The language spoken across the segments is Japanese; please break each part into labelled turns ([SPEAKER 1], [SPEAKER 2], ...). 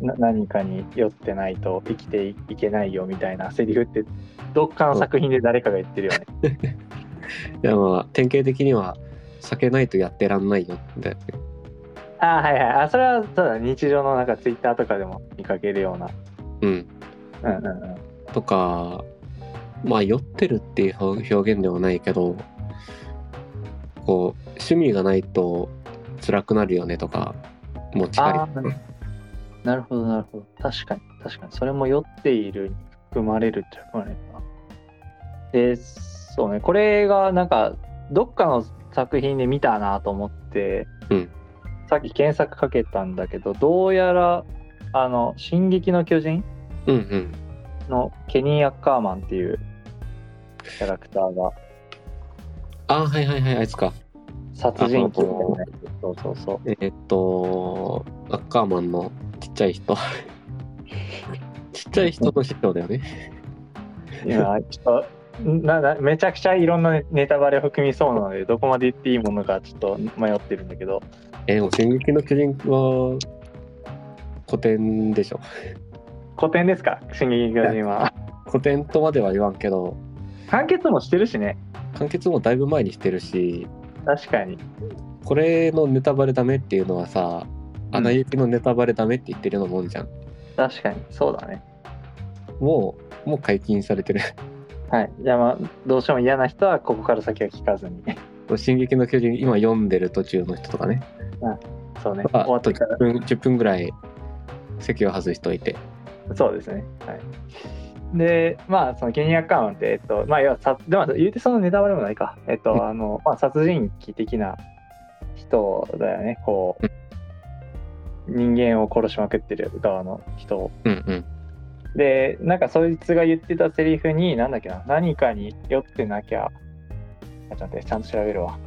[SPEAKER 1] な何かに酔ってないと生きていけないよみたいなセリフってどっかの作品で誰かが言ってるよね。
[SPEAKER 2] いやまあ典型的には酒ないとやってらんないよって
[SPEAKER 1] あーはいはいあそれはそうだ日常のなんかツイッターとかでも見かけるような。
[SPEAKER 2] うん
[SPEAKER 1] うんうんうん、
[SPEAKER 2] とかまあ酔ってるっていう表表現ではないけどこう趣味がないと辛くなるよねとかも近
[SPEAKER 1] あ
[SPEAKER 2] い
[SPEAKER 1] ーなるほどなるほど確かに確かにそれも酔っているに含まれるっちゃ含まれるな。でそうねこれがなんかどっかの作品で見たなと思って、
[SPEAKER 2] うん
[SPEAKER 1] さっき検索かけたんだけどどうやらあの「進撃の巨人」
[SPEAKER 2] うんうん
[SPEAKER 1] のケニー・アッカーマンっていうキャラクターが
[SPEAKER 2] あーはいはいはいあいつか
[SPEAKER 1] 殺人鬼みたいなやつそうそうそう
[SPEAKER 2] えーっとアッカーマンのちっちゃい人 ちっちゃい人の師匠だよね
[SPEAKER 1] 今ちょっとななめちゃくちゃいろんなネタバレを含みそうなのでどこまで言っていいものかちょっと迷ってるんだけど
[SPEAKER 2] えーでも「進撃の巨人」は古典でしょ
[SPEAKER 1] 古典ですか「進撃の巨人は」
[SPEAKER 2] 古典とまでは言わんけど
[SPEAKER 1] 完結もしてるしね
[SPEAKER 2] 完結もだいぶ前にしてるし
[SPEAKER 1] 確かに
[SPEAKER 2] これのネタバレダメっていうのはさ、
[SPEAKER 1] ん
[SPEAKER 2] アナ雪のネタバレダメって言ってるようなもんじゃん。
[SPEAKER 1] 確かにそうだね
[SPEAKER 2] もう、もう解禁されてる。
[SPEAKER 1] はいじゃあまあどうしても嫌な人はここから先は聞かずに
[SPEAKER 2] 進撃の巨人、今読んでる途中の人とかね。
[SPEAKER 1] そうね
[SPEAKER 2] あ
[SPEAKER 1] 終わっ
[SPEAKER 2] と
[SPEAKER 1] てから
[SPEAKER 2] 10分、10分ぐらい席を外しといて。
[SPEAKER 1] そうですね。はい、で、まあ、そのケニアカウンって、えっと、まあ、要はさ、でも、言うてそのネタバレもないか。えっ
[SPEAKER 2] うん
[SPEAKER 1] と、あの、まあ、殺人鬼的な人だよね。こう、人間を殺しまくってる側の人
[SPEAKER 2] うんうん。
[SPEAKER 1] で、なんか、そいつが言ってたセリフに、なんだっけな、何かに酔ってなきゃ、あちょっと待って、ちゃんと調べ るわ。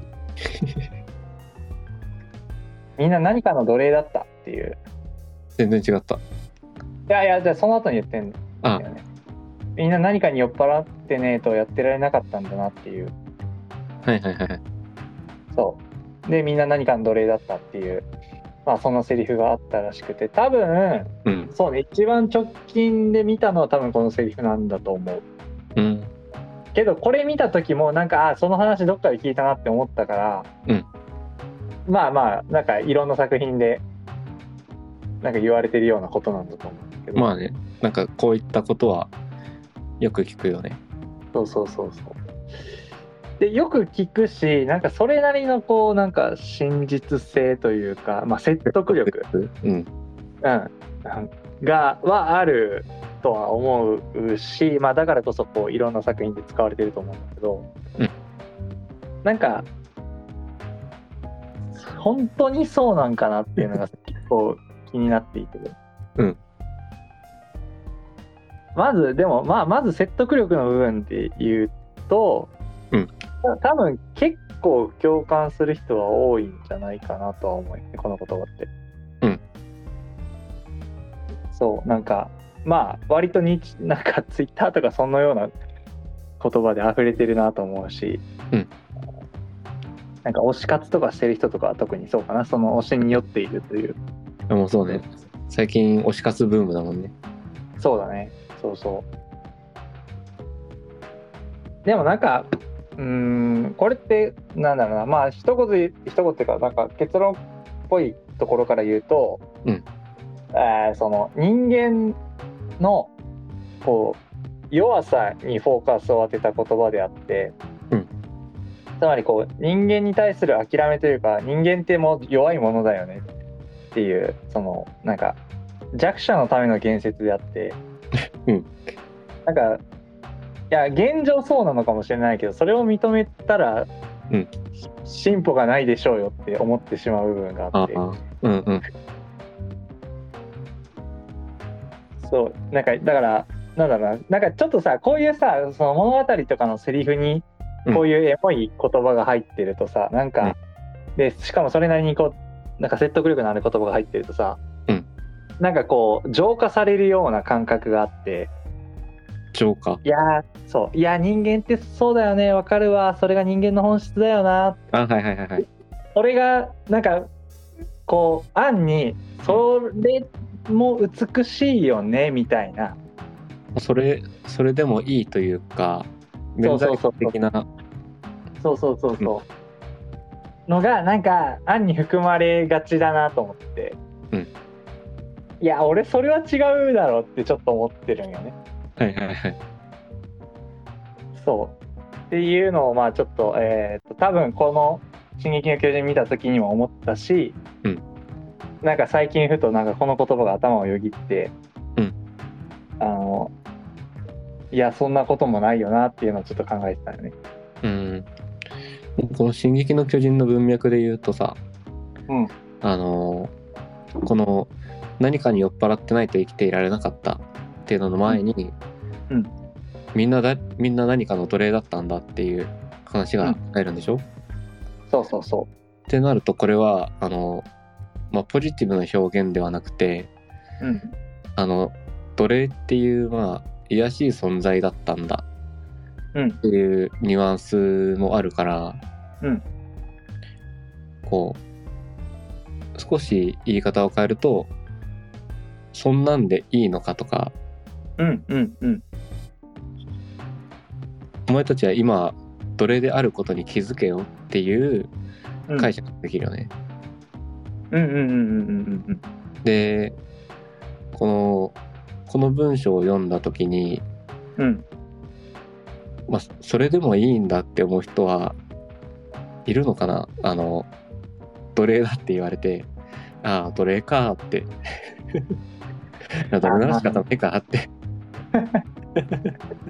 [SPEAKER 1] みんな何かの奴隷だったっていう。
[SPEAKER 2] 全然違った。
[SPEAKER 1] いやいや、じゃあその後に言ってん
[SPEAKER 2] あ
[SPEAKER 1] だよね。みんな何かに酔っ払ってねえとやってられなかったんだなっていう。
[SPEAKER 2] はいはいはい。
[SPEAKER 1] そう。で、みんな何かの奴隷だったっていう。まあ、そのセリフがあったらしくて、多分、
[SPEAKER 2] うん。
[SPEAKER 1] そうね、一番直近で見たのは多分このセリフなんだと思う。
[SPEAKER 2] うん。
[SPEAKER 1] けど、これ見た時も、なんか、あ、その話どっかで聞いたなって思ったから、
[SPEAKER 2] うん
[SPEAKER 1] まあまあ、なんか、いろんな作品で、なんか言われてるようなことなんだと思うんだけど。
[SPEAKER 2] まあね、なんかこういったことはよく聞くよね。
[SPEAKER 1] そうそうそうそう。でよく聞くしなんかそれなりのこうなんか真実性というか、まあ、説得力、
[SPEAKER 2] うん。
[SPEAKER 1] うん、がはあるとは思うし、まあ、だからこそこういろんな作品で使われてると思うんだけど、
[SPEAKER 2] うん
[SPEAKER 1] なんか本当にそうなんかなっていうのが結構気になっていて。
[SPEAKER 2] うん
[SPEAKER 1] まずでも、まあ、まず説得力の部分で言うと、
[SPEAKER 2] うん
[SPEAKER 1] た多分結構共感する人は多いんじゃないかなとは思うよねこの言葉って。そうなんかまあ割と日なんかツイッターとかそのような言葉で溢れてるなと思うし、
[SPEAKER 2] うん
[SPEAKER 1] なんか推し活とかしてる人とかは特にそうかなその推しに酔っているという
[SPEAKER 2] でもそうね。最近推し活ブームだもんね。
[SPEAKER 1] そうだねそうそうでもなんかうーんこれってなんだろうなまあ一言で一言っていうかなんか結論っぽいところから言うと、
[SPEAKER 2] うん
[SPEAKER 1] えーその人間のこう弱さにフォーカスを当てた言葉であって、
[SPEAKER 2] うん
[SPEAKER 1] つまりこう人間に対する諦めというか人間ってもう弱いものだよねっていうそのなんか弱者のための言説であって、
[SPEAKER 2] うん
[SPEAKER 1] なんかいや現状そうなのかもしれないけどそれを認めたら、
[SPEAKER 2] うん
[SPEAKER 1] 進歩がないでしょうよって思ってしまう部分があ
[SPEAKER 2] あ
[SPEAKER 1] って
[SPEAKER 2] あ。うんうん。
[SPEAKER 1] そうなんかだからなんだろうななんかちょっとさこういうさその物語とかのセリフに
[SPEAKER 2] うん
[SPEAKER 1] こういうエモい言葉が入ってるとさ、なんか、でしかもそれなりにこうなんか説得力のある言葉が入ってるとさ、
[SPEAKER 2] うん
[SPEAKER 1] なんかこう浄化されるような感覚があって。
[SPEAKER 2] 浄化。
[SPEAKER 1] いやーそういや人間ってそうだよねわかるわそれが人間の本質だよな
[SPEAKER 2] あ、はいはいはいはい。
[SPEAKER 1] それがなんかこう暗にそれも美しいよねみたいな
[SPEAKER 2] それそれでもいいというか
[SPEAKER 1] そ
[SPEAKER 2] 免
[SPEAKER 1] うそう
[SPEAKER 2] 罪
[SPEAKER 1] そう
[SPEAKER 2] 的な
[SPEAKER 1] そうそうそうそうのがなんか案に含まれがちだなと思って、
[SPEAKER 2] うん
[SPEAKER 1] いや俺それは違うだろうってちょっと思ってるんよね
[SPEAKER 2] はいはいはい
[SPEAKER 1] そうっていうのをまあちょっと,、えーと多分この「進撃の巨人」見た時にも思ったし、
[SPEAKER 2] うん
[SPEAKER 1] なんか最近ふとなんかこの言葉が頭をよぎって、
[SPEAKER 2] うん
[SPEAKER 1] あのいやそんなこともないよなっていうのをちょっと考えてたよね。
[SPEAKER 2] うんこの「進撃の巨人」の文脈で言うとさ
[SPEAKER 1] うん、
[SPEAKER 2] あのーこの何かに酔っ払ってないと生きていられなかったっていうのの前に、
[SPEAKER 1] うんうん
[SPEAKER 2] みんなだみんな何かの奴隷だったんだっていう話が入るんでしょ、っ
[SPEAKER 1] そうそうそ
[SPEAKER 2] てなるとこれはあの、まあ、ポジティブな表現ではなくて
[SPEAKER 1] う、うん、
[SPEAKER 2] あの奴隷っていうまあ卑しい存在だったんだ
[SPEAKER 1] うん
[SPEAKER 2] っていうニュアンスもあるから、
[SPEAKER 1] うん
[SPEAKER 2] こう少し言い方を変えるとそんなんでいいのかとか
[SPEAKER 1] うんうんうん
[SPEAKER 2] お前たちは今奴隷であることに気づけよっていう
[SPEAKER 1] うん
[SPEAKER 2] 解釈ができるよね。
[SPEAKER 1] うんうんうんうんうんうん
[SPEAKER 2] でこのこの文章を読んだ時に
[SPEAKER 1] うん
[SPEAKER 2] まあ、それでもいいんだって思う人はいるのかなあの奴隷だって言われてああ奴隷かーって 奴隷なら仕方ないかーって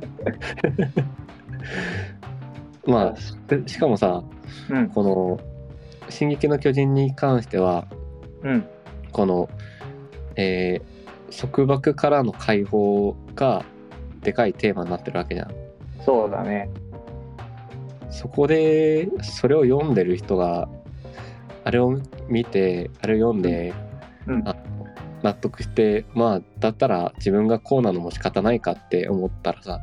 [SPEAKER 2] まあししかもさ
[SPEAKER 1] うん
[SPEAKER 2] この「進撃の巨人」に関しては
[SPEAKER 1] うん
[SPEAKER 2] この、えー束縛からの解放がでかいテーマになってるわけじゃん。
[SPEAKER 1] そうだね
[SPEAKER 2] そこでそれを読んでる人があれを見てあれを読んで
[SPEAKER 1] うん
[SPEAKER 2] 納得してまあだったら自分がこうなのも仕方ないかって思ったらさ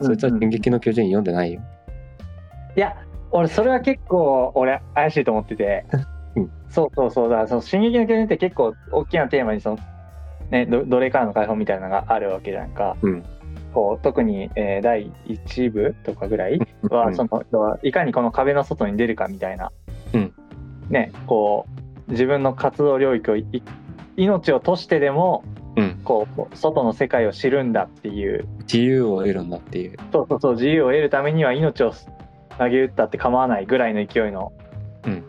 [SPEAKER 2] そいつは「進撃の巨人」読んでないよ。
[SPEAKER 1] いや俺それは結構俺怪しいと思ってて、
[SPEAKER 2] うん
[SPEAKER 1] そうそうそうだからその「進撃の巨人」って結構大きなテーマにその、ね、ど奴隷からの解放みたいなのがあるわけじゃんか、
[SPEAKER 2] うん
[SPEAKER 1] こう特に、えー第1部とかぐらいは、
[SPEAKER 2] うん
[SPEAKER 1] そのいかにこの壁の外に出るかみたいな、
[SPEAKER 2] うん
[SPEAKER 1] ねこう自分の活動領域をい命を賭してでも
[SPEAKER 2] うん、
[SPEAKER 1] こう外の世界を知るんだっていう
[SPEAKER 2] 自由を得るんだっていう。
[SPEAKER 1] そうそうそう自由を得るためには命を投げ打ったって構わないぐらいの勢いの、
[SPEAKER 2] うん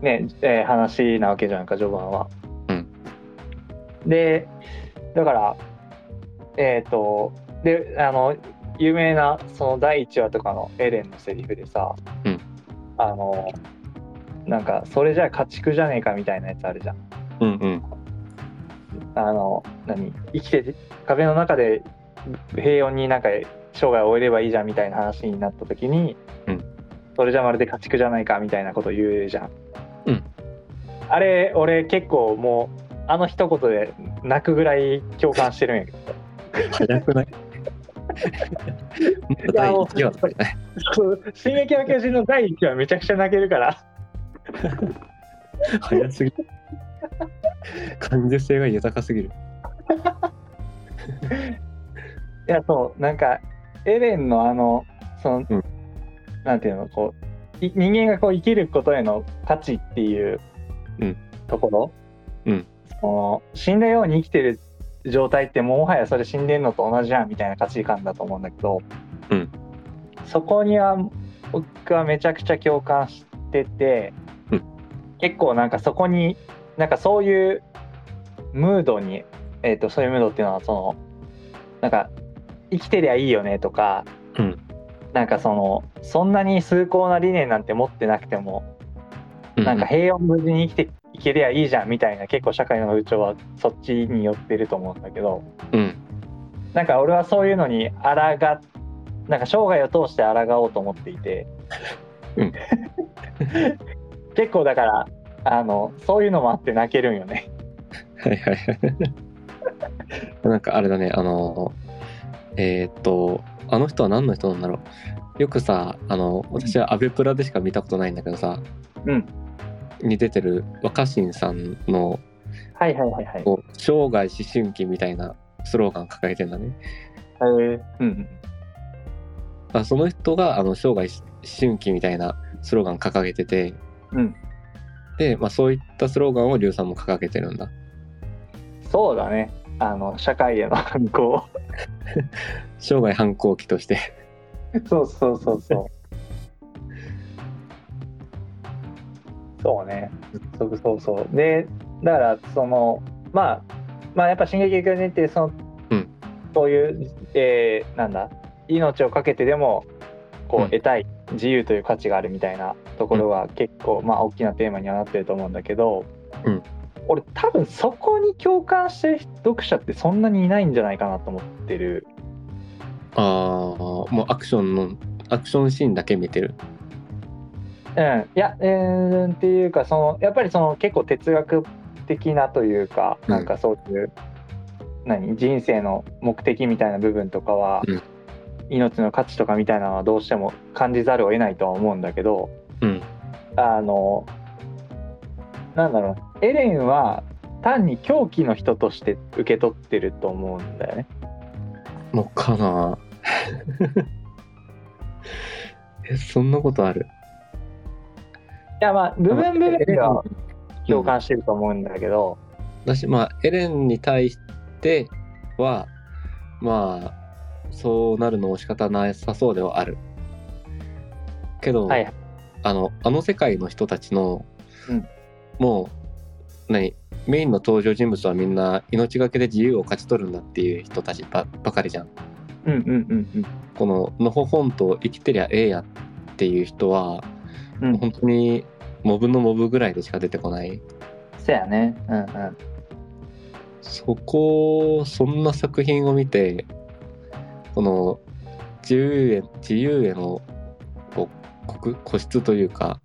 [SPEAKER 1] ねえー話なわけじゃんか序盤は。
[SPEAKER 2] うん
[SPEAKER 1] でだからえっ、とであの有名なその第1話とかのエレンのセリフでさ、
[SPEAKER 2] うん
[SPEAKER 1] あのなんかそれじゃ家畜じゃねえかみたいなやつあるじゃん。
[SPEAKER 2] うんうん
[SPEAKER 1] あの何生きてて壁の中で平穏になんか生涯を終えればいいじゃんみたいな話になった時に、
[SPEAKER 2] うん
[SPEAKER 1] それじゃまるで家畜じゃないかみたいなこと言うじゃん、
[SPEAKER 2] うん
[SPEAKER 1] あれ俺結構もうあの一言で泣くぐらい共感してるん やけど
[SPEAKER 2] 早くないまだ第1話だけどね
[SPEAKER 1] そう「進撃の巨人」の第1話めちゃくちゃ泣けるから
[SPEAKER 2] 早すぎる感受性が豊かすぎる。
[SPEAKER 1] いやそうなんかエレンのあのその、
[SPEAKER 2] うん
[SPEAKER 1] なんていうのこうい人間がこう生きることへの価値っていう
[SPEAKER 2] うん
[SPEAKER 1] ところ、
[SPEAKER 2] うん
[SPEAKER 1] その死んだように生きてる状態ってもはやそれ死んでんのと同じじゃんみたいな価値観だと思うんだけど、
[SPEAKER 2] うん
[SPEAKER 1] そこには僕はめちゃくちゃ共感してて、
[SPEAKER 2] うん
[SPEAKER 1] 結構なんかそこになんかそういうムードに、えー、とそういうムードっていうのはそのなんか生きてりゃいいよねとか、
[SPEAKER 2] うん
[SPEAKER 1] なんかそのそんなに崇高な理念なんて持ってなくても、
[SPEAKER 2] う
[SPEAKER 1] なんか平穏無事に生きていけりゃいいじゃんみたいな結構社会の風潮はそっちに寄ってると思うんだけど
[SPEAKER 2] うん
[SPEAKER 1] なんか俺はそういうのに抗がなんか生涯を通して抗おうと思っていて、
[SPEAKER 2] うん
[SPEAKER 1] 結構だからあのそういうのもあって泣けるんよね。
[SPEAKER 2] はいはいはい。 なんかあれだね、あの、えーっと、あの人は何の人なんだろう。よくさ、あの、私はアベプラでしか見たことないんだけどさ、
[SPEAKER 1] うん
[SPEAKER 2] に出てる若新さんの、
[SPEAKER 1] はいはいはいはい。
[SPEAKER 2] こう生涯思春期みたいなスローガン抱えてんだね。
[SPEAKER 1] えーうん
[SPEAKER 2] あその人があの生涯思春期みたいなスローガン掲げてて、
[SPEAKER 1] うん。うん。
[SPEAKER 2] で、まあ、そういったスローガンを龍さんも掲げてるんだ。
[SPEAKER 1] そうだね。あの、社会への反抗。
[SPEAKER 2] 生涯反抗期として。
[SPEAKER 1] そうそうそうそう。そうね。そうそうそう。で、だから、その、まあ、まあ、やっぱ進撃の巨人って、その、
[SPEAKER 2] うん
[SPEAKER 1] そういう、えーなんだ、命をかけてでも、こう、
[SPEAKER 2] うん
[SPEAKER 1] 得たい自由という価値があるみたいなところが結構、まあ、大きなテーマにはなってると思うんだけど、
[SPEAKER 2] うん
[SPEAKER 1] 俺、多分そこに共感してる読者ってそんなにいないんじゃないかなと思ってる。
[SPEAKER 2] ああ、もうアクションの、アクションシーンだけ見てる。
[SPEAKER 1] うん、いや、えー、っていうかそのやっぱりその結構哲学的なというか、
[SPEAKER 2] うん
[SPEAKER 1] なんかそういう何人生の目的みたいな部分とかは、
[SPEAKER 2] うん
[SPEAKER 1] 命の価値とかみたいなのはどうしても感じざるを得ないとは思うんだけど
[SPEAKER 2] うん。
[SPEAKER 1] あのなんだろうエレンは単に狂気の人として受け取ってると思うんだよね。
[SPEAKER 2] のかな え、そんなことある
[SPEAKER 1] いやまあ部分部分では共
[SPEAKER 2] うん
[SPEAKER 1] 感してると思うんだけど、
[SPEAKER 2] だし、まあ、エレンに対しては、まあ、そうなるのも仕方なさそうではある。けど、
[SPEAKER 1] はい
[SPEAKER 2] あのあの世界の人たちの、
[SPEAKER 1] うん
[SPEAKER 2] もう何メインの登場人物はみんな命がけで自由を勝ち取るんだっていう人たちばばかりじゃん。
[SPEAKER 1] うんうんうん
[SPEAKER 2] こののほほんと生きてりゃええやっていう人は、
[SPEAKER 1] うんうん
[SPEAKER 2] 本当にモブのモブぐらいでしか出てこない。
[SPEAKER 1] そやねうんうん
[SPEAKER 2] そこそんな作品を見てこの自由へ自由へのこう固固執というか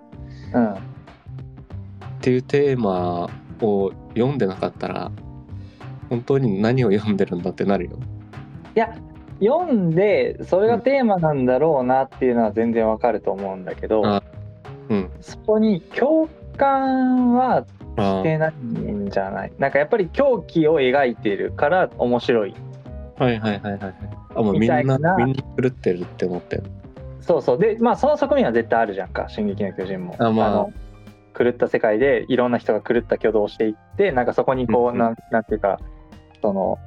[SPEAKER 1] うん
[SPEAKER 2] っていうテーマを読んでなかったら本当に何を読んでるんだってなるよ。
[SPEAKER 1] いや読んでそれがテーマなんだろうなっていうのは全然わかると思うんだけど、
[SPEAKER 2] あうん、
[SPEAKER 1] そこに共感は
[SPEAKER 2] あ
[SPEAKER 1] してないんじゃないなんかやっぱり狂気を描いているから面白い
[SPEAKER 2] はいはいはいはいはい。あもうみんな
[SPEAKER 1] みたいな
[SPEAKER 2] みんな狂ってるって思ってる。
[SPEAKER 1] そうそうでまあその側面は絶対あるじゃんか「進撃の巨人も」
[SPEAKER 2] あまあ
[SPEAKER 1] の狂った世界でいろんな人が狂った挙動をしていってなんかそこにこう、
[SPEAKER 2] うんうん
[SPEAKER 1] なんなんていうかその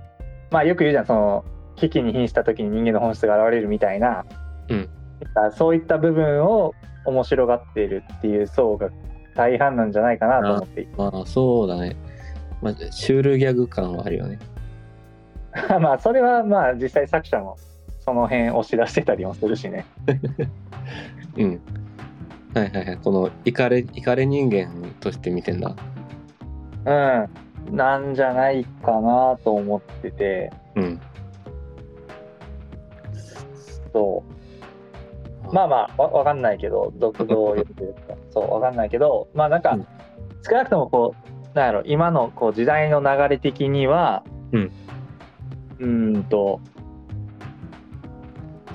[SPEAKER 1] まあよく言うじゃんその危機に瀕した時に人間の本質が現れるみたいな、
[SPEAKER 2] うん
[SPEAKER 1] なんかそういった部分を面白がっているっていう層が大半なんじゃないかなと思ってい
[SPEAKER 2] まあそうだね。まあ、シュールギャグ感はあるよね。
[SPEAKER 1] て まあそれはまあ実際作者もその辺押し出してたりもするしね
[SPEAKER 2] うん。はいはいはい。このイカレイカレ人間として見てんだ。
[SPEAKER 1] うんなんじゃないかなと思ってて。
[SPEAKER 2] うん。
[SPEAKER 1] そうまあまあわわかんないけど独道を読んでる とかそうわかんないけどまあなんか、
[SPEAKER 2] うん
[SPEAKER 1] 少なくともこうなんやろ今のこう時代の流れ的には
[SPEAKER 2] うん
[SPEAKER 1] うーんと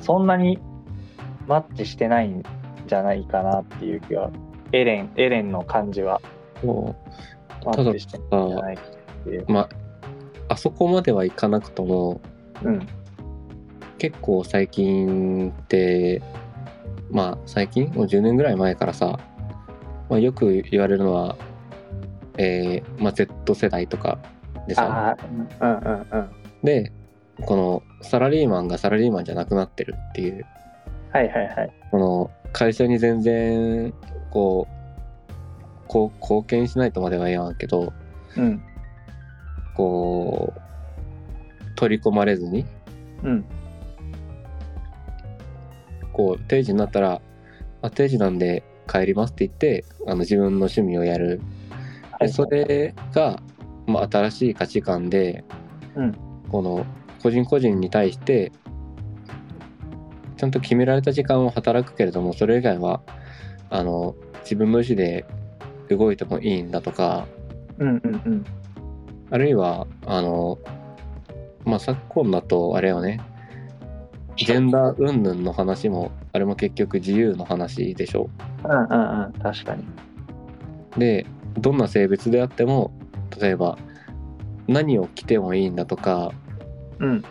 [SPEAKER 1] そんなにマッチしてないんじゃないかなっていう気はエレンエレンの感じは
[SPEAKER 2] こ
[SPEAKER 1] マ
[SPEAKER 2] ただ
[SPEAKER 1] ッチしてないんじゃないかっていう
[SPEAKER 2] う、まああそこまではいかなくとも
[SPEAKER 1] うん
[SPEAKER 2] 結構最近ってまあ最近もう10年ぐらい前からさ、まあ、よく言われるのは、えーまあ、Z 世代とかで
[SPEAKER 1] あ
[SPEAKER 2] さ
[SPEAKER 1] あうんうんうん
[SPEAKER 2] でこのサラリーマンがサラリーマンじゃなくなってるっていう
[SPEAKER 1] はいはいはい
[SPEAKER 2] この会社に全然こうこう貢献しないとまでは言わんけど
[SPEAKER 1] うん
[SPEAKER 2] こう取り込まれずに
[SPEAKER 1] うん
[SPEAKER 2] こう定時になったらあ定時なんで帰りますって言ってあの自分の趣味をやる
[SPEAKER 1] は
[SPEAKER 2] で
[SPEAKER 1] い
[SPEAKER 2] それが、まあ、新しい価値観で、
[SPEAKER 1] うん
[SPEAKER 2] この個人個人に対してちゃんと決められた時間を働くけれどもそれ以外はあの自分の意思で動いてもいいんだとか
[SPEAKER 1] うんうんうん
[SPEAKER 2] あるいはあの、まあ、昨今だとあれよねジェンダー云々の話もあれも結局自由の話でしょ
[SPEAKER 1] うんうんうん確かに
[SPEAKER 2] でどんな性別であっても例えば何を着てもいいんだとか
[SPEAKER 1] うん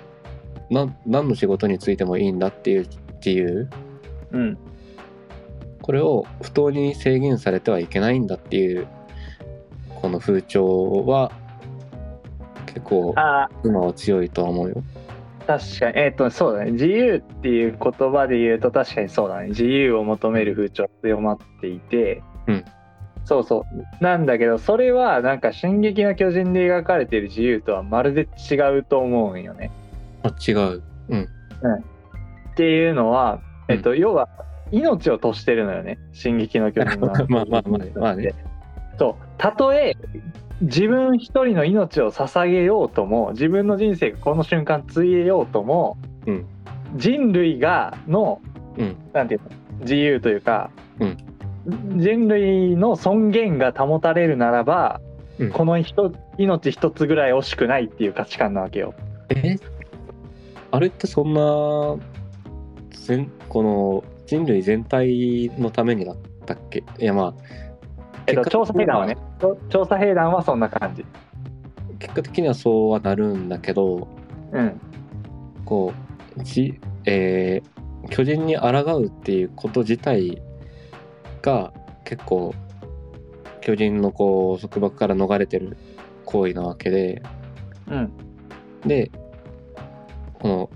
[SPEAKER 2] な何の仕事についてもいいんだっていう自由
[SPEAKER 1] うん
[SPEAKER 2] これを不当に制限されてはいけないんだっていうこの風潮は結構
[SPEAKER 1] あ
[SPEAKER 2] 今は強いとは思うよ。
[SPEAKER 1] ー確かにえっ、とそうだね自由っていう言葉で言うと確かにそうだね自由を求める風潮が強まっていて、
[SPEAKER 2] うん
[SPEAKER 1] そうそうなんだけどそれはなんか「進撃の巨人」で描かれている自由とはまるで違うと思うんよね。
[SPEAKER 2] あ違う。
[SPEAKER 1] っていうのは、
[SPEAKER 2] うん
[SPEAKER 1] えっと、要は命を賭してるのよね「進撃の巨人」は
[SPEAKER 2] まあまあまあまあね。
[SPEAKER 1] そうたとえ自分一人の命を捧げようとも自分の人生がこの瞬間ついえようとも、
[SPEAKER 2] うん
[SPEAKER 1] 人類がの、
[SPEAKER 2] うん
[SPEAKER 1] なんていうの自由というか、
[SPEAKER 2] うん
[SPEAKER 1] 人類の尊厳が保たれるならば、
[SPEAKER 2] うん
[SPEAKER 1] この人命一つぐらい惜しくないっていう価値観なわけよ。
[SPEAKER 2] えあれってそんな全この人類全体のためにだったっけいやまあ
[SPEAKER 1] えっと、
[SPEAKER 2] 結果
[SPEAKER 1] 調査兵団はね調調査兵団はそんな感じ。
[SPEAKER 2] 結果的にはそうはなるんだけど
[SPEAKER 1] うん、
[SPEAKER 2] こうじ、えー巨人に抗うっていうこと自体が結構巨人のこう束縛から逃れてる行為なわけで
[SPEAKER 1] うん、
[SPEAKER 2] でこの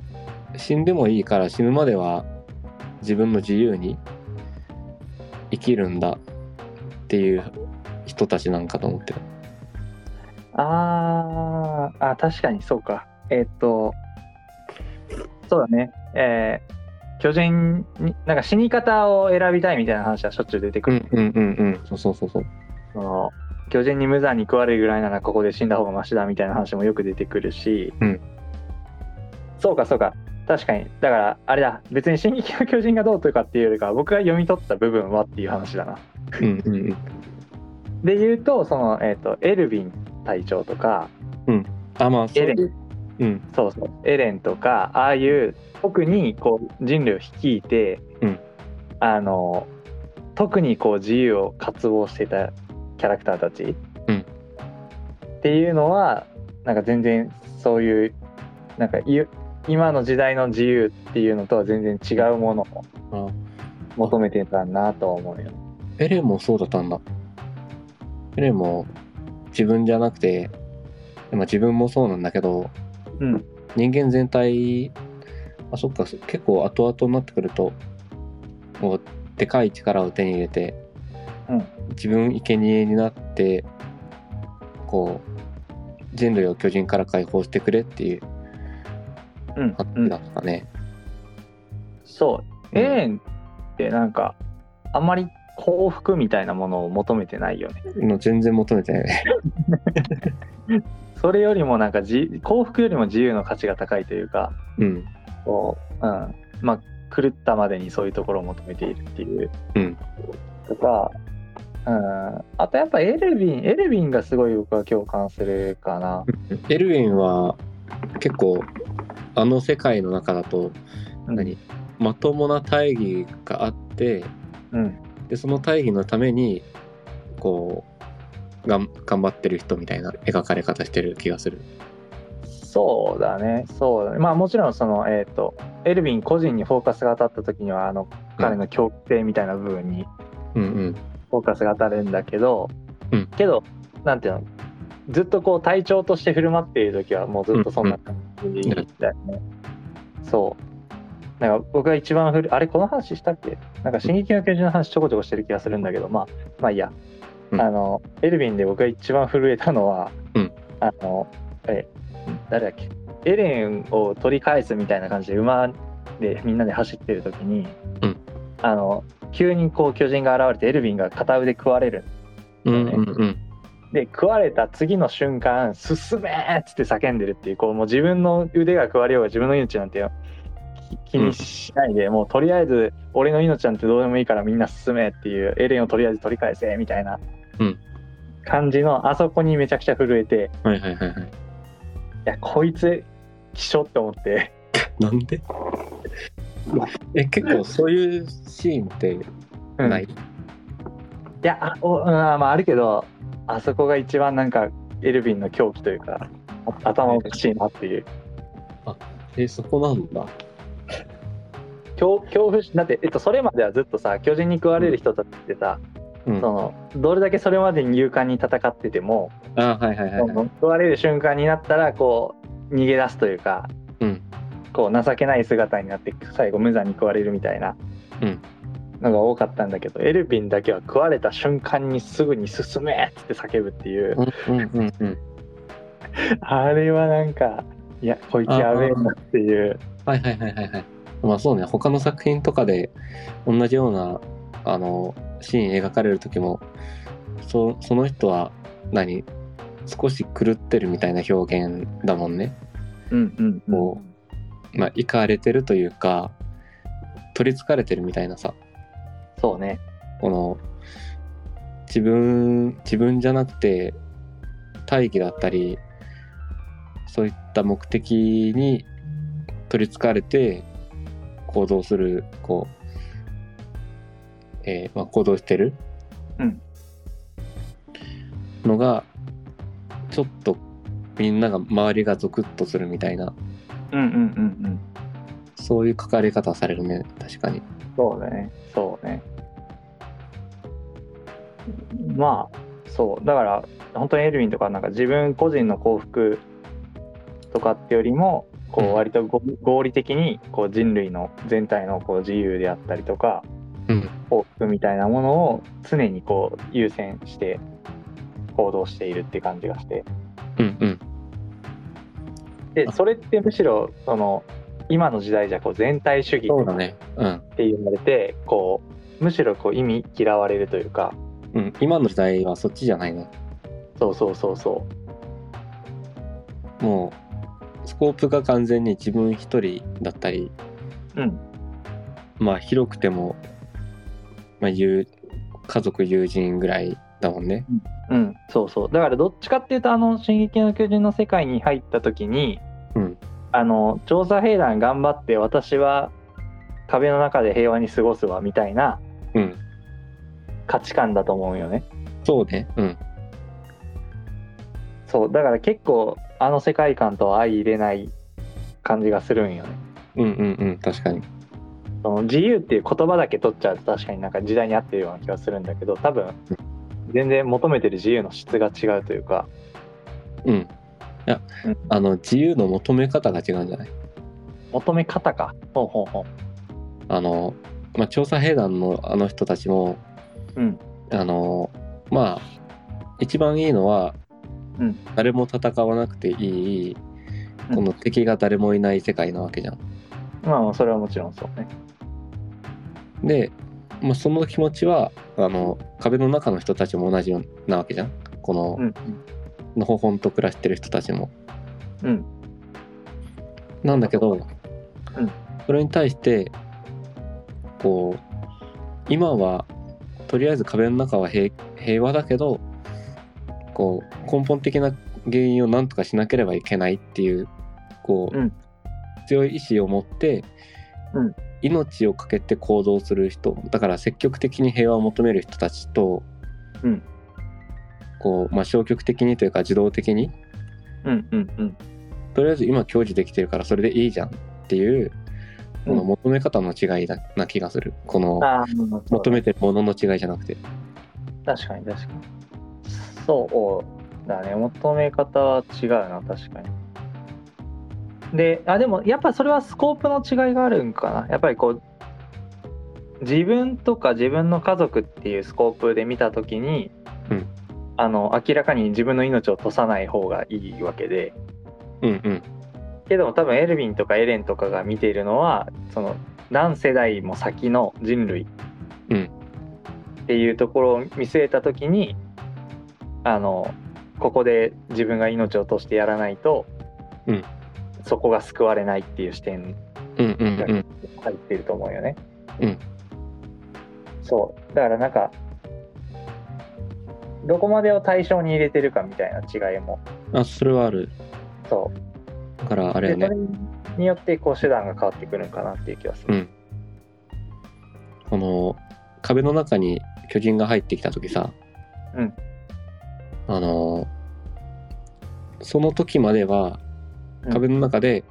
[SPEAKER 2] 死んでもいいから死ぬまでは自分の自由に生きるんだっていう人たちなんかと思ってる。
[SPEAKER 1] あーあ確かにそうかえっとそうだねえー巨人になんか死に方を選びたいみたいな話はしょっちゅう出てくる
[SPEAKER 2] うん、うんうんうんそうそうそうそう。
[SPEAKER 1] その巨人に無残に食われるぐらいならここで死んだ方がマシだみたいな話もよく出てくるし、
[SPEAKER 2] うん
[SPEAKER 1] そうかそうか確かにだからあれだ別に「進撃の巨人」がどうというかっていうよりかは僕が読み取った部分はっていう話だな。
[SPEAKER 2] うんうんうん。
[SPEAKER 1] で言うとその、えっとエルヴィン隊長とか、
[SPEAKER 2] あまあそうい
[SPEAKER 1] エレ
[SPEAKER 2] う。うん
[SPEAKER 1] そうそうエレンとかああいう特にこう人類を率いて、
[SPEAKER 2] うん
[SPEAKER 1] あの特にこう自由を渇望してたキャラクターたち、
[SPEAKER 2] うん
[SPEAKER 1] っていうのはなんか全然そういうなんかゆ今の時代の自由っていうのとは全然違うものを
[SPEAKER 2] あ
[SPEAKER 1] 求めてたなとは思うよ。
[SPEAKER 2] エレンもそうだったんだ。エレンも自分じゃなくて、まあ、自分もそうなんだけど、
[SPEAKER 1] うん、
[SPEAKER 2] 人間全体、あ、そっか、そ結構後々になってくると、もう、でかい力を手に入れて、
[SPEAKER 1] うん
[SPEAKER 2] 自分生贄になって、こう、人類を巨人から解放してくれっていう
[SPEAKER 1] うんう
[SPEAKER 2] 話
[SPEAKER 1] ん
[SPEAKER 2] だったね。
[SPEAKER 1] そう
[SPEAKER 2] うん
[SPEAKER 1] エレンってなんかあんまり幸福みたいなものを求めてないよね。
[SPEAKER 2] の全然求めてない ね。
[SPEAKER 1] それよりもなんかじ幸福よりも自由の価値が高いというか
[SPEAKER 2] うん。
[SPEAKER 1] こう、うんまあ、狂ったまでにそういうところを求めているっていう、
[SPEAKER 2] うん
[SPEAKER 1] とか、うん、あとやっぱエルヴィンエルヴィンがすごい僕は共感するか な。
[SPEAKER 2] エルウィンは結構あの世界の中だと何まともな大義があって
[SPEAKER 1] うん
[SPEAKER 2] でその大義のためにこうがん頑張ってる人みたいな描かれ方してる気がする。
[SPEAKER 1] そうだねそうだねまあもちろんそのえっ、とエルヴィン個人にフォーカスが当たった時にはあの彼の狂気みたいな部分に
[SPEAKER 2] うんうん
[SPEAKER 1] フォーカスが当たるんだけど、
[SPEAKER 2] うん
[SPEAKER 1] けどなんていうのずっとこう隊長として振る舞っている時はもうずっとそんな感じだよね、そうなんか僕が一番古いあれこの話したっけなんか「進撃の巨人」の話ちょこちょこしてる気がするんだけどまあまあいいや、
[SPEAKER 2] うん
[SPEAKER 1] あのエルヴィンで僕が一番震えたのは、
[SPEAKER 2] うん
[SPEAKER 1] あのあれ誰だっけエレンを取り返すみたいな感じで馬でみんなで走ってる時に、
[SPEAKER 2] うん
[SPEAKER 1] あの急にこう巨人が現れてエルヴィンが片腕食われる
[SPEAKER 2] うんうんうん
[SPEAKER 1] で食われた次の瞬間「進め!」っつって叫んでるっていうこうもう自分の腕が食われようが自分の命なんてよき気にしないで、もうとりあえず俺の命なんてどうでもいいからみんな進めっていうエレンをとりあえず取り返せみたいな
[SPEAKER 2] うん
[SPEAKER 1] 感じの、あそこにめちゃくちゃ震えて
[SPEAKER 2] はいはいはいはい。
[SPEAKER 1] いやこいつ希少って思って
[SPEAKER 2] なんでえ結構そういうシーンってない、
[SPEAKER 1] いやあお、うん、まああるけどあそこが一番なんかエルヴィンの狂気というかあ頭おかしいなっていう
[SPEAKER 2] え、そこなんだ。
[SPEAKER 1] 恐恐怖心だって、えっと、それまではずっとさ巨人に食われる人たちってさ、
[SPEAKER 2] うん。
[SPEAKER 1] そ
[SPEAKER 2] あ
[SPEAKER 1] のどれだけそれまでに勇敢に戦ってても、
[SPEAKER 2] はいはいはい
[SPEAKER 1] そ
[SPEAKER 2] はい。
[SPEAKER 1] の食われる瞬間になったらこう逃げ出すというか、
[SPEAKER 2] うん
[SPEAKER 1] こう情けない姿になって最後無残に食われるみたいな
[SPEAKER 2] うん
[SPEAKER 1] のが多かったんだけど、エルヴィンだけは食われた瞬間にすぐに「進め!」っつって叫ぶって いう、
[SPEAKER 2] うんうんうんうん。
[SPEAKER 1] あれはなんかいやこいつやべえなっていう
[SPEAKER 2] はいはいはいはいはい。まあそうね、他の作品とかで同じようなあのシーン描かれる時も、そその人は何少し狂ってるみたいな表現だもんね。
[SPEAKER 1] うんうんうん
[SPEAKER 2] もまあ、いかれてるというか、取りつかれてるみたいなさ、
[SPEAKER 1] そうね
[SPEAKER 2] この、自分、自分じゃなくて、大義だったり、そういった目的に取りつかれて行動する、こう、えーまあ、行動してる、
[SPEAKER 1] うん
[SPEAKER 2] のが、ちょっとみんなが、周りがゾクッとするみたいな、
[SPEAKER 1] うんうんうんうん
[SPEAKER 2] そういう書かれ方されるね、確かに。
[SPEAKER 1] そうだね、そうね。まあ、そう、だから、本当にエルヴィンとか、なんか自分個人の幸福とかってよりも、こ
[SPEAKER 2] うん
[SPEAKER 1] う割とご合理的にこう人類の全体のこう自由であったりとか
[SPEAKER 2] うん。
[SPEAKER 1] 幸福みたいなものを常にこう優先して行動しているって感じがして
[SPEAKER 2] うんうん。
[SPEAKER 1] でそれってむしろその今の時代じゃこう全体主義
[SPEAKER 2] そう
[SPEAKER 1] っ
[SPEAKER 2] だね。うん。
[SPEAKER 1] て言われてこうむしろこう意味嫌われるというか
[SPEAKER 2] うん、今の時代はそっちじゃないね。
[SPEAKER 1] そうそうそうそ
[SPEAKER 2] もう、スコープが完全に自分一人だったり、
[SPEAKER 1] う。うん。
[SPEAKER 2] まあ広くても、まあ友、家族、友人ぐらいだもんね。
[SPEAKER 1] うん、そうそう。だからどっちかっていうと、あの、進撃の巨人の世界に入った時に、
[SPEAKER 2] うん
[SPEAKER 1] あの、調査兵団頑張って、私は壁の中で平和に過ごすわ、みたいな
[SPEAKER 2] うん。
[SPEAKER 1] 価値観だと思うよね。
[SPEAKER 2] そうね。うん。
[SPEAKER 1] そう。だから結構、あの世界観とは相入れない感じがするんよね。
[SPEAKER 2] うんうんうん。確かに。
[SPEAKER 1] その自由っていう言葉だけ取っちゃうと確かになんか時代に合ってるような気がするんだけど、多分、全然求めてる自由の質が違うというか、
[SPEAKER 2] うん。いや
[SPEAKER 1] うん、
[SPEAKER 2] あの、自由の求め方が違うんじゃない
[SPEAKER 1] 求め方か。ほうほうほう。
[SPEAKER 2] あの、まあ、調査兵団のあの人たちも、
[SPEAKER 1] うん
[SPEAKER 2] あの、まあ、一番いいのは、
[SPEAKER 1] うん
[SPEAKER 2] 誰も戦わなくていい、
[SPEAKER 1] うん
[SPEAKER 2] この敵が誰もいない世界なわけじゃん。
[SPEAKER 1] まあまあそれはもちろんそうね。
[SPEAKER 2] で、まあ、その気持ちは、あの、壁の中の人たちも同じようなわけじゃん。この、
[SPEAKER 1] うん
[SPEAKER 2] のほほんと暮らしてる人たちも。
[SPEAKER 1] うん
[SPEAKER 2] なんだけど、
[SPEAKER 1] うん
[SPEAKER 2] それに対してこう今はとりあえず壁の中は平平和だけどこう根本的な原因を何とかしなければいけないっていうこう、
[SPEAKER 1] うん
[SPEAKER 2] 強い意志を持って、
[SPEAKER 1] うん
[SPEAKER 2] 命を懸けて行動する人だから積極的に平和を求める人たちと、
[SPEAKER 1] うん
[SPEAKER 2] こうまあ、消極的にというか自動的に
[SPEAKER 1] うんうんうん。
[SPEAKER 2] とりあえず今享受できてるからそれでいいじゃんっていうこの求め方の違いだな気がするこの
[SPEAKER 1] ああ、そうだ
[SPEAKER 2] 求めてるものの違いじゃなくて
[SPEAKER 1] 確かに確かに。そうだね。求め方は違うな、確かに。で、あ、でもやっぱりそれはスコープの違いがあるんかな。やっぱりこう、自分とか自分の家族っていうスコープで見たときに、
[SPEAKER 2] うん
[SPEAKER 1] あの明らかに自分の命を落とさない方がいいわけで、
[SPEAKER 2] うんうん
[SPEAKER 1] けども多分エルヴィンとかエレンとかが見ているのはその何世代も先の人類
[SPEAKER 2] うん
[SPEAKER 1] っていうところを見据えた時にあのここで自分が命を落としてやらないと、
[SPEAKER 2] うん
[SPEAKER 1] そこが救われないっていう視点
[SPEAKER 2] うんうんうん
[SPEAKER 1] 入ってると思うよね。
[SPEAKER 2] うん
[SPEAKER 1] そうだからなんかどこまでを対象に入れてるかみたいな違いも
[SPEAKER 2] あそれはある
[SPEAKER 1] そう
[SPEAKER 2] だからあれ
[SPEAKER 1] で
[SPEAKER 2] よね
[SPEAKER 1] それによってこう手段が変わってくるんかなっていう気はする。
[SPEAKER 2] うんこの壁の中に巨人が入ってきた時さ、
[SPEAKER 1] うん
[SPEAKER 2] あのその時までは
[SPEAKER 1] うん
[SPEAKER 2] 壁の中で、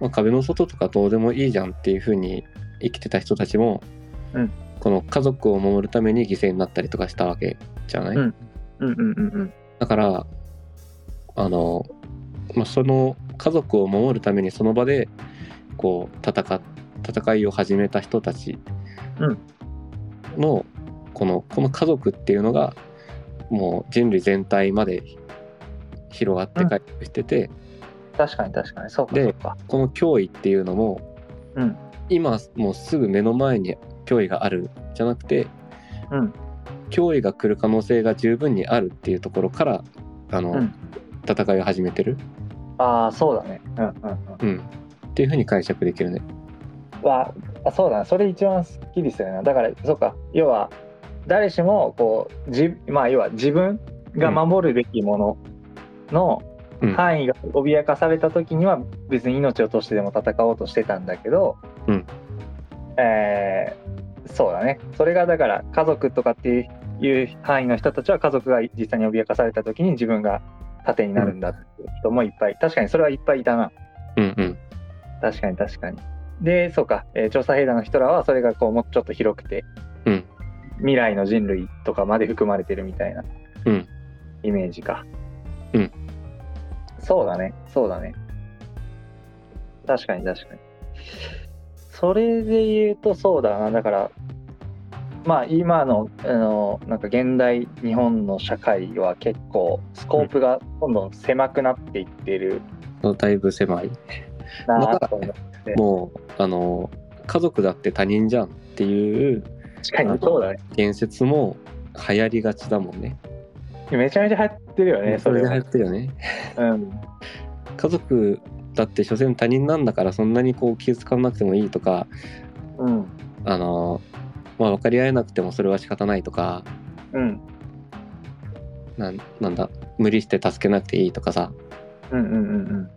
[SPEAKER 2] まあ、壁の外とかどうでもいいじゃんっていう風に生きてた人たちも、
[SPEAKER 1] うん
[SPEAKER 2] この家族を守るために犠牲になったりとかしたわけじゃない、
[SPEAKER 1] うんうんうんうん
[SPEAKER 2] だからあの、まあ、その家族を守るためにその場でこう戦っ戦いを始めた人たち
[SPEAKER 1] うん
[SPEAKER 2] の、このこの家族っていうのがもう人類全体まで広がって回復してて、
[SPEAKER 1] 確かに確かにそうか
[SPEAKER 2] で
[SPEAKER 1] そうか
[SPEAKER 2] この脅威っていうのも、
[SPEAKER 1] うん
[SPEAKER 2] 今もうすぐ目の前に脅威があるじゃなくて、
[SPEAKER 1] うん
[SPEAKER 2] 脅威が来る可能性が十分にあるっていうところからあの、
[SPEAKER 1] うん
[SPEAKER 2] 戦いを始めてる、
[SPEAKER 1] ああそうだねうんうんうん
[SPEAKER 2] うん、っていうふうに解釈できるね。
[SPEAKER 1] わあそうだなそれ一番すっきりするなだからそうか要は誰しもこうじまあ要は自分が守るべきものの
[SPEAKER 2] うん
[SPEAKER 1] 範囲が脅かされた時には別に命を落としてでも戦おうとしてたんだけど、
[SPEAKER 2] うん
[SPEAKER 1] えーそうだねそれがだから家族とかっていういう範囲の人たちは家族が実際に脅かされた時に自分が盾になるんだっていう人もいっぱい確かにそれはいっぱいいたな。
[SPEAKER 2] うんうん
[SPEAKER 1] 確かに確かに。でそうか、えー調査兵団の人らはそれがこうもうちょっと広くて、
[SPEAKER 2] うん
[SPEAKER 1] 未来の人類とかまで含まれてるみたいな
[SPEAKER 2] うん
[SPEAKER 1] イメージか。
[SPEAKER 2] うん
[SPEAKER 1] そうだねそうだね。確かに確かに。それで言うとそうだなだからまあ今のあのなんか現代日本の社会は結構スコープがどんどん狭くなっていってる
[SPEAKER 2] そうだいぶ狭い
[SPEAKER 1] な
[SPEAKER 2] だか
[SPEAKER 1] と
[SPEAKER 2] ら
[SPEAKER 1] 思
[SPEAKER 2] ね
[SPEAKER 1] う。
[SPEAKER 2] もうあの家族だって他人じゃんっていう
[SPEAKER 1] 確かにそうだね。
[SPEAKER 2] 言説も流行りがちだもんね。
[SPEAKER 1] めちゃめちゃ流行ってるよね、そ
[SPEAKER 2] それ
[SPEAKER 1] れ
[SPEAKER 2] で流
[SPEAKER 1] は
[SPEAKER 2] 行。ってるよね。
[SPEAKER 1] うん、
[SPEAKER 2] 家族だって所詮他人なんだからそんなにこう気遣わなくてもいいとか
[SPEAKER 1] うん、
[SPEAKER 2] あのまあ分かり合えなくてもそれは仕方ないとか
[SPEAKER 1] うん、
[SPEAKER 2] なんなんだ無理して助けなくていいとかさ
[SPEAKER 1] うん、うん、うん、
[SPEAKER 2] っ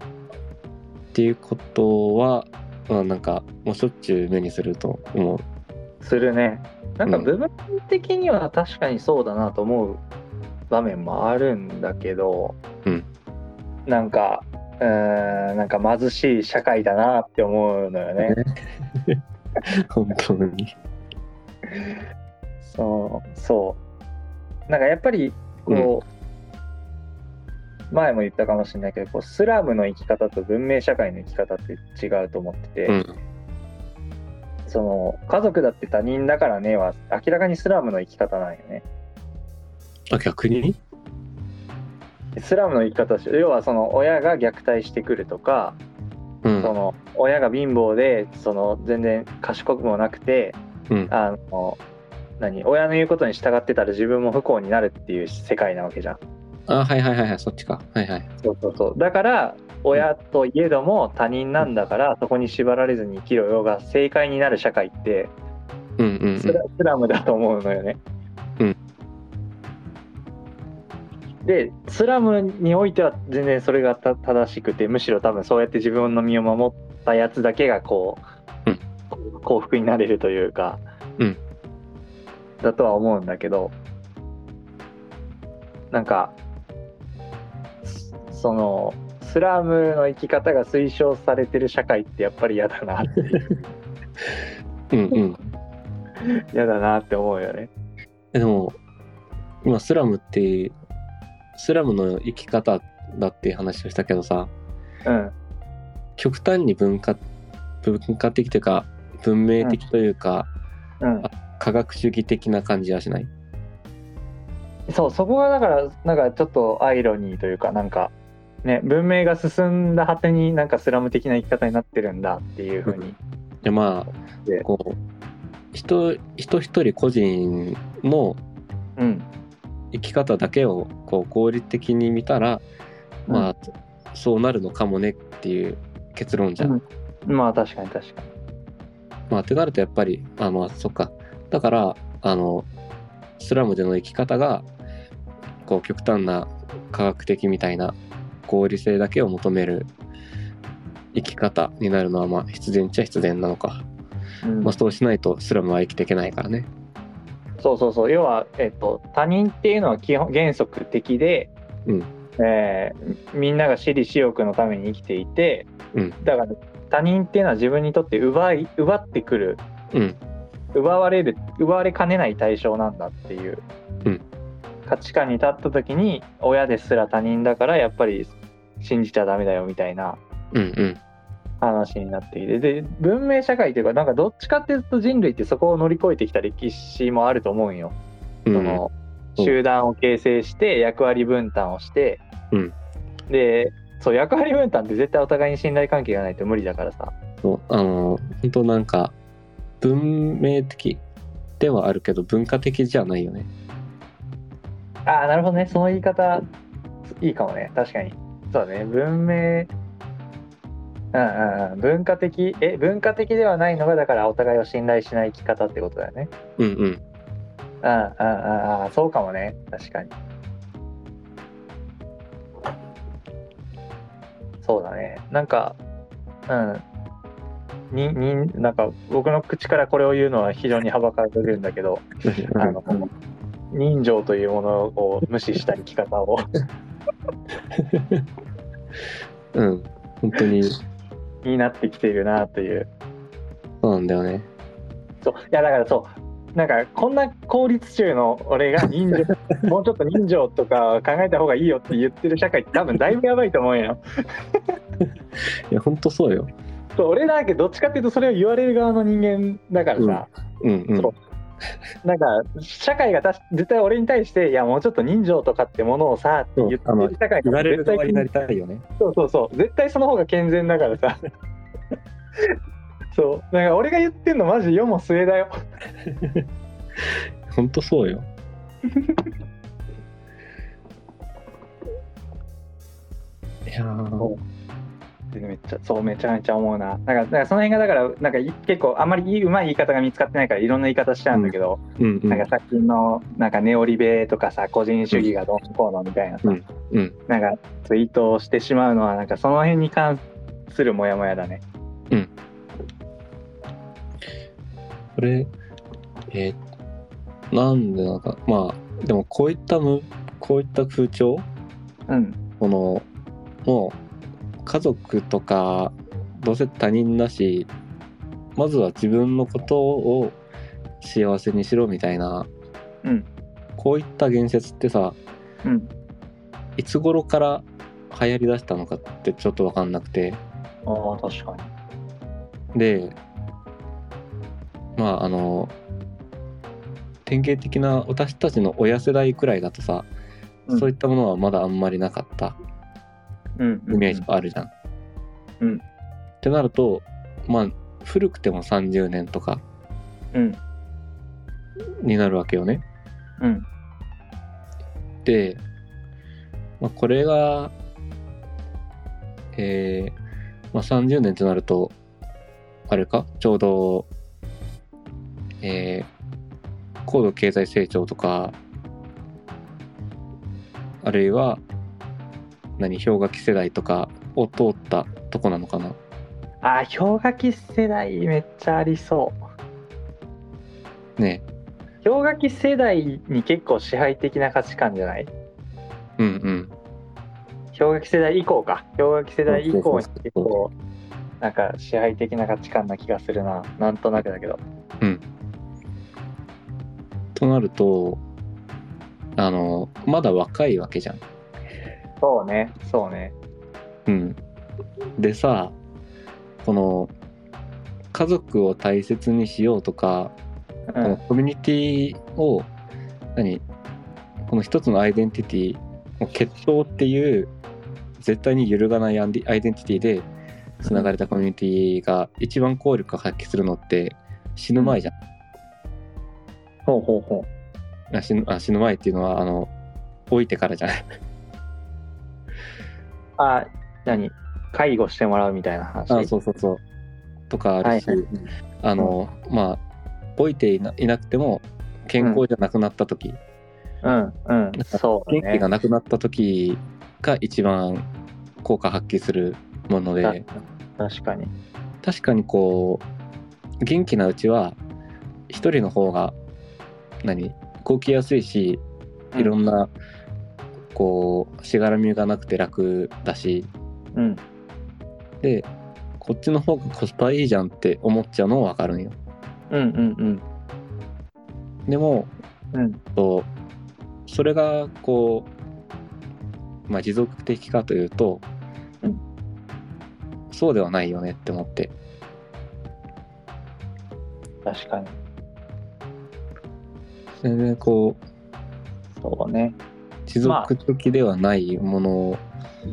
[SPEAKER 2] ていうことは、まあ、なんかもうしょっちゅう目にすると思う。
[SPEAKER 1] するね。なんか
[SPEAKER 2] うん
[SPEAKER 1] 部分的には確かにそうだなと思う場面もあるんだけど、
[SPEAKER 2] うん
[SPEAKER 1] なんか、うーん、なんか貧しい社会だなって思うのよね。
[SPEAKER 2] 本当に。
[SPEAKER 1] そう、そう。なんかやっぱり、こう、前も言ったかもしれないけど、こうスラムの生き方と文明社会の生き方って違うと思ってて。
[SPEAKER 2] うん
[SPEAKER 1] その家族だって他人だからねは明らかにスラムの生き方なんよね
[SPEAKER 2] あ逆に
[SPEAKER 1] スラムの生き方し要はその親が虐待してくるとか、
[SPEAKER 2] うん
[SPEAKER 1] その親が貧乏でその全然賢くもなくて
[SPEAKER 2] うん
[SPEAKER 1] あの何親の言うことに従ってたら自分も不幸になるっていう世界なわけじゃん
[SPEAKER 2] あはいはいはいはいそっちかはいはい
[SPEAKER 1] そうそうそうだから親といえども他人なんだからそこに縛られずに生きろよが正解になる社会って
[SPEAKER 2] うんうん
[SPEAKER 1] スラスラムだと思うのよね。
[SPEAKER 2] うん
[SPEAKER 1] でスラムにおいては全然それがた正しくてむしろ多分そうやって自分の身を守ったやつだけがこう、
[SPEAKER 2] うん
[SPEAKER 1] 幸福になれるというか、
[SPEAKER 2] うん
[SPEAKER 1] だとは思うんだけどなんかそそのスラムの生き方が推奨されてる社会ってやっぱり嫌だなっていう
[SPEAKER 2] うんうんうん
[SPEAKER 1] 嫌だなって思うよね。
[SPEAKER 2] えでも今スラムってスラムの生き方だっていう話をしたけどさ
[SPEAKER 1] うん
[SPEAKER 2] 極端に文化文化的というか文明的というか、
[SPEAKER 1] うん、
[SPEAKER 2] 科学主義的な感じはしない
[SPEAKER 1] そうそこがだからなんかちょっとアイロニーというかなんか、ね、文明が進んだ果てになんかスラム的な生き方になってるんだっていうふうに、
[SPEAKER 2] でま
[SPEAKER 1] で
[SPEAKER 2] あこう人人一人個人の
[SPEAKER 1] うん、
[SPEAKER 2] 生き方だけをこう合理的に見たら、まあそうなるのかもねっていう結論じゃん。
[SPEAKER 1] うんまあ確かに確かに
[SPEAKER 2] まあってなるとやっぱりあまあそっかだからあのスラムでの生き方がこう極端な科学的みたいな合理性だけを求める生き方になるのはまあ必然っちゃ必然なのか、、
[SPEAKER 1] うん
[SPEAKER 2] まあ、そうしないとスラムは生きていけないからね。
[SPEAKER 1] そうそうそう要は、えっと、他人っていうのは基本原則的で、
[SPEAKER 2] うん
[SPEAKER 1] えーみんなが私利私欲のために生きていて、
[SPEAKER 2] うん
[SPEAKER 1] だから他人っていうのは自分にとって奪い奪ってくる
[SPEAKER 2] うん
[SPEAKER 1] 奪われる奪われかねない対象なんだっていう、
[SPEAKER 2] うん
[SPEAKER 1] 価値観に立った時に親ですら他人だからやっぱり信じちゃダメだよみたいな
[SPEAKER 2] うんうん
[SPEAKER 1] 話になっていてで文明社会というかなんかどっちかっていうと人類ってそこを乗り越えてきた歴史もあると思うんよ。
[SPEAKER 2] うん
[SPEAKER 1] その
[SPEAKER 2] うん
[SPEAKER 1] 集団を形成して役割分担をして、
[SPEAKER 2] うん
[SPEAKER 1] でそう役割分担って絶対お互いに信頼関係がないと無理だからさ
[SPEAKER 2] そうあの本当なんか文明的ではあるけど文化的じゃないよね
[SPEAKER 1] ああなるほどねその言い方いいかもね確かにそうだね文明うんうんうん文化的え文化的ではないのがだからお互いを信頼しない生き方ってことだよね
[SPEAKER 2] うんうん
[SPEAKER 1] うんうんうんうんそうかもね確かにそうだねなんかうんにになんか僕の口からこれを言うのは非常にはばかられるんだけど、あの人情というものを無視した生き方を
[SPEAKER 2] うん本当にそ
[SPEAKER 1] になってきているなという
[SPEAKER 2] うなんだよね
[SPEAKER 1] そういやだからそうなんかこんな効率中の俺が人 情もうちょっと人情とか考えた方がいいよって言ってる社会って多分だいぶやばいと思うよ
[SPEAKER 2] いや本当そうよ
[SPEAKER 1] そう俺らだけどっちかっていうとそれを言われる側の人間だからさ、
[SPEAKER 2] うんうん
[SPEAKER 1] そうなんか社会がたし絶対俺に対して「いやもうちょっと人情とかってものをさ」って言って
[SPEAKER 2] そうあの
[SPEAKER 1] る社会
[SPEAKER 2] 言わ
[SPEAKER 1] が
[SPEAKER 2] れる
[SPEAKER 1] 絶対
[SPEAKER 2] 側になりたいよね
[SPEAKER 1] そうそうそう絶対その方が健全だから さそうなんか俺が言ってんのマジ世も末だよ
[SPEAKER 2] 本当そうよ いやー
[SPEAKER 1] めっちゃそうめちゃめちゃ思うななんかなんかその辺がだからなんかい結構あんまりいいうまい言い方が見つかってないからいろんな言い方しちゃうんだけど、
[SPEAKER 2] うんうん
[SPEAKER 1] なんかさっきのなんかネオリベとかさ個人主義がどうのこうのみたいなさ、
[SPEAKER 2] うん
[SPEAKER 1] なんかツイートをしてしまうのはなんかその辺に関するモヤモヤだね。
[SPEAKER 2] これえーなんでなんかまあでもこういったむこういった風潮
[SPEAKER 1] うん。
[SPEAKER 2] このもう家族とかどうせ他人だしまずは自分のことを幸せにしろみたいな、
[SPEAKER 1] うん
[SPEAKER 2] こういった言説ってさ
[SPEAKER 1] うん。
[SPEAKER 2] いつ頃から流行りだしたのかってちょっと分かんなくて
[SPEAKER 1] ああ確かに。
[SPEAKER 2] でまああの典型的な私たちの親世代くらいだとさ、
[SPEAKER 1] うん
[SPEAKER 2] そういったものはまだあんまりなかった
[SPEAKER 1] うん、
[SPEAKER 2] イメージがあるじゃん。
[SPEAKER 1] うん
[SPEAKER 2] ってなるとまあ古くても30年とか
[SPEAKER 1] うん。
[SPEAKER 2] になるわけよね。
[SPEAKER 1] うん。
[SPEAKER 2] で、まあ、これが、えーまあ、30年となるとあれかちょうど、えー高度経済成長とかあるいは何氷河期世代とかを通ったとこなのかな。
[SPEAKER 1] ああ氷河期世代めっちゃありそう。
[SPEAKER 2] ね
[SPEAKER 1] 氷河期世代に結構支配的な価値観じゃない
[SPEAKER 2] うんうん。
[SPEAKER 1] 氷河期世代以降か。氷河期世代以降に
[SPEAKER 2] そうそうそうそう
[SPEAKER 1] 結構なんか支配的な価値観な気がするな。なんとなくだけど。
[SPEAKER 2] となるとあのまだ若いわけじゃん。
[SPEAKER 1] そうね。そうね。
[SPEAKER 2] うん、でさこの家族を大切にしようとか、
[SPEAKER 1] う
[SPEAKER 2] この
[SPEAKER 1] ん。
[SPEAKER 2] コミュニティを何この一つのアイデンティティもう血統っていう絶対に揺るがないアンディアイデンティティでつながれたコミュニティが一番効力を発揮するのって死ぬ前じゃん。
[SPEAKER 1] ほうほうほ
[SPEAKER 2] あ死ぬあ死ぬ前っていうのはあの老いてからじゃない。
[SPEAKER 1] う。ああ、何介護してもらうみたいな話。
[SPEAKER 2] あ そうそうそう。とかあ
[SPEAKER 1] は
[SPEAKER 2] る
[SPEAKER 1] い
[SPEAKER 2] し、
[SPEAKER 1] はい。
[SPEAKER 2] あの、まあ老いていないなくても健康じゃなくなった時、
[SPEAKER 1] うんうん。そう
[SPEAKER 2] 元気
[SPEAKER 1] ね。
[SPEAKER 2] がなくなった時が一番効果発揮するもので、
[SPEAKER 1] た確かに。
[SPEAKER 2] 確かにこう元気なうちは一人の方が何動きやすいしいろんなこうしがらみがなくて楽だし
[SPEAKER 1] うん
[SPEAKER 2] でこっちの方がコスパいいじゃんって思っちゃうのは分かるんよ
[SPEAKER 1] うんうん
[SPEAKER 2] でも
[SPEAKER 1] うんうん
[SPEAKER 2] こうそれがこう、まあ、持続的かというと、
[SPEAKER 1] うん
[SPEAKER 2] そうではないよねって思って
[SPEAKER 1] 確かに
[SPEAKER 2] それでこう
[SPEAKER 1] そうね
[SPEAKER 2] 持続的ではないものを、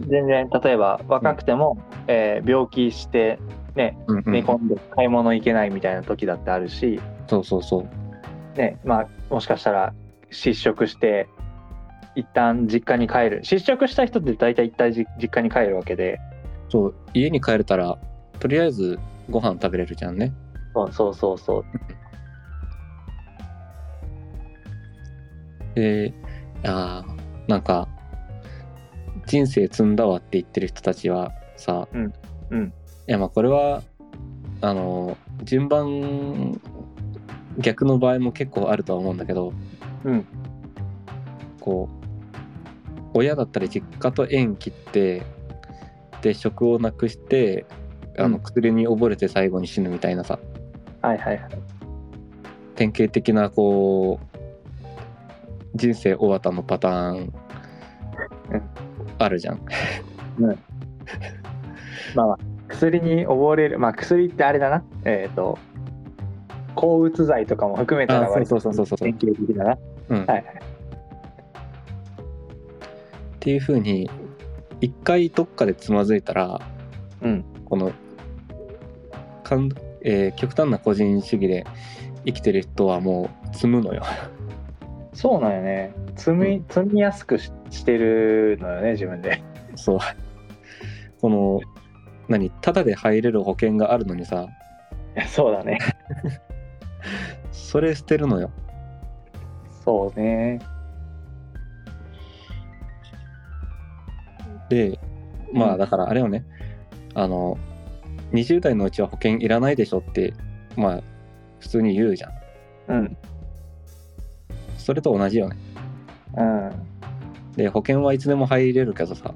[SPEAKER 1] 全然例えば若くても、えー病気して
[SPEAKER 2] うんうん
[SPEAKER 1] 寝込んで買い物行けないみたいな時だってあるし、
[SPEAKER 2] そうそうそう
[SPEAKER 1] ねまあ、もしかしたら失職して一旦実家に帰る失職した人って大体一旦じ実家に帰るわけで
[SPEAKER 2] そう家に帰れたらとりあえずご飯食べれるじゃんね
[SPEAKER 1] そうそうそうそう
[SPEAKER 2] であーなんか人生積んだわって言ってる人たちはさ、
[SPEAKER 1] うんうん
[SPEAKER 2] いやまあこれはあの順番逆の場合も結構あるとは思うんだけど
[SPEAKER 1] うん
[SPEAKER 2] こう親だったり実家と縁切ってで職をなくしてあの
[SPEAKER 1] うん
[SPEAKER 2] 薬に溺れて最後に死ぬみたいなさ
[SPEAKER 1] はいはいはい
[SPEAKER 2] 典型的なこう人生終わったのパターン
[SPEAKER 1] うん
[SPEAKER 2] あるじゃん。
[SPEAKER 1] 薬に溺れるまあ薬ってあれだなえっ、と抗うつ剤とかも含めたら
[SPEAKER 2] あ
[SPEAKER 1] 割と
[SPEAKER 2] そうそうそうそう
[SPEAKER 1] 典型的だな
[SPEAKER 2] うん
[SPEAKER 1] はい
[SPEAKER 2] っていうふうに一回どっかでつまずいたら
[SPEAKER 1] うん
[SPEAKER 2] このかん、えー極端な個人主義で生きてる人はもう積むのよ。
[SPEAKER 1] そうなんよね積み積みやすくししてるのよね自分で
[SPEAKER 2] そうこの何タダで入れる保険があるのにさ
[SPEAKER 1] いやそうだね
[SPEAKER 2] それ捨てるのよ。
[SPEAKER 1] そうね
[SPEAKER 2] でま
[SPEAKER 1] う
[SPEAKER 2] あ
[SPEAKER 1] ん
[SPEAKER 2] だからあれをね、あの20代のうちは保険いらないでしょってまあ普通に言うじゃん
[SPEAKER 1] うん
[SPEAKER 2] それと同じよね
[SPEAKER 1] うん
[SPEAKER 2] で保険はいつでも入れるけどさ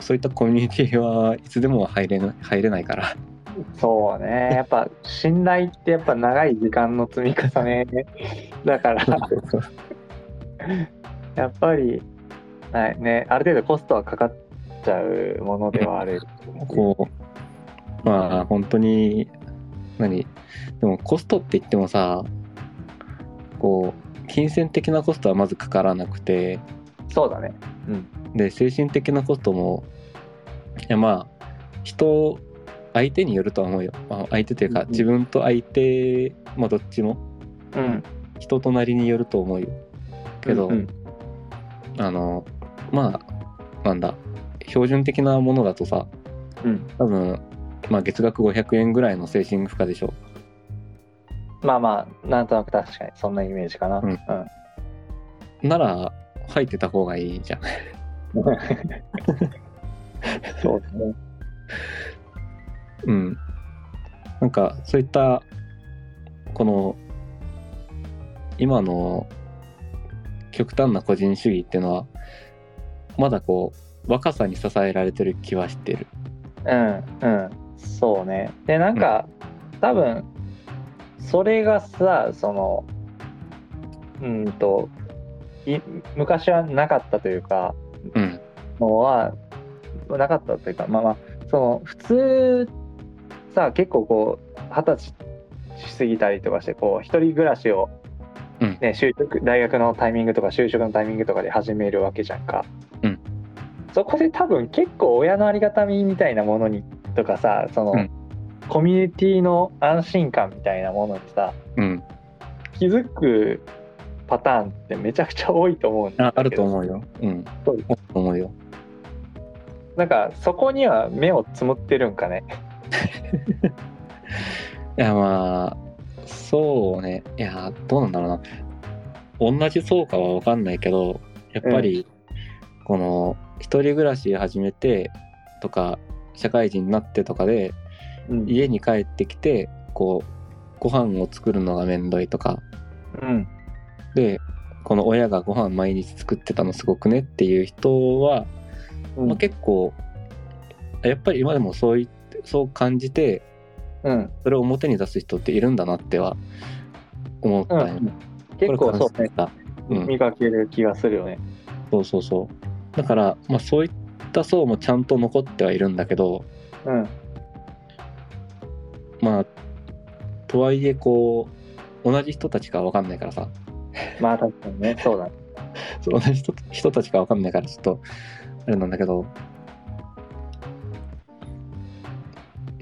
[SPEAKER 2] そういったコミュニティはいつでもは入れな 入れないから
[SPEAKER 1] そうねやっぱ信頼ってやっぱ長い時間の積み重 ねだからやっぱり、はいね、ある程度コストはかかっちゃうものではある
[SPEAKER 2] こうまあ本当に何でもコストって言ってもさこう金銭的なコストはまずかからなくて
[SPEAKER 1] そうだね
[SPEAKER 2] で精神的なこともいやまあ人相手によるとは思うよ、まあ、相手という
[SPEAKER 1] うん
[SPEAKER 2] か
[SPEAKER 1] うん
[SPEAKER 2] 自分と相手、まあ、どっちも
[SPEAKER 1] うん
[SPEAKER 2] 人となりによると思うよけど、
[SPEAKER 1] うんうん
[SPEAKER 2] あのまあなんだ標準的なものだとさ
[SPEAKER 1] うん
[SPEAKER 2] 多分、まあ、月額500円ぐらいの精神負荷でしょ
[SPEAKER 1] まあまあなんとなく確かにそんなイメージかな
[SPEAKER 2] うん なら入ってた方がいいじゃん
[SPEAKER 1] うん そうだね
[SPEAKER 2] うんなんかそういったこの今の極端な個人主義っていうのはまだこう若さに支えられてる気はしてる
[SPEAKER 1] うんうんそうねでなんか、多分それがさそのうんとい昔はなかったというか
[SPEAKER 2] うん
[SPEAKER 1] のはなかったというかまあまあその普通さ結構こう二十歳し過ぎたりとかしてこう一人暮らしを、
[SPEAKER 2] うん
[SPEAKER 1] ね就職大学のタイミングとか就職のタイミングとかで始めるわけじゃんか、
[SPEAKER 2] うん
[SPEAKER 1] そこで多分結構親のありがたみみたいなものにとかさその、
[SPEAKER 2] うん
[SPEAKER 1] コミュニティの安心感みたいなものにさ
[SPEAKER 2] うん
[SPEAKER 1] 気づくパターンってめちゃくちゃ多いと思うんだ
[SPEAKER 2] あ
[SPEAKER 1] けど
[SPEAKER 2] あると思うようん
[SPEAKER 1] そうです
[SPEAKER 2] あると思うよ
[SPEAKER 1] なんかそこには目をつむってるんかね
[SPEAKER 2] いやまあそうねいやどうなんだろうな同じそうかは分かんないけどやっぱりこの一人暮らし始めてとか社会人になってとかで
[SPEAKER 1] うん
[SPEAKER 2] 家に帰ってきてこうご飯を作るのがめんどいとか
[SPEAKER 1] うん
[SPEAKER 2] でこの親がご飯毎日作ってたのすごくねっていう人は、
[SPEAKER 1] うん
[SPEAKER 2] まあ、結構やっぱり今でもそういそう感じて
[SPEAKER 1] うん
[SPEAKER 2] それを表に出す人っているんだなっては思ったよ、
[SPEAKER 1] うん結構そうね、
[SPEAKER 2] う
[SPEAKER 1] 見
[SPEAKER 2] ん、
[SPEAKER 1] かける気がするよね。
[SPEAKER 2] そうそうそうだから、まあ、そういった層もちゃんと残ってはいるんだけど
[SPEAKER 1] うん。
[SPEAKER 2] まあとはいえこう同じ人たちかわかんないからさ
[SPEAKER 1] まあ確かにね、 そうだね。
[SPEAKER 2] そう同じ人人たちかわかんないからちょっとあれなんだけど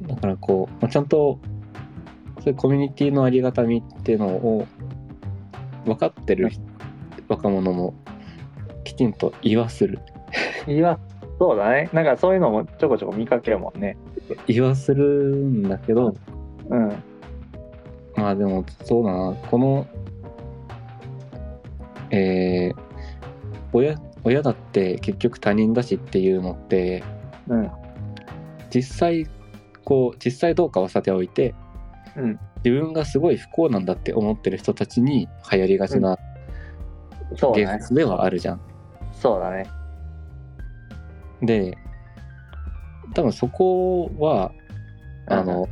[SPEAKER 2] だからこう、まあ、ちゃんとそういうコミュニティのありがたみっていうのを分かってる若者もきちんと言わする
[SPEAKER 1] 言わ、そうだね。なんかそういうのもちょこちょこ見かけるもんね。
[SPEAKER 2] 言わするんだけど
[SPEAKER 1] うん。
[SPEAKER 2] まあでもそうだなこのえー親親だって結局他人だしっていうのって
[SPEAKER 1] うん。
[SPEAKER 2] 実際こう実際どうかはさておいて、
[SPEAKER 1] うん
[SPEAKER 2] 自分がすごい不幸なんだって思ってる人たちに流行りがちな
[SPEAKER 1] そう
[SPEAKER 2] 現
[SPEAKER 1] だね。
[SPEAKER 2] 実ではあるじゃん。
[SPEAKER 1] そうだね。
[SPEAKER 2] で多分そこは
[SPEAKER 1] うん
[SPEAKER 2] あの、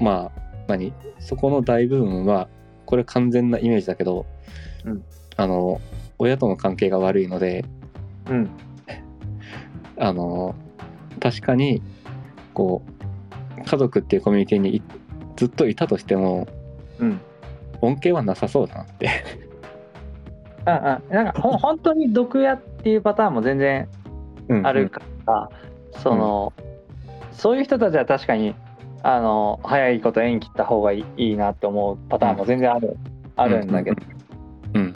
[SPEAKER 2] まあ何そこの大部分はこれ完全なイメージだけど、
[SPEAKER 1] うん
[SPEAKER 2] あの親との関係が悪いので
[SPEAKER 1] うん。
[SPEAKER 2] あの確かにこう家族っていうコミュニティにいずっといたとしても
[SPEAKER 1] うん。
[SPEAKER 2] 恩恵はなさそうだなって
[SPEAKER 1] ああなんかほん 本当に毒屋っていうパターンも全然
[SPEAKER 2] うんうん
[SPEAKER 1] あるから、その、そういう人たちは確かにあの早いこと縁切った方がいいいいなって思うパターンも全然ある、あるんだけど、
[SPEAKER 2] うん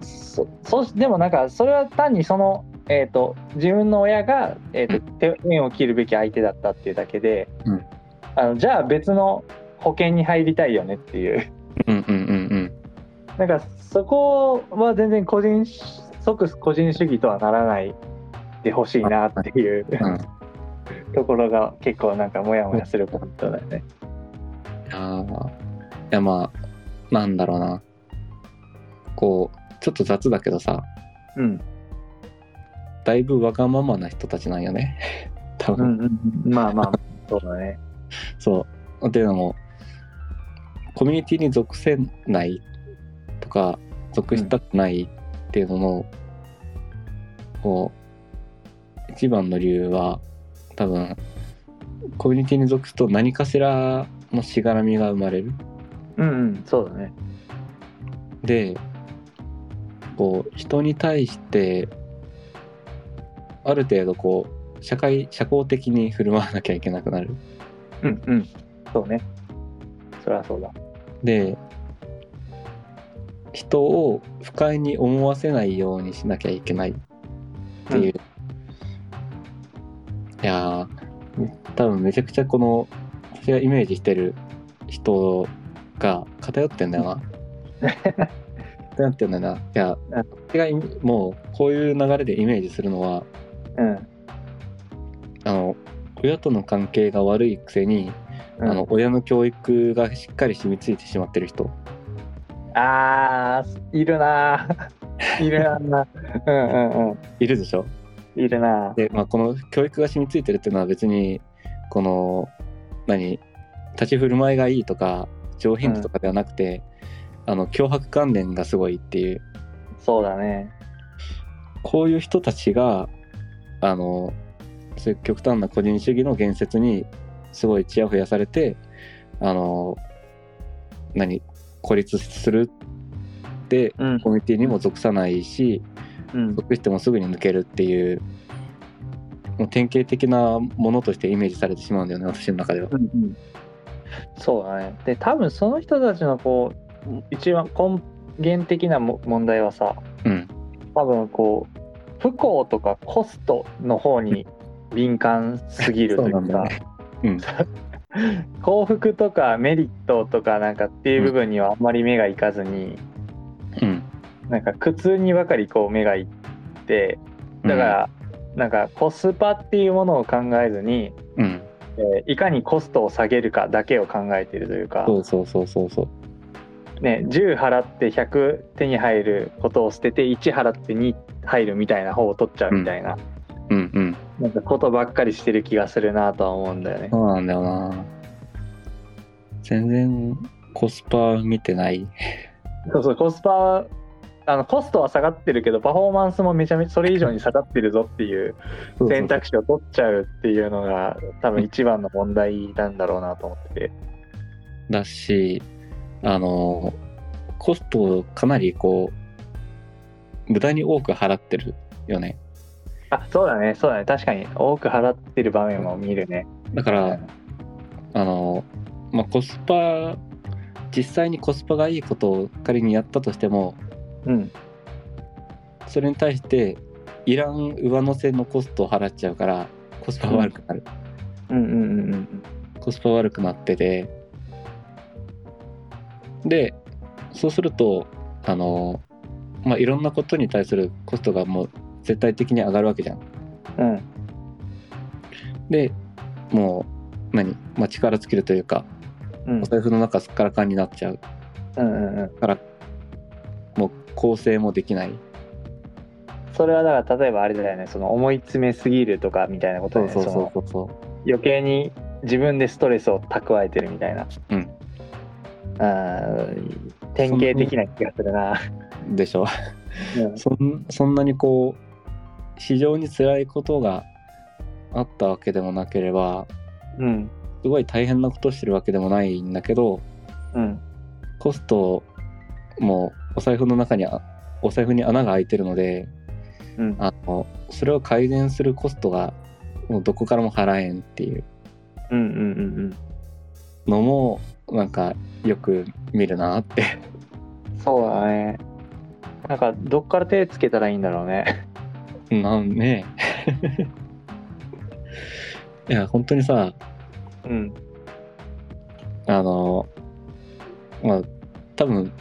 [SPEAKER 1] そそうしでもなんかそれは単にその、えー、と自分の親が、えーと手縁を切るべき相手だったっていうだけで、
[SPEAKER 2] うん
[SPEAKER 1] あのじゃあ別の保険に入りたいよねっていう
[SPEAKER 2] うんうんうん
[SPEAKER 1] なんかそこは全然個人即個人主義とはならないでほしいなっていう
[SPEAKER 2] うんうん
[SPEAKER 1] ところが結構なんかモヤモヤするポイントだよね。
[SPEAKER 2] いやーいやまあなんだろうなこうちょっと雑だけどさ
[SPEAKER 1] うん、
[SPEAKER 2] だいぶわがままな人たちなんよね 多
[SPEAKER 1] う
[SPEAKER 2] 分、
[SPEAKER 1] ん、うん、まあまあそうだね。
[SPEAKER 2] そうっていうのもコミュニティに属せないとか属したくないっていうのの、こう一番の理由は多分コミュニティに属すと何かしらのしがらみが生まれる
[SPEAKER 1] うん、うん、そうだね。
[SPEAKER 2] でこう人に対してある程度こう社会社交的に振る舞わなきゃいけなくなる
[SPEAKER 1] うん、うん、そうね。そりゃそうだ。
[SPEAKER 2] で人を不快に思わせないようにしなきゃいけないっていう、いやー多分めちゃくちゃこの私がイメージしてる人が偏ってんだよな 偏ってんだよないや
[SPEAKER 1] うん
[SPEAKER 2] 私がいもうこういう流れでイメージするのは
[SPEAKER 1] うん、
[SPEAKER 2] あの親との関係が悪いくせに、
[SPEAKER 1] うん
[SPEAKER 2] あの親の教育がしっかり染みついてしまってる人
[SPEAKER 1] あーいるなーいるなーうんうんう
[SPEAKER 2] いるでしょ
[SPEAKER 1] んいるなー
[SPEAKER 2] で、まあ、この教育が染みついてるっていうのは別にこの何立ち振る舞いがいいとか上品とかではなくて、あの脅迫観念がすごいっていう
[SPEAKER 1] そうだね。
[SPEAKER 2] こういう人たちがあのそういう極端な個人主義の言説にすごいちやほやされてあの何孤立するって
[SPEAKER 1] うん
[SPEAKER 2] コミュニティにも属さないし、
[SPEAKER 1] うん
[SPEAKER 2] 得してもすぐに抜けるっていうもう典型的なものとしてイメージされてしまうんだよね私の中では。
[SPEAKER 1] うんうん、そうだねで多分その人たちのこう一番根源的なも問題はさ
[SPEAKER 2] うん
[SPEAKER 1] 多分こう不幸とかコストの方に敏感すぎるという
[SPEAKER 2] そうな
[SPEAKER 1] か
[SPEAKER 2] んだうん
[SPEAKER 1] 幸福とかメリットとかなんかっていう部分にはあんまり目がいかずに、
[SPEAKER 2] うん
[SPEAKER 1] なんか苦痛にばかりこう目がいってだから、なんかコスパっていうものを考えずに、
[SPEAKER 2] うん
[SPEAKER 1] えーいかにコストを下げるかだけを考えてるというか。
[SPEAKER 2] そうそうそうそうそう
[SPEAKER 1] ね10払って100手に入ることを捨てて1払って2入るみたいな方を取っちゃうみたいな,、
[SPEAKER 2] うんうん。
[SPEAKER 1] なんかことばっかりしてる気がするなとは思うんだよね。
[SPEAKER 2] そうなんだよな。全然コスパ見てない。
[SPEAKER 1] そうそうコスパはあのコストは下がってるけどパフォーマンスもめちゃめちゃそれ以上に下がってるぞっていう選択肢を取っちゃうっていうのが多分一番の問題なんだろうなと思ってて。
[SPEAKER 2] だし、あの、コストをかなりこう、無駄に多く払ってるよね。
[SPEAKER 1] あそうだねそうだね確かに多く払ってる場面も見るね。
[SPEAKER 2] だから、あの、まあ、コスパ、実際にコスパがいいことを仮にやったとしても、
[SPEAKER 1] うん
[SPEAKER 2] それに対して、いらん上乗せのコストを払っちゃうから、コスパ悪くなる。
[SPEAKER 1] うんうんうんうん
[SPEAKER 2] コスパ悪くなっててでそうするとあのまあいろんなことに対するコストがもう絶対的に上がるわけじゃん
[SPEAKER 1] うんうん
[SPEAKER 2] でもう何、まあ、力尽きるというか
[SPEAKER 1] うん
[SPEAKER 2] お財布の中すっからかんになっちゃう
[SPEAKER 1] うんうんうん
[SPEAKER 2] からもう構成もできない
[SPEAKER 1] それはだから例えばあれだよねその思い詰めすぎるとかみたいなことで、
[SPEAKER 2] そう
[SPEAKER 1] ね、
[SPEAKER 2] そう
[SPEAKER 1] その
[SPEAKER 2] そうそう
[SPEAKER 1] 余計に自分でストレスを蓄えてるみたいな、
[SPEAKER 2] うん
[SPEAKER 1] あー典型的な気がするな。
[SPEAKER 2] でしょ
[SPEAKER 1] うん
[SPEAKER 2] そんそんなにこう非常に辛いことがあったわけでもなければ
[SPEAKER 1] うん
[SPEAKER 2] すごい大変なことしてるわけでもないんだけど
[SPEAKER 1] うん
[SPEAKER 2] コストもお財布の中にあお財布に穴が開いてるので
[SPEAKER 1] うん
[SPEAKER 2] あのそれを改善するコストがもうどこからも払えんっていう
[SPEAKER 1] うんうんうん
[SPEAKER 2] のもなんかよく見るなって
[SPEAKER 1] うんそうだねなんかどっから手つけたらいいんだろうね
[SPEAKER 2] なんね いや本当にさ
[SPEAKER 1] うん
[SPEAKER 2] あのまあ多分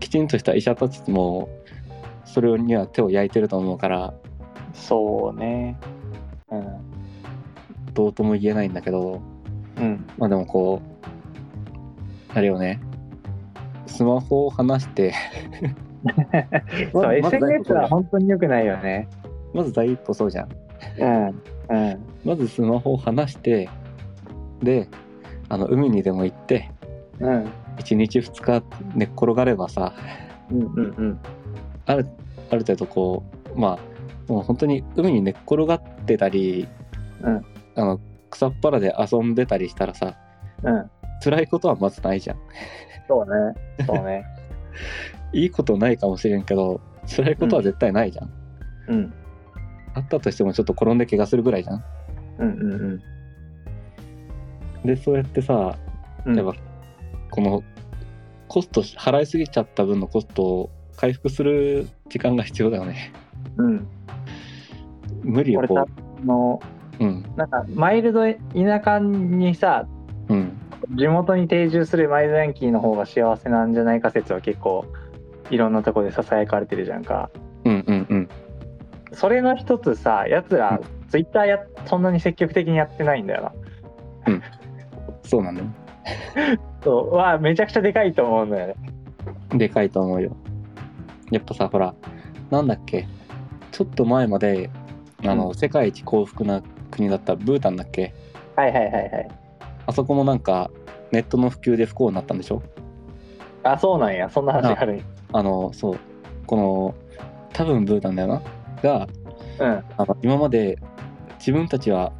[SPEAKER 2] きちんとした医者たちもそれには手を焼いてると思うから
[SPEAKER 1] そうねうん
[SPEAKER 2] どうとも言えないんだけど
[SPEAKER 1] うん
[SPEAKER 2] まあでもこう、あれよね、スマホを離して、
[SPEAKER 1] そう、
[SPEAKER 2] まずまず第一
[SPEAKER 1] SNS
[SPEAKER 2] 歩
[SPEAKER 1] は本当に良くないよね
[SPEAKER 2] まず第一歩そうじゃん。
[SPEAKER 1] うんうん
[SPEAKER 2] まずスマホを離して、で、あの海にでも行って、
[SPEAKER 1] うん
[SPEAKER 2] 1日2日寝っ転がればさ、
[SPEAKER 1] うんうんうん
[SPEAKER 2] あるある程度こう、まあ、もう本当に海に寝っ転がってたり、
[SPEAKER 1] うん
[SPEAKER 2] あの草っぱらで遊んでたりしたらさ、
[SPEAKER 1] うん
[SPEAKER 2] 辛いことはまずないじゃん。
[SPEAKER 1] そうねそうね
[SPEAKER 2] いいことないかもしれんけど、辛いことは絶対ないじゃん
[SPEAKER 1] うん
[SPEAKER 2] あったとしてもちょっと転んで怪我するぐらいじゃん。
[SPEAKER 1] うんうんうん
[SPEAKER 2] でそうやってさ
[SPEAKER 1] うん
[SPEAKER 2] やっぱこのコスト払いすぎちゃった分のコストを回復する時間が必要だよね。
[SPEAKER 1] うん
[SPEAKER 2] 無理を
[SPEAKER 1] 俺
[SPEAKER 2] こ
[SPEAKER 1] たの
[SPEAKER 2] う。うん
[SPEAKER 1] なんかマイルド田舎にさ
[SPEAKER 2] うん
[SPEAKER 1] 地元に定住するマイルドヤンキーの方が幸せなんじゃないか説は結構いろんなとこでささやかれてるじゃんか
[SPEAKER 2] うんうんうん。
[SPEAKER 1] それの一つさやつら
[SPEAKER 2] う
[SPEAKER 1] ツイッターやそんなに積極的にやってないんだよな
[SPEAKER 2] そうなんだよ。
[SPEAKER 1] そうはめちゃくちゃでかいと思うんだよね
[SPEAKER 2] でかいと思うよ。やっぱさほらなんだっけちょっと前まであの、
[SPEAKER 1] うん
[SPEAKER 2] 世界一幸福な国だったブータンだっけ
[SPEAKER 1] はいはいはいはい
[SPEAKER 2] あそこもなんかネットの普及で不幸になったんでしょ
[SPEAKER 1] あそうなんやそんな話あるんや
[SPEAKER 2] あのそうこの多分ブータンだよなが
[SPEAKER 1] うん
[SPEAKER 2] あの今まで自分たちは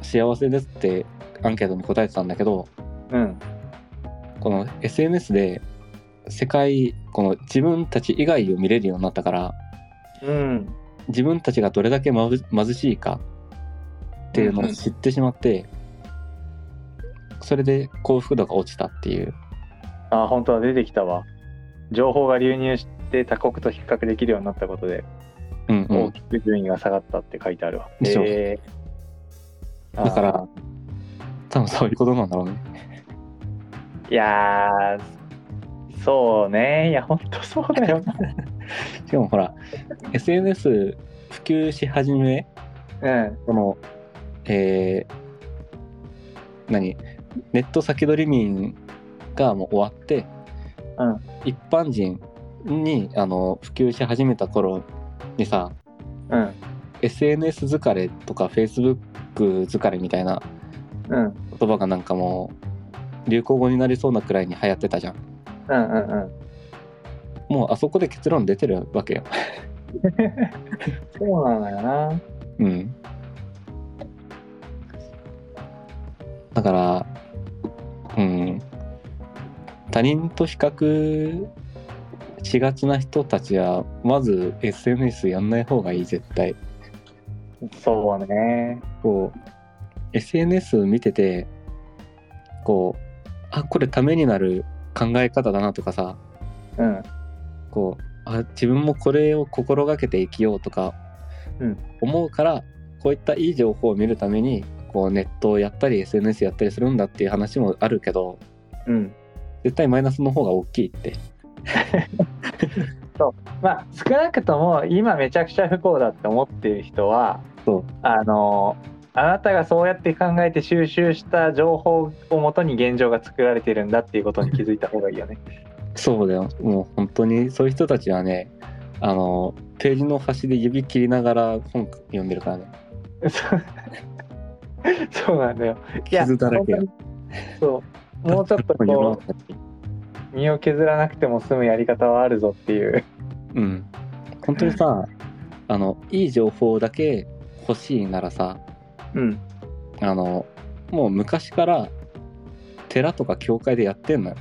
[SPEAKER 2] 幸せですってアンケートに答えてたんだけど
[SPEAKER 1] うん
[SPEAKER 2] この SNS で世界この自分たち以外を見れるようになったから
[SPEAKER 1] うん
[SPEAKER 2] 自分たちがどれだけまぶ貧しいかっていうのを知ってしまって、それで幸福度が落ちたっていう
[SPEAKER 1] あ本当は出てきたわ情報が流入して他国と比較できるようになったことで
[SPEAKER 2] うんう
[SPEAKER 1] 大
[SPEAKER 2] ん
[SPEAKER 1] きく順位が下がったって書いてあるわ。
[SPEAKER 2] でしょ
[SPEAKER 1] えー
[SPEAKER 2] だか
[SPEAKER 1] あ
[SPEAKER 2] ら多分そういうことなんだろうね
[SPEAKER 1] ーいやーそうねいや本当そうだよ。
[SPEAKER 2] しかもほら SNS 普及し始め
[SPEAKER 1] うん
[SPEAKER 2] この、えー何、ネット先取り民がもう終わって、
[SPEAKER 1] うん
[SPEAKER 2] 一般人にあの普及し始めた頃にさ
[SPEAKER 1] うん
[SPEAKER 2] SNS 疲れとか Facebook 疲れみたいな
[SPEAKER 1] うん
[SPEAKER 2] 言葉がなんかもう流行語になりそうなくらいに流行ってたじゃん
[SPEAKER 1] うんうんうん
[SPEAKER 2] もうあそこで結論出てるわけよ
[SPEAKER 1] そうなのよな
[SPEAKER 2] うんだからうん他人と比較しがちな人たちはまず SNS やんない方がいい絶対
[SPEAKER 1] そうね
[SPEAKER 2] こう SNS 見ててこうあこれためになる考え方だなとかさ
[SPEAKER 1] うん
[SPEAKER 2] こうあ自分もこれを心がけて生きようとか
[SPEAKER 1] うん
[SPEAKER 2] 思うから、こういったいい情報を見るためにこうネットをやったり SNS やったりするんだっていう話もあるけど
[SPEAKER 1] うん
[SPEAKER 2] 絶対マイナスの方が大きいって
[SPEAKER 1] まあ少なくとも今めちゃくちゃ不幸だって思ってる人は
[SPEAKER 2] そう
[SPEAKER 1] あのあなたがそうやって考えて収集した情報をもとに現状が作られてるんだっていうことに気づいた方がいいよね。
[SPEAKER 2] そうだよもう本当にそういう人たちはねあのページの端で指切りながら本読んでるからね
[SPEAKER 1] そうそうなんだよ。いや
[SPEAKER 2] 傷だらけよ
[SPEAKER 1] 本当にそうもうちょっとこう身を削らなくても済むやり方はあるぞっていう。
[SPEAKER 2] うん、本当にさあのいい情報だけ欲しいならさ
[SPEAKER 1] うん、
[SPEAKER 2] あのもう昔から寺とか教会でやってんのよ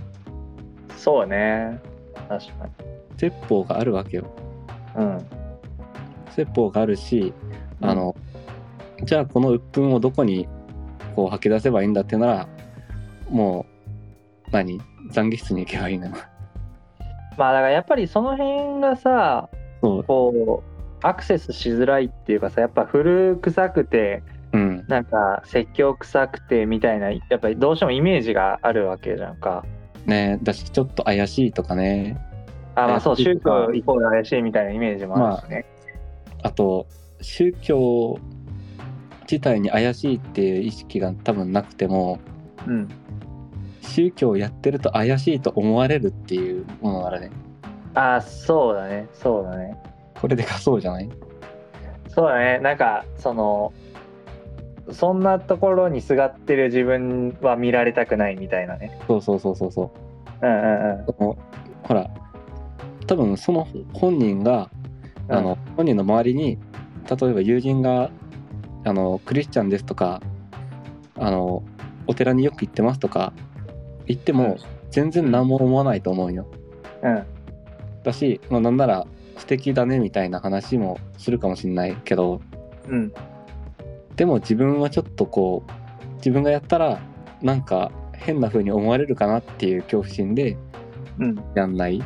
[SPEAKER 1] そうね確かに。
[SPEAKER 2] 説法があるわけよ
[SPEAKER 1] うん、
[SPEAKER 2] 説法があるしあの、じゃあこの鬱憤をどこにこう吐き出せばいいんだってならもう何懺悔室に行けばいいのよ
[SPEAKER 1] まあだからやっぱりその辺がさ
[SPEAKER 2] そう
[SPEAKER 1] こうアクセスしづらいっていうかさやっぱ古臭くて
[SPEAKER 2] うん
[SPEAKER 1] なんか説教臭くてみたいなやっぱりどうしてもイメージがあるわけじゃんか。
[SPEAKER 2] ねだしちょっと怪しいとかね
[SPEAKER 1] あまあそう
[SPEAKER 2] 怪し
[SPEAKER 1] 宗
[SPEAKER 2] いとか
[SPEAKER 1] 教イコール怪しいみたいなイメージもあるしね。
[SPEAKER 2] あと宗教自体に怪しいっていう意識が多分なくても
[SPEAKER 1] うん
[SPEAKER 2] 宗教をやってると怪しいと思われるっていうものがあるね
[SPEAKER 1] ああそうだねそうだね
[SPEAKER 2] これでかそうじゃない
[SPEAKER 1] そうだねなんかそのそんなところにすがってる自分は見られたくないみたいなね
[SPEAKER 2] そうそうそうそうそ
[SPEAKER 1] うんうんうん
[SPEAKER 2] うこのほら多分その本人が、
[SPEAKER 1] うん
[SPEAKER 2] あの本人の周りに例えば友人があのクリスチャンですとかあのお寺によく行ってますとか言っても全然何も思わないと思うよ
[SPEAKER 1] うん
[SPEAKER 2] だし、まあ、なんなら素敵だねみたいな話もするかもしれないけど
[SPEAKER 1] うん
[SPEAKER 2] でも自分はちょっとこう自分がやったらなんか変な風に思われるかなっていう恐怖心で
[SPEAKER 1] うん
[SPEAKER 2] やんないっ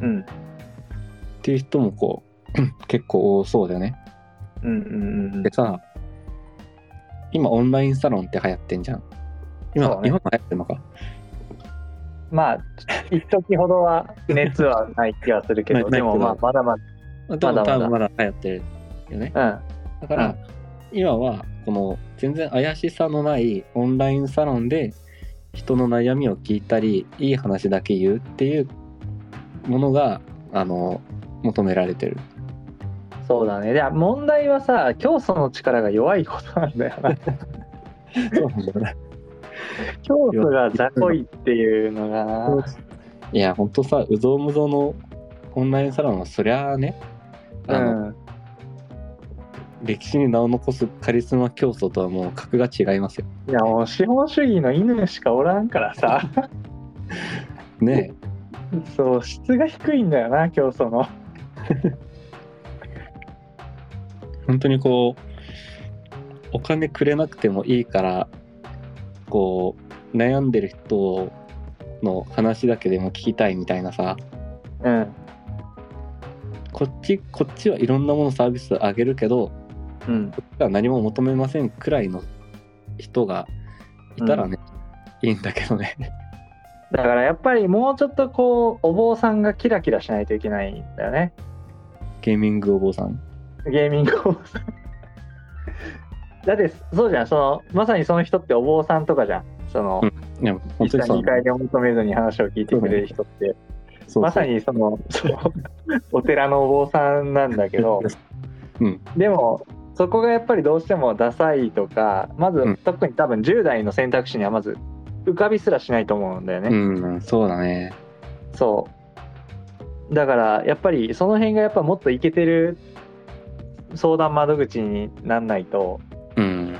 [SPEAKER 1] うん
[SPEAKER 2] ていう人もこう 結構多そうだよね。
[SPEAKER 1] うんうんうん
[SPEAKER 2] でさ今オンラインサロンって流行ってんじゃん。今、
[SPEAKER 1] そうね
[SPEAKER 2] 今も流行ってんのか
[SPEAKER 1] まあ一時ほどは熱はない気はするけ
[SPEAKER 2] な
[SPEAKER 1] ど
[SPEAKER 2] いない
[SPEAKER 1] で
[SPEAKER 2] けど
[SPEAKER 1] もまあまだま
[SPEAKER 2] まあ
[SPEAKER 1] だまだ
[SPEAKER 2] 多分まだ流行ってるよね。
[SPEAKER 1] だ
[SPEAKER 2] だから、
[SPEAKER 1] うん
[SPEAKER 2] 今はこの全然怪しさのないオンラインサロンで人の悩みを聞いたりいい話だけ言うっていうものがあの求められてる
[SPEAKER 1] うんそうだねで問題はさ教祖の力が弱いことなんだよ な
[SPEAKER 2] そうなんだよ ね
[SPEAKER 1] 教祖が雑魚いっていうのがない
[SPEAKER 2] やほんとさうぞうむぞうのオンラインサロンはそりゃあねあの、
[SPEAKER 1] うん
[SPEAKER 2] 歴史に名を残すカリスマ競争とはもう格が違いますよ
[SPEAKER 1] いやもう資本主義の犬しかおらんからさ
[SPEAKER 2] ね
[SPEAKER 1] そう質が低いんだよな競争の
[SPEAKER 2] え本当にこうお金くれなくてもいいからこう悩んでる人の話だけでも聞きたいみたいなさ
[SPEAKER 1] うん
[SPEAKER 2] こっちこっちはいろんなものサービスあげるけど
[SPEAKER 1] うん
[SPEAKER 2] こっちは何も求めませんくらいの人がいたらね、いいんだけどね
[SPEAKER 1] だからやっぱりもうちょっとこうお坊さんがキラキラしないといけないんだよね
[SPEAKER 2] ゲーミングお坊さん
[SPEAKER 1] ゲーミング お坊さんだってそうじゃんそのまさにその人ってお坊さんとかじゃんその、
[SPEAKER 2] うんいや本
[SPEAKER 1] 実
[SPEAKER 2] 当に
[SPEAKER 1] 際
[SPEAKER 2] そう
[SPEAKER 1] 2回で求めずに話を聞いてくれる人って、
[SPEAKER 2] そうそう
[SPEAKER 1] まさにそのそうお寺のお坊さんなんだけど、
[SPEAKER 2] うん
[SPEAKER 1] でもそこがやっぱりどうしてもダサいとかまず、
[SPEAKER 2] うん
[SPEAKER 1] 特に多分10代の選択肢にはまず浮かびすらしないと思うんだよね。
[SPEAKER 2] うんそうだね
[SPEAKER 1] そうだからやっぱりその辺がやっぱもっといけてる相談窓口になんないと
[SPEAKER 2] うん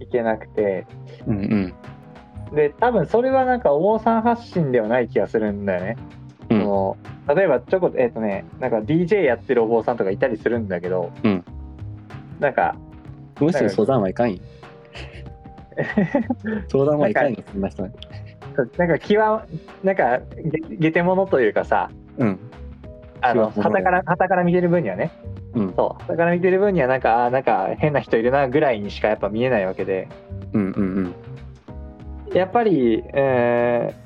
[SPEAKER 1] いけなくて
[SPEAKER 2] うんうん
[SPEAKER 1] で多分それはなんかお坊さん発信ではない気がするんだよね。
[SPEAKER 2] うん
[SPEAKER 1] その例えばちょこえっ、とねなんか DJ やってるお坊さんとかいたりするんだけど、
[SPEAKER 2] うん
[SPEAKER 1] なんか
[SPEAKER 2] むしろ相談はいかんよ 相談はいかんよそんな人に
[SPEAKER 1] なんか気はなんかげげてものというかさ
[SPEAKER 2] うん
[SPEAKER 1] あの
[SPEAKER 2] 気は物
[SPEAKER 1] 旗から旗から見てる分にはね
[SPEAKER 2] うん
[SPEAKER 1] そう旗から見てる分にはなんかあーなんか変な人いるなぐらいにしかやっぱ見えないわけで
[SPEAKER 2] うんうんうん
[SPEAKER 1] やっぱり、えー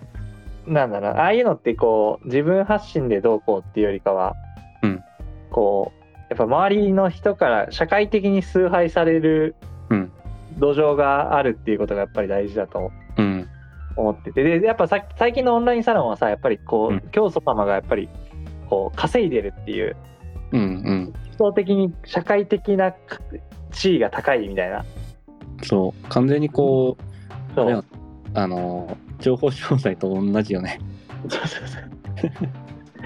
[SPEAKER 1] なんだろうああいうのってこう自分発信でどうこうっていうよりかは、
[SPEAKER 2] うん
[SPEAKER 1] こうやっぱ周りの人から社会的に崇拝される
[SPEAKER 2] うん
[SPEAKER 1] 土壌があるっていうことがやっぱり大事だと
[SPEAKER 2] うん
[SPEAKER 1] 思っててでやっぱさ最近のオンラインサロンはさやっぱりこう、
[SPEAKER 2] うん
[SPEAKER 1] 教祖様がやっぱりこう稼いでるっていう
[SPEAKER 2] うんうん
[SPEAKER 1] 基本的に社会的な地位が高いみたいな。
[SPEAKER 2] そう完全にこう
[SPEAKER 1] そ
[SPEAKER 2] あれ
[SPEAKER 1] う
[SPEAKER 2] はあの情報商材と同じよね
[SPEAKER 1] そうそうそ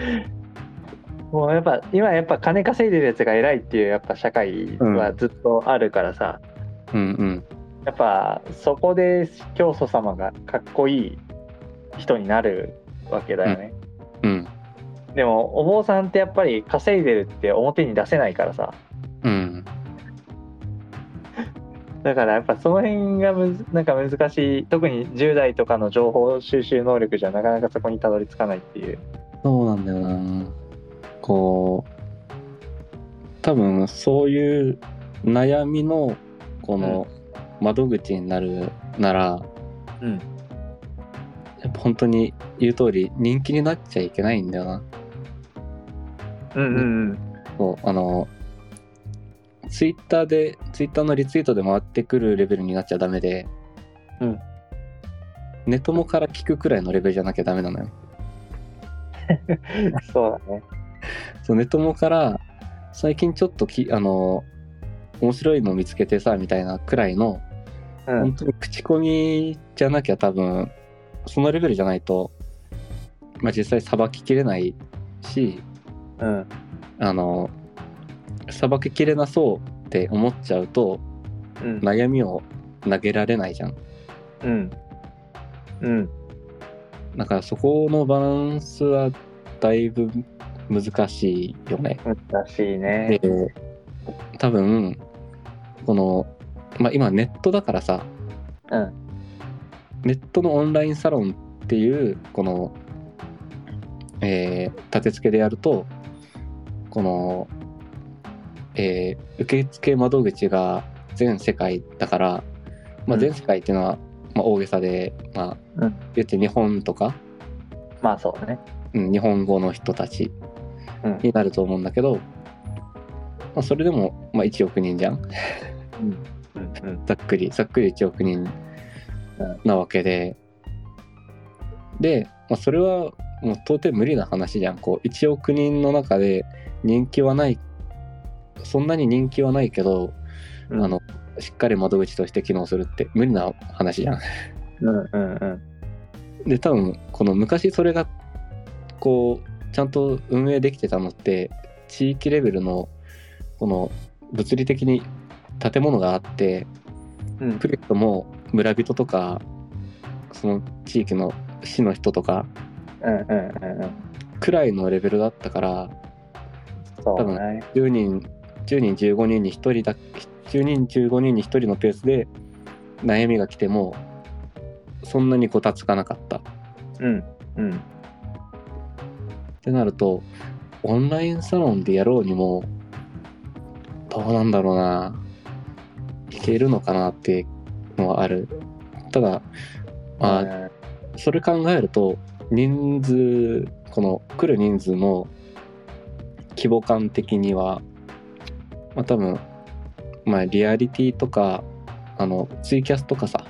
[SPEAKER 1] うもうやっぱ今やっぱ金稼いでるやつが偉いっていうやっぱ社会はずっとあるからさ、
[SPEAKER 2] うんうん
[SPEAKER 1] やっぱそこで教祖様がかっこいい人になるわけだよね、
[SPEAKER 2] うん
[SPEAKER 1] でもお坊さんってやっぱり稼いでるって表に出せないからさ
[SPEAKER 2] うん
[SPEAKER 1] だからやっぱその辺がむずなんか難しい特に10代とかの情報収集能力じゃなかなかそこにたどり着かないっていう
[SPEAKER 2] そうなんだよなこう多分そういう悩みのこの窓口になるなら
[SPEAKER 1] うん
[SPEAKER 2] やっぱ本当に言う通り人気になっちゃいけないんだよな
[SPEAKER 1] うんうん
[SPEAKER 2] そうあのツイッターでツイッターのリツイートで回ってくるレベルになっちゃダメで、
[SPEAKER 1] うん
[SPEAKER 2] ネトモから聞くくらいのレベルじゃなきゃダメなのよ
[SPEAKER 1] うんそうだね
[SPEAKER 2] そうネトモから最近ちょっときあの面白いの見つけてさみたいなくらい
[SPEAKER 1] う
[SPEAKER 2] の、
[SPEAKER 1] ん
[SPEAKER 2] 本当に口コミじゃなきゃ多分そのレベルじゃないと、まあ、実際さばききれないし
[SPEAKER 1] うん
[SPEAKER 2] あのさばききれなそうって思っちゃうと
[SPEAKER 1] うん
[SPEAKER 2] 悩みを投げられないじゃん
[SPEAKER 1] うん。うん。
[SPEAKER 2] だからそこのバランスはだいぶ難しいよね
[SPEAKER 1] 難しいね。
[SPEAKER 2] で多分この、まあ、今ネットだからさ
[SPEAKER 1] うん。
[SPEAKER 2] ネットのオンラインサロンっていうこの、えー立て付けでやるとこの、えー受付窓口が全世界だから、
[SPEAKER 1] う
[SPEAKER 2] まあ、
[SPEAKER 1] ん
[SPEAKER 2] 全世界っていうのは、まあ、大げさで、まあ
[SPEAKER 1] うん
[SPEAKER 2] 言って日本とか、
[SPEAKER 1] まあそうね。
[SPEAKER 2] うん、日本語の人たち
[SPEAKER 1] うん
[SPEAKER 2] になると思うんだけど、まあ、それでも、まあ、1億人じゃん。
[SPEAKER 1] うんうん。
[SPEAKER 2] ざっくりざっくり1億人なわけで、で、まあ、それはもう到底無理な話じゃんこう1億人の中で人気はないそんなに人気はないけど、
[SPEAKER 1] うん
[SPEAKER 2] あのしっかり窓口として機能するって無理な話じゃん。
[SPEAKER 1] うんうんうん。
[SPEAKER 2] で多分この昔それがこうちゃんと運営できてたのって地域レベルのこの物理的に建物があって
[SPEAKER 1] うん
[SPEAKER 2] プレットも村人とかその地域の市の人とか
[SPEAKER 1] うんうんうんうん。
[SPEAKER 2] くらいのレベルだったから
[SPEAKER 1] そうね。
[SPEAKER 2] 10人10人15人に1人だ10人15人に1人のペースで悩みが来てもそんなにこたつかなかったっ
[SPEAKER 1] うんうん。
[SPEAKER 2] てなるとオンラインサロンでやろうにもどうなんだろうないけるのかなってのはあるただまあ
[SPEAKER 1] うん
[SPEAKER 2] それ考えると人数この来る人数の規模感的には、まあ、多分、まあ、リアリティとかあのツイキャスとかさ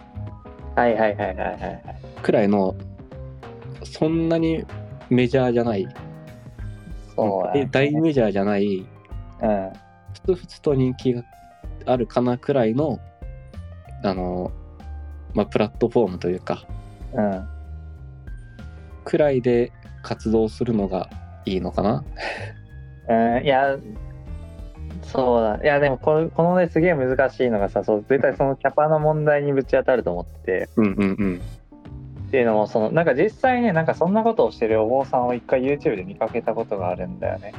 [SPEAKER 1] はいはいはいはいはいはい。
[SPEAKER 2] くらいのそんなにメジャーじゃない
[SPEAKER 1] そうだね
[SPEAKER 2] で大メジャーじゃない
[SPEAKER 1] うん。
[SPEAKER 2] ふつふつと人気があるかなくらいのあの、まあ、プラットフォームというか
[SPEAKER 1] うん。
[SPEAKER 2] くらいで活動するのがいいのかな
[SPEAKER 1] うんいや、そうだ。いや、でもこの、このね、すげえ難しいのがさ、そう、絶対そのキャパの問題にぶち当たると思ってて、
[SPEAKER 2] うんうんうん
[SPEAKER 1] っていうのも、その、なんか実際ね、なんかそんなことをしてるお坊さんを一回 YouTube で見かけたことがあるんだよね。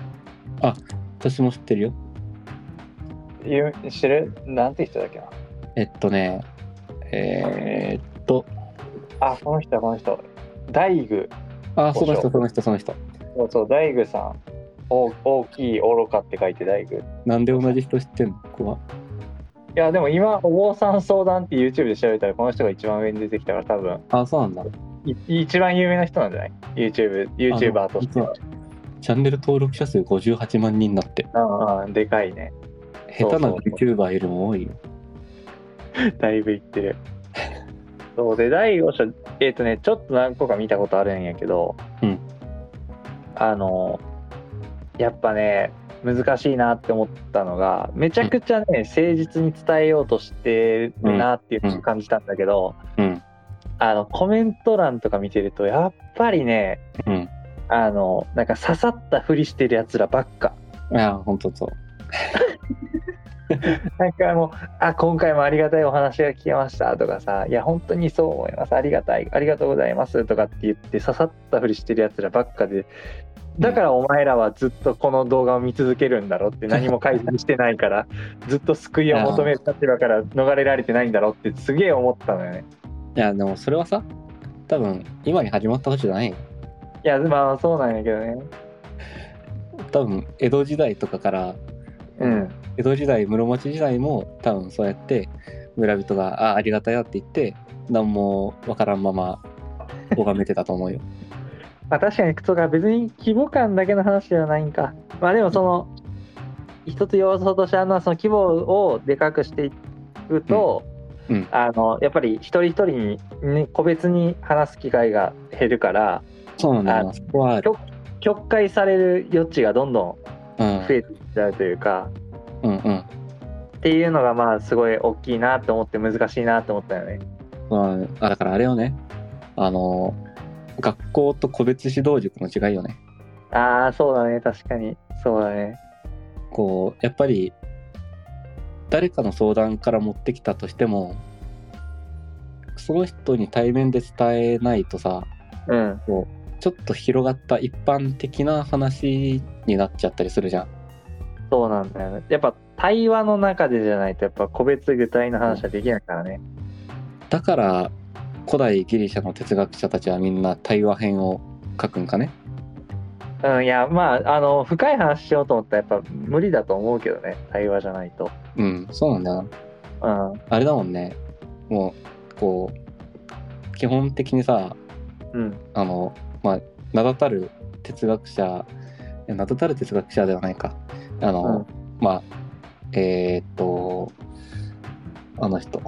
[SPEAKER 2] 私も知ってるよ
[SPEAKER 1] ゆ知るなんて人だっけな。
[SPEAKER 2] えっとねえーっと
[SPEAKER 1] あ、この人だ、この人。大具。
[SPEAKER 2] あーその
[SPEAKER 1] ど
[SPEAKER 2] 人
[SPEAKER 1] うしよう
[SPEAKER 2] その人その人
[SPEAKER 1] そうそう、大具さん。お大きい、愚かって書いて大具。い
[SPEAKER 2] なんで同じ人知ってんの怖っ
[SPEAKER 1] や、でも今、お坊さん相談って YouTube で調べたら、この人が一番上に出てきたから、多分
[SPEAKER 2] あーそうなんだ
[SPEAKER 1] い一番有名な人なんじゃない ?YouTube、YouTuber として
[SPEAKER 2] あの
[SPEAKER 1] は。
[SPEAKER 2] チャンネル登録者数58万人だって
[SPEAKER 1] ああ、でかいね。
[SPEAKER 2] 下手な
[SPEAKER 1] そうそう
[SPEAKER 2] YouTuber よりも多いよ
[SPEAKER 1] だいぶいってる。そうで、第5章、えっ、とね、ちょっと何個か見たことあるんやけど、
[SPEAKER 2] うん
[SPEAKER 1] あの、やっぱね、難しいなって思ったのが、めちゃくちゃね、誠実に伝えようとしてるなっていうのを感じたんだけど、
[SPEAKER 2] うん
[SPEAKER 1] あの、コメント欄とか見てると、やっぱりね、
[SPEAKER 2] うん
[SPEAKER 1] あの、なんか刺さったふりしてるやつらばっか。
[SPEAKER 2] いや本当そう
[SPEAKER 1] なんかもう、あ、今回もありがたいお話が聞けましたとかさ、いや、本当にそう思います、ありがたい、ありがとうございますとかって言って、刺さったふりしてるやつらばっかで、だからお前らはずっとこの動画を見続けるんだろうって、何も改善してないから、ずっと救いを求める立場から逃れられてないんだろうって、すげえ思ったのよね。
[SPEAKER 2] いやでもそれはさ多分今に始まったことじゃないよ
[SPEAKER 1] いや、まあ、そうなんやけどね。
[SPEAKER 2] 多分江戸時代とかから
[SPEAKER 1] うん。
[SPEAKER 2] 江戸時代室町時代も多分そうやって村人が「あありがたいよ」って言って何もわからんまま拝めてたと 思うよ
[SPEAKER 1] まあ、確かに、そうか、別に規模感だけの話ではないんか。まあ、でも、その、一つ要素としてあるのは、その規模をでかくしていくと、
[SPEAKER 2] うんうん
[SPEAKER 1] あのやっぱり一人一人に、ね、個別に話す機会が減るから
[SPEAKER 2] そうなんだよ
[SPEAKER 1] あ
[SPEAKER 2] なそこはある
[SPEAKER 1] 曲解される余地がどんど
[SPEAKER 2] うん
[SPEAKER 1] ん増えていっちゃうというか、
[SPEAKER 2] うんうん
[SPEAKER 1] っていうのがまあすごい大きいなと思って難しいなと思ったよね。
[SPEAKER 2] まああだからあれよねあの学校と個別指導塾の違いよね
[SPEAKER 1] ああそうだね確かにそうだね。
[SPEAKER 2] こうやっぱり誰かの相談から持ってきたとしてもその人に対面で伝えないとさ
[SPEAKER 1] うん
[SPEAKER 2] ちょっと広がった一般的な話になっちゃったりするじゃん。
[SPEAKER 1] そうなんだよね。やっぱ対話の中でじゃないとやっぱ個別具体の話はできないからね。
[SPEAKER 2] だから古代ギリシャの哲学者たちはみんな対話編を書くんかね。
[SPEAKER 1] うんいやまああの深い話しようと思ったらやっぱ無理だと思うけどね対話じゃないと。
[SPEAKER 2] うん、そうなんだよな。
[SPEAKER 1] うん
[SPEAKER 2] あれだもんね。もう、こう、基本的にさ、
[SPEAKER 1] うん
[SPEAKER 2] あの、まあ、名だたる哲学者、いや名だたる哲学者ではないか。あの、まあ、えーっと、あの人、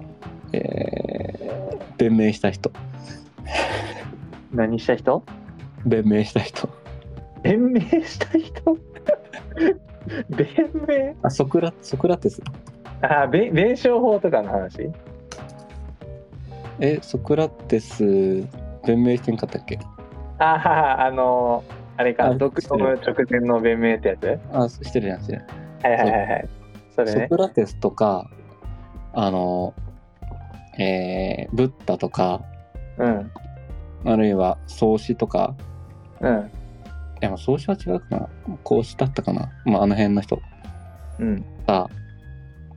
[SPEAKER 2] えー、弁明した人、
[SPEAKER 1] 何した人
[SPEAKER 2] 弁明した人。
[SPEAKER 1] 弁明した人 弁明
[SPEAKER 2] あソクラソクラテス
[SPEAKER 1] あ弁弁証法とかの話
[SPEAKER 2] えソクラテス弁明してんかったっけ
[SPEAKER 1] あああのあれか
[SPEAKER 2] あ
[SPEAKER 1] 毒飲む直前の弁明ってやつは
[SPEAKER 2] あしてるじゃんしてる、
[SPEAKER 1] いはいはいはいそれ
[SPEAKER 2] ソ
[SPEAKER 1] ね
[SPEAKER 2] クラテスとかあのえーブッダとか
[SPEAKER 1] うん
[SPEAKER 2] あるいは創始とか
[SPEAKER 1] うん
[SPEAKER 2] いやまあ創始は違うかな孔子だったかなまああの辺の人
[SPEAKER 1] うん
[SPEAKER 2] さ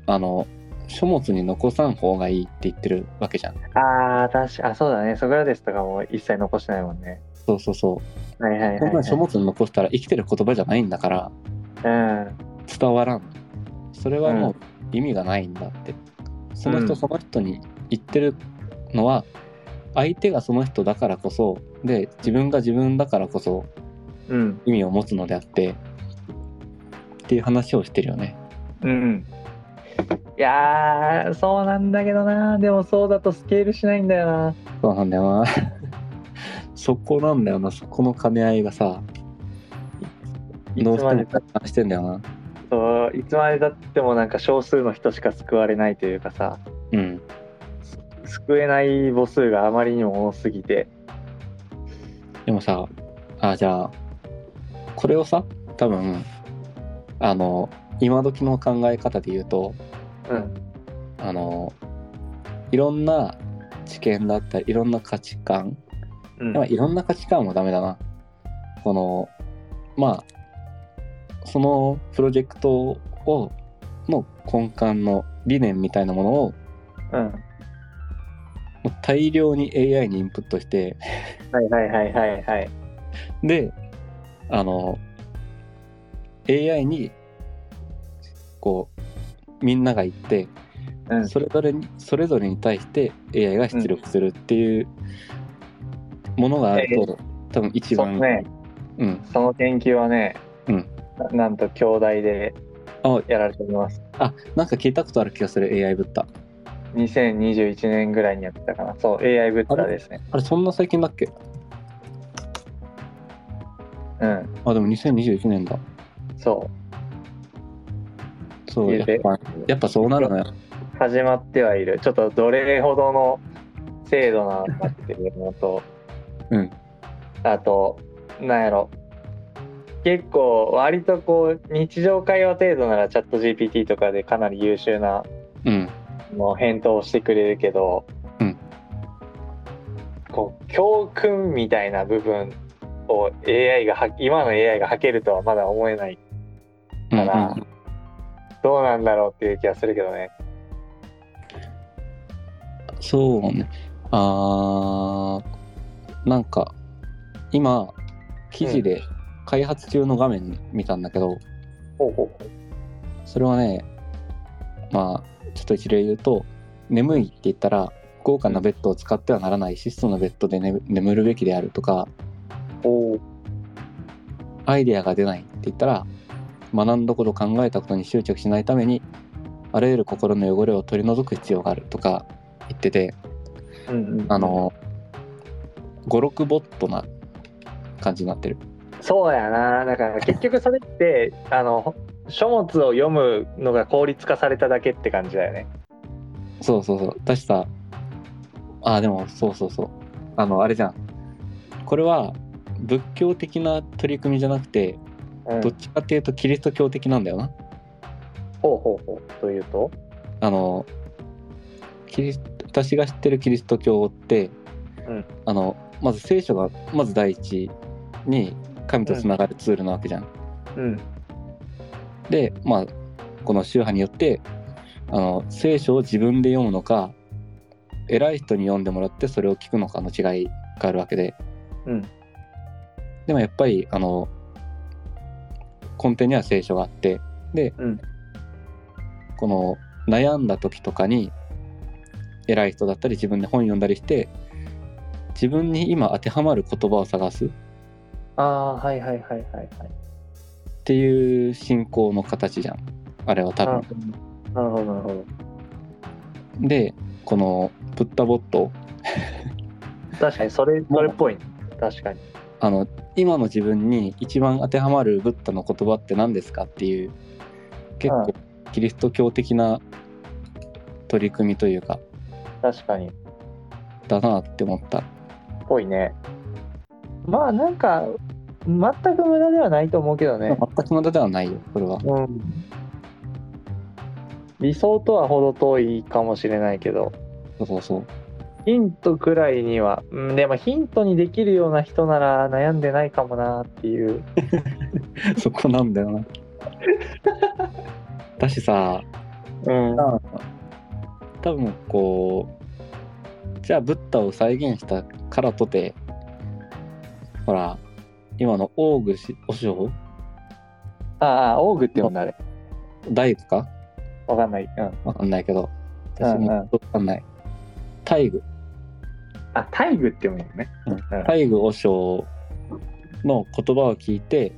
[SPEAKER 2] あの書物に残さん方がいいって言ってるわけじゃん
[SPEAKER 1] ああ確かあそうだねソクラテスとかも一切残してないもんね
[SPEAKER 2] そうそうそう
[SPEAKER 1] はいはいはい、
[SPEAKER 2] こんな
[SPEAKER 1] は
[SPEAKER 2] ん
[SPEAKER 1] い、
[SPEAKER 2] 書物に残したら生きてる言葉じゃないんだから
[SPEAKER 1] うん
[SPEAKER 2] 伝わらんそれはもう意味がないんだって、その
[SPEAKER 1] う
[SPEAKER 2] 人
[SPEAKER 1] ん
[SPEAKER 2] その人に言ってるのは相手がその人だからこそで自分が自分だからこそ
[SPEAKER 1] うん
[SPEAKER 2] 意味を持つのであってっていう話をしてるよね
[SPEAKER 1] うんいやーそうなんだけどなでもそうだとスケールしないんだよな
[SPEAKER 2] そうなんだよな そこなんだよなそこの兼ね合いがさ
[SPEAKER 1] い
[SPEAKER 2] ノー
[SPEAKER 1] つ
[SPEAKER 2] ス
[SPEAKER 1] ま
[SPEAKER 2] タ
[SPEAKER 1] で
[SPEAKER 2] に達観してんだよな
[SPEAKER 1] そういつまでたってもなんか少数の人しか救われないというかさ
[SPEAKER 2] うん
[SPEAKER 1] 救えない母数があまりにも多すぎて
[SPEAKER 2] でもさあじゃあこれをさ多分あの今時の考え方で言うと
[SPEAKER 1] うん
[SPEAKER 2] あのいろんな知見だったりいろんな価値観、
[SPEAKER 1] うん
[SPEAKER 2] まあ、いろんな価値観もダメだなこのまあそのプロジェクトをの根幹の理念みたいなものを
[SPEAKER 1] うん
[SPEAKER 2] もう大量に AI にインプットして
[SPEAKER 1] はいはいはいはいはい
[SPEAKER 2] であの AI にこうみんなが言って
[SPEAKER 1] うん
[SPEAKER 2] それぞれにそれぞれに対して AI が出力するっていうものがあると、多分一番
[SPEAKER 1] そうね
[SPEAKER 2] うん
[SPEAKER 1] その研究はね、
[SPEAKER 2] うん
[SPEAKER 1] ななんと兄弟で
[SPEAKER 2] あ
[SPEAKER 1] やられております
[SPEAKER 2] あなんか聞いたことある気がする AI ブッダ
[SPEAKER 1] 2021年ぐらいにやってたかなそう AI ブッダですね
[SPEAKER 2] あれそんな最近だっけ
[SPEAKER 1] うん
[SPEAKER 2] あでも2021年だ
[SPEAKER 1] そ
[SPEAKER 2] そうう
[SPEAKER 1] 家
[SPEAKER 2] やっ
[SPEAKER 1] で
[SPEAKER 2] ぱやっぱそうなるのよ
[SPEAKER 1] 始まってはいるちょっとどれほどの精度なのかっていうのと
[SPEAKER 2] うん
[SPEAKER 1] あとなんやろ結構割とこう日常会話程度ならチャット GPT とかでかなり優秀な
[SPEAKER 2] うん
[SPEAKER 1] の返答をしてくれるけど、
[SPEAKER 2] うん
[SPEAKER 1] こう教訓みたいな部分を AI がは今の AI がはけるとはまだ思えない
[SPEAKER 2] うん
[SPEAKER 1] か
[SPEAKER 2] う
[SPEAKER 1] ら、
[SPEAKER 2] ん
[SPEAKER 1] どうなんだろうっていう気はするけどね。
[SPEAKER 2] そうね。あーなんか、今、記事で開発中の画面見たんだけど、
[SPEAKER 1] ほうほう
[SPEAKER 2] それはね、まあ、ちょっと一例言うと、眠いって言ったら、豪華なベッドを使ってはならない、質素なベッドで眠眠るべきであるとか、
[SPEAKER 1] ほう。
[SPEAKER 2] アイデアが出ないって言ったら、学んだこと考えたことに執着しないために、あらゆる心の汚れを取り除く必要があるとか言ってて、
[SPEAKER 1] うんうん
[SPEAKER 2] あの、5、6ボットな感じになってる。
[SPEAKER 1] そうやなだから結局それってあの書物を読むのが効率化されただけって感じだよね。
[SPEAKER 2] そうそうそう。だしさ、あ、でもそうそうそう。あの、あれじゃん。これは仏教的な取り組みじゃなくて、
[SPEAKER 1] うん、
[SPEAKER 2] どっちかっていうとキリスト教的なんだよな。
[SPEAKER 1] ほうほうほうというと、
[SPEAKER 2] あの、キリス私が知ってるキリスト教って、
[SPEAKER 1] うん
[SPEAKER 2] あの、まず聖書がまず第一に神とつながるツールなわけじゃん。
[SPEAKER 1] うん、
[SPEAKER 2] でまあこの宗派によってあの聖書を自分で読むのか偉い人に読んでもらってそれを聞くのかの違いがあるわけで
[SPEAKER 1] うん、
[SPEAKER 2] でもやっぱりあの根底には聖書があってで、
[SPEAKER 1] うん
[SPEAKER 2] この悩んだ時とかに偉い人だったり自分で本読んだりして自分に今当てはまる言葉を探すっ
[SPEAKER 1] ああはいはいはいはいはい。
[SPEAKER 2] ていう信仰の形じゃんあれは多分。
[SPEAKER 1] あなるほどなるほど。
[SPEAKER 2] でこのブッダボット
[SPEAKER 1] 確かにそれ
[SPEAKER 2] う
[SPEAKER 1] それっぽいね、確かに
[SPEAKER 2] あの今の自分に一番当てはまるブッダの言葉って何ですかっていう結
[SPEAKER 1] う
[SPEAKER 2] 構キリスト教的な取り組みというか
[SPEAKER 1] 確かにっ
[SPEAKER 2] だなって思った
[SPEAKER 1] ぽいねまあなんか全く無駄ではないと思うけどね
[SPEAKER 2] 全、く無駄ではないよこれは
[SPEAKER 1] うん、理想とは程遠いかもしれないけど
[SPEAKER 2] そうそうそう
[SPEAKER 1] ヒントくらいには、うん、でもヒントにできるような人なら悩んでないかもなっていう
[SPEAKER 2] そこなんだよなだしさ
[SPEAKER 1] うん
[SPEAKER 2] 多分こうじゃあブッダを再現したからとてほら今のオーグしおしょ
[SPEAKER 1] ああオーグって呼んだあれ
[SPEAKER 2] う大工か
[SPEAKER 1] わかんない、うん、
[SPEAKER 2] わかんないけど、
[SPEAKER 1] うん
[SPEAKER 2] 私も
[SPEAKER 1] うん
[SPEAKER 2] わかんない。大愚、
[SPEAKER 1] あタイグって呼ぶのね、
[SPEAKER 2] うん
[SPEAKER 1] うん
[SPEAKER 2] 大愚和尚の言葉を聞いて、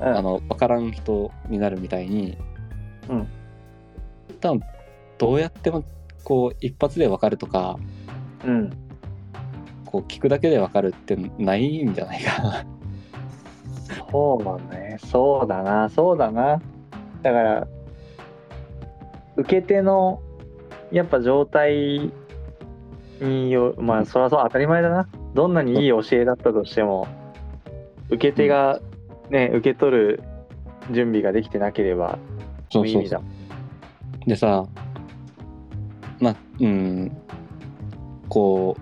[SPEAKER 1] うん
[SPEAKER 2] あの分からん人になるみたいに、
[SPEAKER 1] うん
[SPEAKER 2] 多分どうやってもこう一発でわかるとか
[SPEAKER 1] うん
[SPEAKER 2] こう聞くだけでわかるってないんじゃないか な
[SPEAKER 1] そうだねそうだなそうだなだから受け手のやっぱ状態によまあそりゃそう当たり前だなどんなにいい教えだったとしても受け手がね受け取る準備ができてなければ
[SPEAKER 2] そ
[SPEAKER 1] 無意味だもん
[SPEAKER 2] でさまあうんこう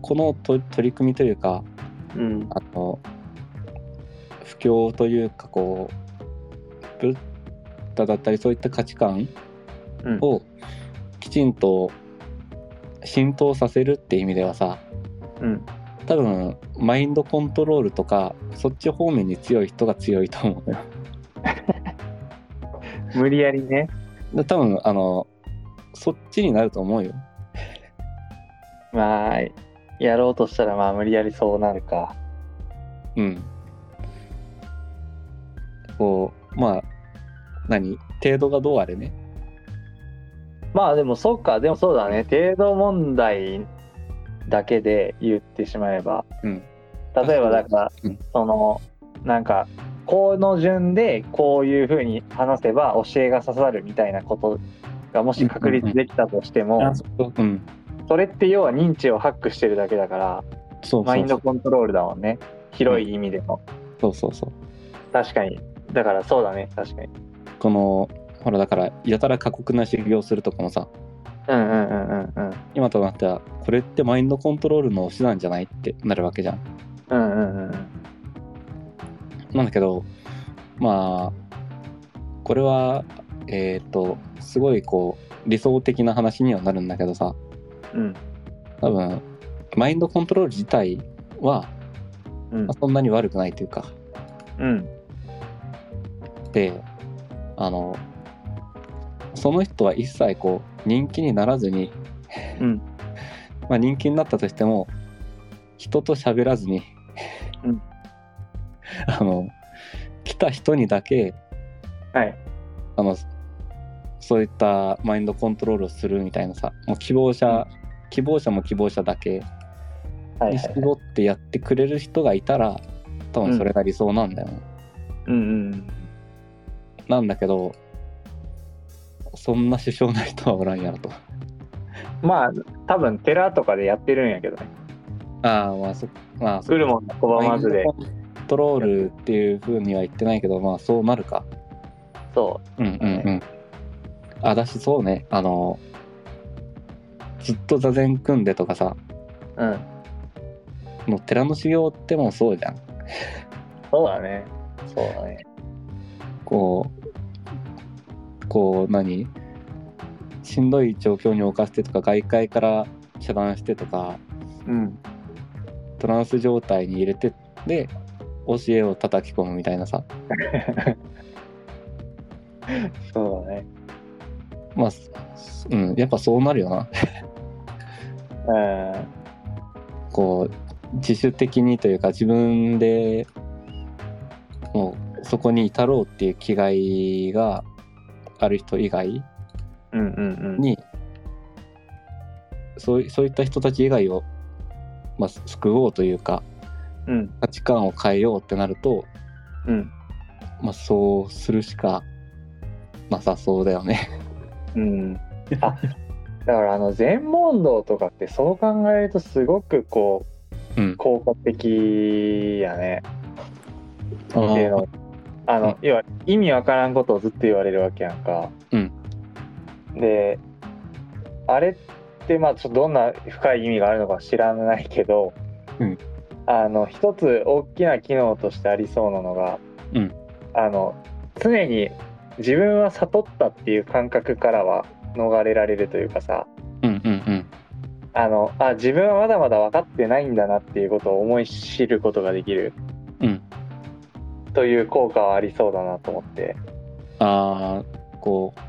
[SPEAKER 2] このと取り組みというか
[SPEAKER 1] うん
[SPEAKER 2] あの不況というかこうブッダだったりそういった価値観
[SPEAKER 1] うん
[SPEAKER 2] をきちんと浸透させるって意味ではさ
[SPEAKER 1] うん
[SPEAKER 2] 多分マインドコントロールとかそっち方面に強い人が強いと思うよ
[SPEAKER 1] 無理やりね
[SPEAKER 2] で多分あのそっちになると思うよ
[SPEAKER 1] まあやろうとしたらまあ無理やりそうなるか
[SPEAKER 2] うんこうまあ何程度がどうあれね
[SPEAKER 1] まあでもそっかでもそうだね程度問題だけで言ってしまえば、
[SPEAKER 2] うん
[SPEAKER 1] 例えばだから
[SPEAKER 2] うん
[SPEAKER 1] そのなんかこの順でこういうふうに話せば教えが刺さるみたいなことがもし確立できたとしても、
[SPEAKER 2] そううん
[SPEAKER 1] それって要は認知をハックしてるだけだから
[SPEAKER 2] そう
[SPEAKER 1] マ
[SPEAKER 2] そ
[SPEAKER 1] イ
[SPEAKER 2] う
[SPEAKER 1] ン
[SPEAKER 2] そ
[SPEAKER 1] ド
[SPEAKER 2] う
[SPEAKER 1] コントロールだもんね広い意味でも、
[SPEAKER 2] そうそうそう
[SPEAKER 1] 確かにだからそうだね確かに
[SPEAKER 2] このほらだからやたら過酷な修行するとかもさ
[SPEAKER 1] うんうんうんうんうん
[SPEAKER 2] 今となってはこれってマインドコントロールの手段じゃないってなるわけじゃん
[SPEAKER 1] うんうんうん
[SPEAKER 2] なんだけどまあこれはえっ、とすごいこう理想的な話にはなるんだけどさ
[SPEAKER 1] うん
[SPEAKER 2] 多分マインドコントロール自体は
[SPEAKER 1] うん
[SPEAKER 2] まあそんなに悪くないというか
[SPEAKER 1] うん
[SPEAKER 2] であのその人は一切こう人気にならずに、
[SPEAKER 1] うん
[SPEAKER 2] まあ人気になったとしても人と喋らずに、
[SPEAKER 1] うん
[SPEAKER 2] あの来た人にだけ
[SPEAKER 1] はい
[SPEAKER 2] あのそういったマインドコントロールをするみたいなさもう希望者、希望者も希望者だ
[SPEAKER 1] は
[SPEAKER 2] け
[SPEAKER 1] いはい
[SPEAKER 2] に
[SPEAKER 1] はい
[SPEAKER 2] 絞ってやってくれる人がいたら多分それが理想なんだよね。
[SPEAKER 1] うんうん
[SPEAKER 2] なんだけど、そんな首相な人はおらんやろと。
[SPEAKER 1] まあ多分寺とかでやってるんやけどね
[SPEAKER 2] ああ、まあそ、まあ、
[SPEAKER 1] ウルモンの拒まずで
[SPEAKER 2] マインドコントロールっていうふうには言ってないけど、まあ、そうなるか。
[SPEAKER 1] そ
[SPEAKER 2] うんうんうん。あ、だし、そうね。あの、ずっと座禅組んでとかさ、
[SPEAKER 1] ううん
[SPEAKER 2] もう寺の修行ってもうそうじゃん。
[SPEAKER 1] そうだねそうだね
[SPEAKER 2] こう、こう、何しんどい状況に置かせてとか、外界から遮断してとか、
[SPEAKER 1] うん
[SPEAKER 2] トランス状態に入れてで教えを叩き込むみたいなさ
[SPEAKER 1] そうだね
[SPEAKER 2] まあ、すうん、やっぱそうなるよな
[SPEAKER 1] う
[SPEAKER 2] こう自主的にというか自分でもうそこに至ろうっていう気概がある人以外
[SPEAKER 1] んうんうんうん
[SPEAKER 2] にそういそういった人たち以外を、まあ、救おうというか
[SPEAKER 1] うん
[SPEAKER 2] 価値観を変えようってなると、
[SPEAKER 1] うん
[SPEAKER 2] まあ、そうするしかなさそうだよね。
[SPEAKER 1] うんあだからあの禅問答とかってそう考えるとすごくこ
[SPEAKER 2] うん
[SPEAKER 1] う、効果的やね
[SPEAKER 2] あー
[SPEAKER 1] っていうのあの、要は意味わからんことをずっと言われるわけやんか。
[SPEAKER 2] うん
[SPEAKER 1] であれってまあちょっとどんな深い意味があるのか知らないけど、
[SPEAKER 2] うん
[SPEAKER 1] あの一つ大きな機能としてありそうなのが、
[SPEAKER 2] うん
[SPEAKER 1] あの常に自分は悟ったっていう感覚からは逃れられるというかさ
[SPEAKER 2] うんうんうん
[SPEAKER 1] あのあ自分はまだまだ分かってないんだなっていうことを思い知ることができる
[SPEAKER 2] うん、
[SPEAKER 1] という効果はありそうだなと思って。
[SPEAKER 2] ああこう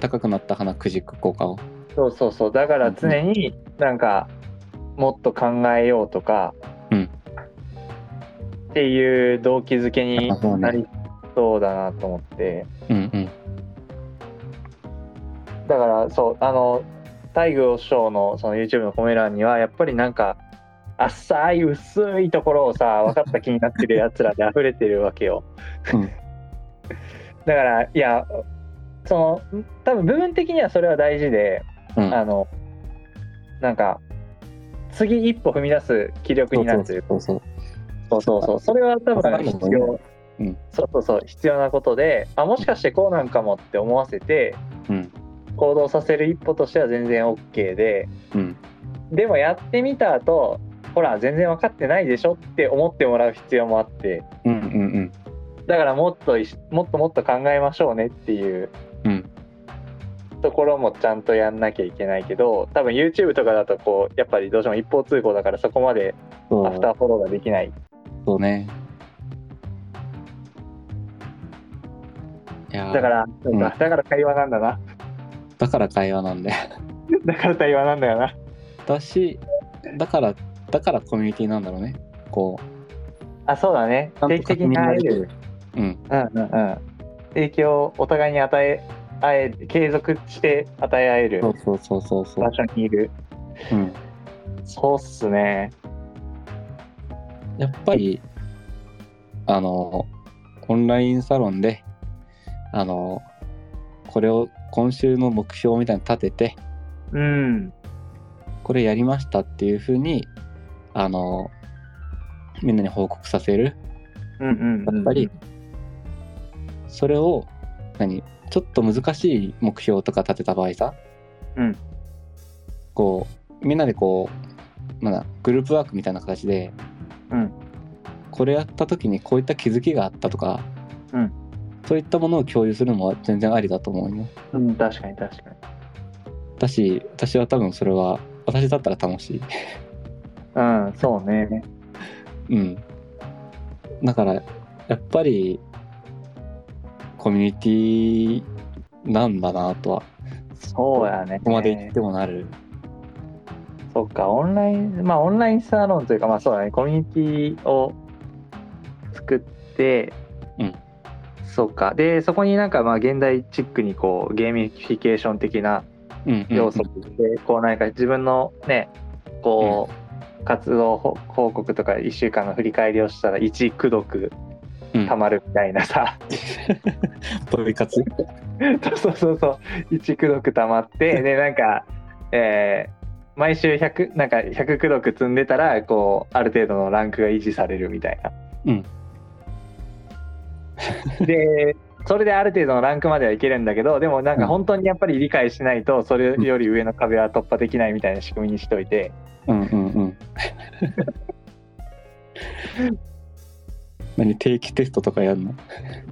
[SPEAKER 2] 高くなった花くじく効果を
[SPEAKER 1] そうそうそうだから常になんかもっと考えようとか、
[SPEAKER 2] うん
[SPEAKER 1] っていう動機づけに
[SPEAKER 2] あそうね
[SPEAKER 1] なりそうだなと思って
[SPEAKER 2] うんうん
[SPEAKER 1] だからそうあの大愚師匠のその YouTube のコメ欄にはやっぱりなんか浅い薄いところをさ分かった気になってるやつらで溢れてるわけよ、
[SPEAKER 2] うん
[SPEAKER 1] だからいやその多分部分的にはそれは大事で、
[SPEAKER 2] うん
[SPEAKER 1] あのなんか次一歩踏み出す気力になるというか
[SPEAKER 2] そうそう
[SPEAKER 1] そうそうそうそれは多分必要、
[SPEAKER 2] うん
[SPEAKER 1] そうそうそう必要なことであもしかしてこうなんかもって思わせて
[SPEAKER 2] そううん
[SPEAKER 1] 行動させる一歩としては全然 OK で
[SPEAKER 2] うん
[SPEAKER 1] でもやってみた後ほら全然分かってないでしょって思ってもらう必要もあって
[SPEAKER 2] うんうん
[SPEAKER 1] だからもっといしもっともっと考えましょうねっていう
[SPEAKER 2] うんうん
[SPEAKER 1] ところもちゃんとやんなきゃいけないけど多分 YouTube とかだとこうやっぱりどうしても一方通行だからそこまで
[SPEAKER 2] そ
[SPEAKER 1] ア
[SPEAKER 2] う
[SPEAKER 1] フターフォローができない
[SPEAKER 2] そうねいや
[SPEAKER 1] だ
[SPEAKER 2] ー
[SPEAKER 1] からそうか
[SPEAKER 2] う
[SPEAKER 1] だから会話なんだな
[SPEAKER 2] だから会話なんで
[SPEAKER 1] だから対話なんだよな
[SPEAKER 2] だしだからだからコミュニティなんだろうねこ
[SPEAKER 1] あそうだね
[SPEAKER 2] う
[SPEAKER 1] 定期的に会える
[SPEAKER 2] うん
[SPEAKER 1] うんうんうん影響をお互いに与えあえ継続して与え合える
[SPEAKER 2] そうそうそうそうそ
[SPEAKER 1] 場
[SPEAKER 2] う、
[SPEAKER 1] 所にいる
[SPEAKER 2] うん、
[SPEAKER 1] そうっすね
[SPEAKER 2] やっぱりあのオンラインサロンであのこれを今週の目標みたいに立てて
[SPEAKER 1] うん
[SPEAKER 2] これやりましたっていうふうにあのみんなに報告させる
[SPEAKER 1] うんうんうん
[SPEAKER 2] やっぱりそれを何ちょっと難しい目標とか立てた場合さ、
[SPEAKER 1] うん
[SPEAKER 2] こうみんなでこうなんだグループワークみたいな形で、
[SPEAKER 1] うん
[SPEAKER 2] これやった時にこういった気づきがあったとか、
[SPEAKER 1] うん
[SPEAKER 2] そういったものを共有するのは全然ありだと思うよ
[SPEAKER 1] うん確かに確かに
[SPEAKER 2] だし私は多分それは私だったら楽しい
[SPEAKER 1] うんそうね
[SPEAKER 2] うん。だから、やっぱり、コミュニティなんだなとは、
[SPEAKER 1] そうやね
[SPEAKER 2] ここまで言ってもなる。
[SPEAKER 1] そっかオンラインまあオンラインサロンというかまあそうだねコミュニティを作って
[SPEAKER 2] うん
[SPEAKER 1] そうかでそこになんかまあ現代チックにこうゲーミフィケーション的な
[SPEAKER 2] うんうんうん
[SPEAKER 1] 要素として、こうなんか自分のねこう、活動報報告とか1週間の振り返りをしたら一くどく
[SPEAKER 2] うん
[SPEAKER 1] たまるみたいなさ、
[SPEAKER 2] ポイ活。
[SPEAKER 1] そうそうそう一くどくたまってでなんか、えー毎週100なんか100くどく積んでたらこうある程度のランクが維持されるみたいな。
[SPEAKER 2] うん
[SPEAKER 1] でそれである程度のランクまではいけるんだけどでもなん
[SPEAKER 2] う
[SPEAKER 1] か
[SPEAKER 2] ん
[SPEAKER 1] 本当にやっぱり理解しないとそれより上の壁は突破できないみたいな仕組みにしといて、
[SPEAKER 2] うんうんうん。 何定期テストとかやるの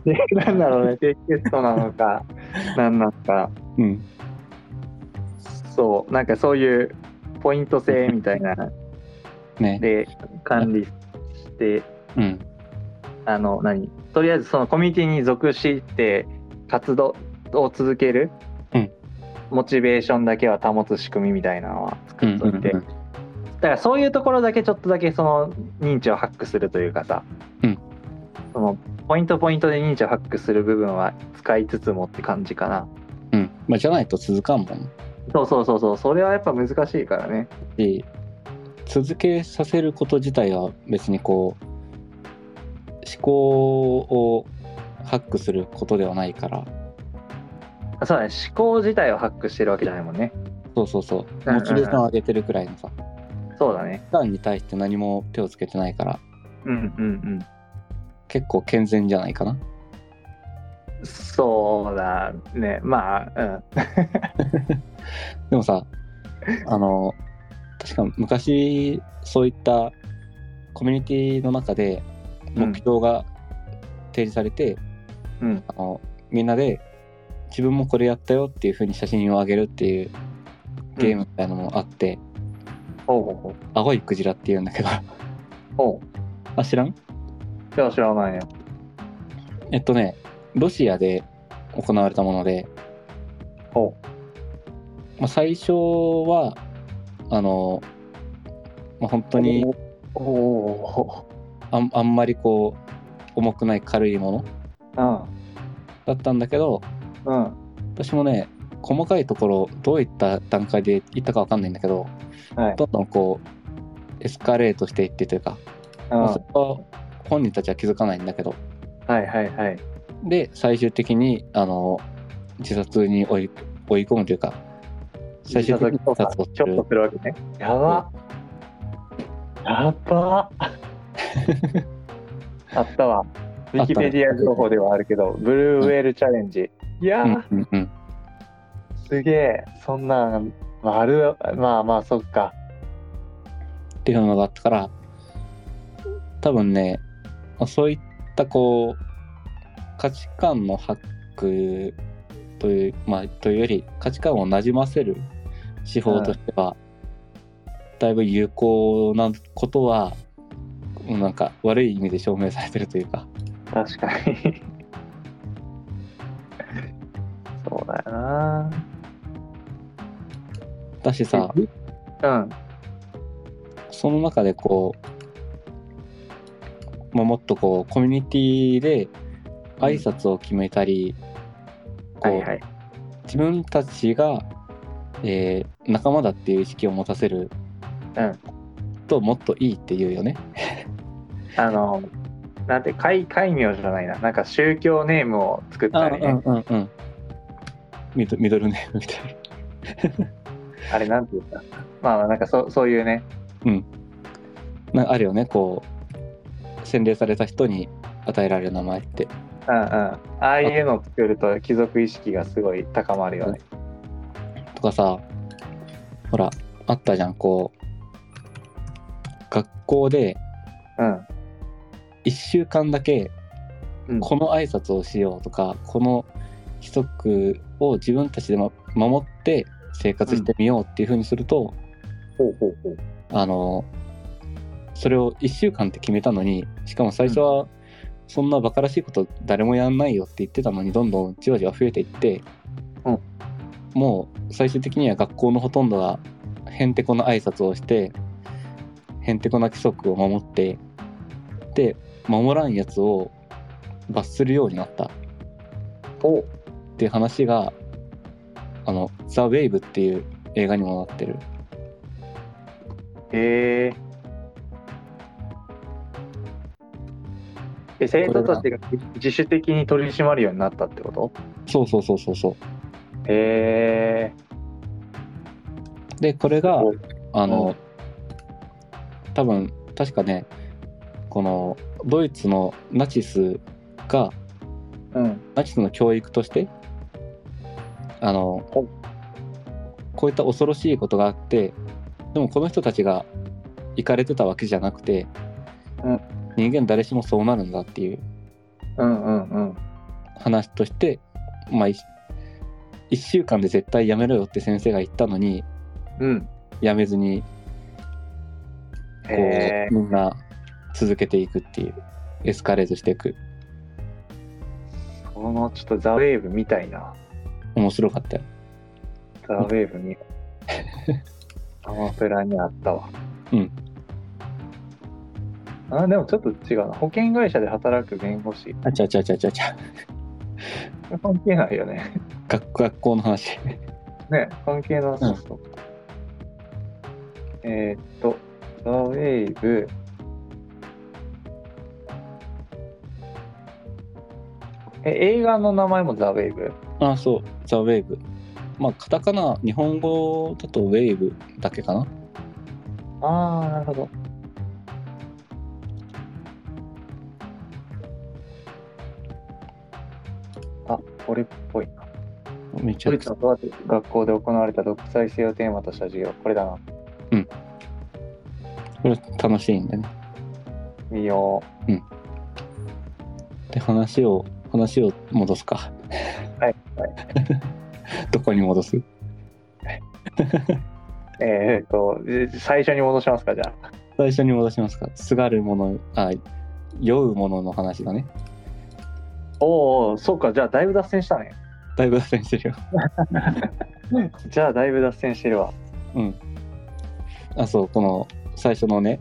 [SPEAKER 1] で なんだろうね低血糖なの かなんなのか
[SPEAKER 2] うん。
[SPEAKER 1] そうなんかそういうポイント制みたいな
[SPEAKER 2] ね。
[SPEAKER 1] で管理して
[SPEAKER 2] うん。
[SPEAKER 1] あの何とりあえずそのコミュニティに属して活動を続ける、
[SPEAKER 2] うん
[SPEAKER 1] モチベーションだけは保つ仕組みみたいなのは
[SPEAKER 2] う
[SPEAKER 1] 作
[SPEAKER 2] ん
[SPEAKER 1] っといて、
[SPEAKER 2] うん
[SPEAKER 1] だからそういうところだけちょっとだけその認知をハックするというかさ、
[SPEAKER 2] うん
[SPEAKER 1] そのポイントポイントで認知をハックする部分は使いつつもって感じかな。
[SPEAKER 2] うん。うんまあ、じゃないと続かんもん。
[SPEAKER 1] そうそうそうそうそれはやっぱ難しいからね
[SPEAKER 2] し続けさせること自体は別にこう思考をハックすることではないから
[SPEAKER 1] そうだね思考自体をハックしてるわけじゃないもんね
[SPEAKER 2] そうそうそ
[SPEAKER 1] うんう
[SPEAKER 2] うんモチベーションを上げてるくらいのさ
[SPEAKER 1] そうだね
[SPEAKER 2] 期間に対して何も手をつけてないから
[SPEAKER 1] うんうん
[SPEAKER 2] 結構健全じゃないかな
[SPEAKER 1] うんそうだねまあ
[SPEAKER 2] でもさあの確か昔そういったコミュニティの中で
[SPEAKER 1] うん
[SPEAKER 2] 目標が提示されて、
[SPEAKER 1] うんうん
[SPEAKER 2] あのみんなで自分もこれやったよっていう風に写真を上げるっていうゲームみたいなのもあって、
[SPEAKER 1] ほうほうほう
[SPEAKER 2] 青いクジラっていうんだけど
[SPEAKER 1] ほ
[SPEAKER 2] あ知らん
[SPEAKER 1] ういや知らないよ
[SPEAKER 2] えっとねロシアで行われたもので、
[SPEAKER 1] ほ
[SPEAKER 2] まあ、最初はあの、まあ、本当に
[SPEAKER 1] うほ
[SPEAKER 2] あんあんまりこう重くない軽いもの
[SPEAKER 1] ううん
[SPEAKER 2] だったんだけど
[SPEAKER 1] うん
[SPEAKER 2] 私もね細かいところどういった段階でいったかわかんないんだけど
[SPEAKER 1] はい。
[SPEAKER 2] どんどんこうエスカレートしていってというか、
[SPEAKER 1] うん
[SPEAKER 2] まあ
[SPEAKER 1] は
[SPEAKER 2] それは本人たちは気づかないんだけど
[SPEAKER 1] いはいはい。
[SPEAKER 2] で最終的にあの自殺に追い追い込むというか最終的に自殺をす
[SPEAKER 1] ちょっ
[SPEAKER 2] る
[SPEAKER 1] とするわけね。やば。 やば。あったわ。ウ
[SPEAKER 2] ね
[SPEAKER 1] ィキペディア情報ではあるけど、ブルーウェールチャレンジ。いや
[SPEAKER 2] う
[SPEAKER 1] ー
[SPEAKER 2] ん、うんうん
[SPEAKER 1] すげえ。そんなん、まあ、ある、まあまあ、そっか。
[SPEAKER 2] っていうのがあったから多分ねまあそういったこう価値観のハックというまあというより価値観をなじませる手法としては、だいぶ有効なことはなんか悪い意味で証明されてるというか
[SPEAKER 1] 確か に。そうだよな。
[SPEAKER 2] だしさ
[SPEAKER 1] うん。
[SPEAKER 2] その中でこう、まあ、もっとこうコミュニティで挨拶を決めたり、こ
[SPEAKER 1] は
[SPEAKER 2] う
[SPEAKER 1] いはい。
[SPEAKER 2] 自分たちが、えー仲間だっていう意識を持たせる
[SPEAKER 1] うん
[SPEAKER 2] ともっといいっていうよね。
[SPEAKER 1] あの、なんて、戒戒名じゃないな。なんか宗教ネームを作ったりね。
[SPEAKER 2] うんうんミドミドルネームみたいな。
[SPEAKER 1] あれなんていうか、まあまあなんかそうそういうね、
[SPEAKER 2] なあるよねこう洗礼された人に与えられる名前って
[SPEAKER 1] うんうん、ああいうのを作ると貴族意識がすごい高まるよね。
[SPEAKER 2] とかさほらあったじゃんこう学校で
[SPEAKER 1] うん。
[SPEAKER 2] 1週間だけ
[SPEAKER 1] うん
[SPEAKER 2] この挨拶をしようとか、この規則を自分たちでも守って生活してみようっていうふうにすると、
[SPEAKER 1] ほうほうほう。
[SPEAKER 2] あのそれを1週間って決めたのにしかも最初はそんなバカらしいこと誰もやんないよって言ってたのにどんどんじわじわ増えていって、
[SPEAKER 1] うん
[SPEAKER 2] もう最終的には学校のほとんどがへんてこな挨拶をしてへんてこな規則を守ってで守らんやつを罰するようになったっ
[SPEAKER 1] ほ
[SPEAKER 2] ていう話があの「ザ・ウェイブ」っていう映画にもなってる
[SPEAKER 1] う。へえ。え、生徒たちが自主的に取り締まるようになったってこと
[SPEAKER 2] そうそうそうそうそ
[SPEAKER 1] へえ。
[SPEAKER 2] うでこれが
[SPEAKER 1] お
[SPEAKER 2] あの、多分確かねこのドイツのナチスが
[SPEAKER 1] うん。
[SPEAKER 2] ナチスの教育としてあの
[SPEAKER 1] お
[SPEAKER 2] こういった恐ろしいことがあってでもこの人たちが行かれてたわけじゃなくて、
[SPEAKER 1] うん
[SPEAKER 2] 人間誰しもそうなるんだっていう
[SPEAKER 1] うんうんうん。
[SPEAKER 2] 話として、まあ、1週間で絶対やめろよって先生が言ったのに
[SPEAKER 1] うん。
[SPEAKER 2] やめず
[SPEAKER 1] へ
[SPEAKER 2] にこ
[SPEAKER 1] え
[SPEAKER 2] う。みんな続けていくっていうエスカレートしていく
[SPEAKER 1] このちょっとザ・ウェーブみたいな。
[SPEAKER 2] 面白かったよ
[SPEAKER 1] ザ・ウェーブ に。アマプラにあったわ。
[SPEAKER 2] うん。
[SPEAKER 1] あ、でもちょっと違うな。保険会社で働く弁護士。
[SPEAKER 2] あちゃちゃちゃちゃちゃ
[SPEAKER 1] 関係ないよね。
[SPEAKER 2] 学 学校の話
[SPEAKER 1] ね、関係な
[SPEAKER 2] う
[SPEAKER 1] さ
[SPEAKER 2] ん
[SPEAKER 1] そう。えーっと、ザ・ウェーブ。え、映画の名前もザ・ウェーブ
[SPEAKER 2] あそうザ・ウェーブまあカタカナ日本語だとウェーブだけかな
[SPEAKER 1] ああ、なるほど。あ、これっぽいな。
[SPEAKER 2] めち
[SPEAKER 1] 都
[SPEAKER 2] ゃく
[SPEAKER 1] 立
[SPEAKER 2] ちゃ
[SPEAKER 1] のとある学校で行われた独裁性をテーマとした授業、これだな。
[SPEAKER 2] これ楽しいんだね
[SPEAKER 1] 見よ
[SPEAKER 2] で話を話を戻すか
[SPEAKER 1] はいは
[SPEAKER 2] はい どこに戻す
[SPEAKER 1] う。えー、っと、じ最初に戻しますか、じゃあ。
[SPEAKER 2] 最初に戻しますかすがるものあ酔うものの話だね
[SPEAKER 1] おーおー、そうか、じゃあだいぶ脱線したね。
[SPEAKER 2] だいぶ脱線してるよ
[SPEAKER 1] じゃあだいぶ脱線してるわ。
[SPEAKER 2] うん。あ、そう、この最初のね、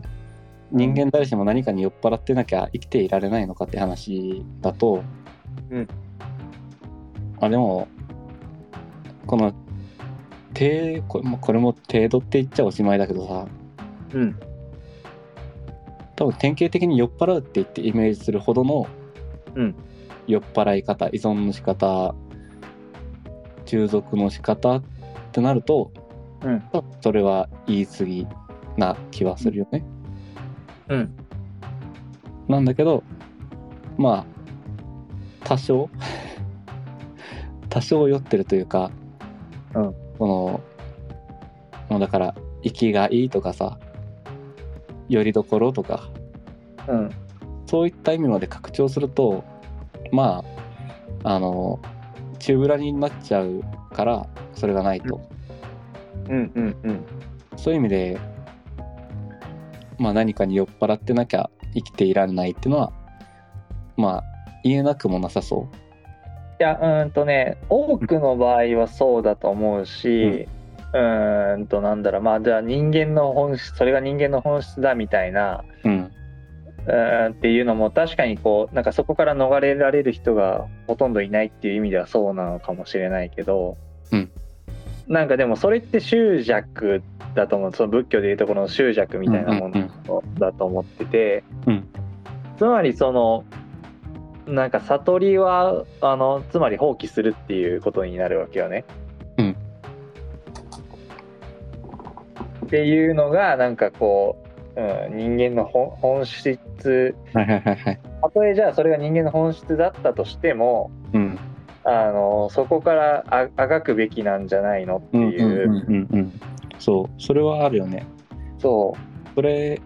[SPEAKER 2] 人間誰しも何かに酔っ払ってなきゃ生きていられないのかって話だと、
[SPEAKER 1] うん
[SPEAKER 2] あ、でも、この程これもこれも程度って言っちゃおしまいだけどさ
[SPEAKER 1] うん
[SPEAKER 2] 多分典型的に酔っ払うって言ってイメージするほどの
[SPEAKER 1] うん
[SPEAKER 2] 酔っ払い方依存の仕方従属の仕方ってなると
[SPEAKER 1] うん
[SPEAKER 2] 多分それは言い過ぎな気はするよね。
[SPEAKER 1] うん
[SPEAKER 2] なんだけどまあ多少 多少酔ってるというか、
[SPEAKER 1] うん
[SPEAKER 2] このもうだから息がいいとかさよりどころとか
[SPEAKER 1] うん
[SPEAKER 2] そういった意味まで拡張するとまああの中ぶらになっちゃうからそれがないと、
[SPEAKER 1] うんうんうん
[SPEAKER 2] そういう意味で、まあ、何かに酔っ払ってなきゃ生きていられないっていうのはまあ言えなくもなさそ
[SPEAKER 1] いやうーんとね多くの場合はそうだと思うし、うーんとなんだろうまあじゃあ人間の本質それが人間の本質だみたいな
[SPEAKER 2] う。うん
[SPEAKER 1] うーんっていうのも確かにこうなんかそこから逃れられる人がほとんどいないっていう意味ではそうなのかもしれないけど、
[SPEAKER 2] うん
[SPEAKER 1] なんかでもそれって執着だと思うその仏教でいうところの執着みたいなものだと思ってて、
[SPEAKER 2] うん
[SPEAKER 1] つまりそのなんか悟りはあのつまり放棄するっていうことになるわけよね。
[SPEAKER 2] うん
[SPEAKER 1] っていうのがなんかこう、うん、人間の本本質
[SPEAKER 2] はいはいはいはい。
[SPEAKER 1] たとえじゃあそれが人間の本質だったとしても
[SPEAKER 2] うん。
[SPEAKER 1] あのそこからああがくべきなんじゃないのって
[SPEAKER 2] うん
[SPEAKER 1] いうう、
[SPEAKER 2] んうんうんうん。そう、それはあるよね。
[SPEAKER 1] そ
[SPEAKER 2] それ、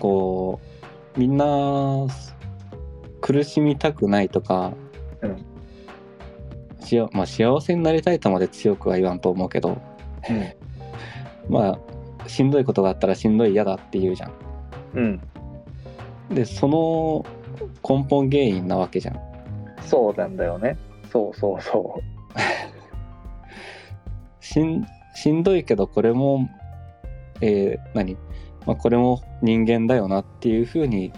[SPEAKER 2] こう、みんな、苦しみたくないとか、
[SPEAKER 1] うん
[SPEAKER 2] しあまあ、幸せになりたいとまで強くは言わんと思うけど、
[SPEAKER 1] う
[SPEAKER 2] まあ、しんどいことがあったらしんどい嫌だって言うじゃん。
[SPEAKER 1] うん、うん、
[SPEAKER 2] で、その根本原因なわけじゃん。
[SPEAKER 1] そうなんだよねそうそうそ
[SPEAKER 2] しんしんどいけどこれも、えー何、まあ、これも人間だよなっていうふうに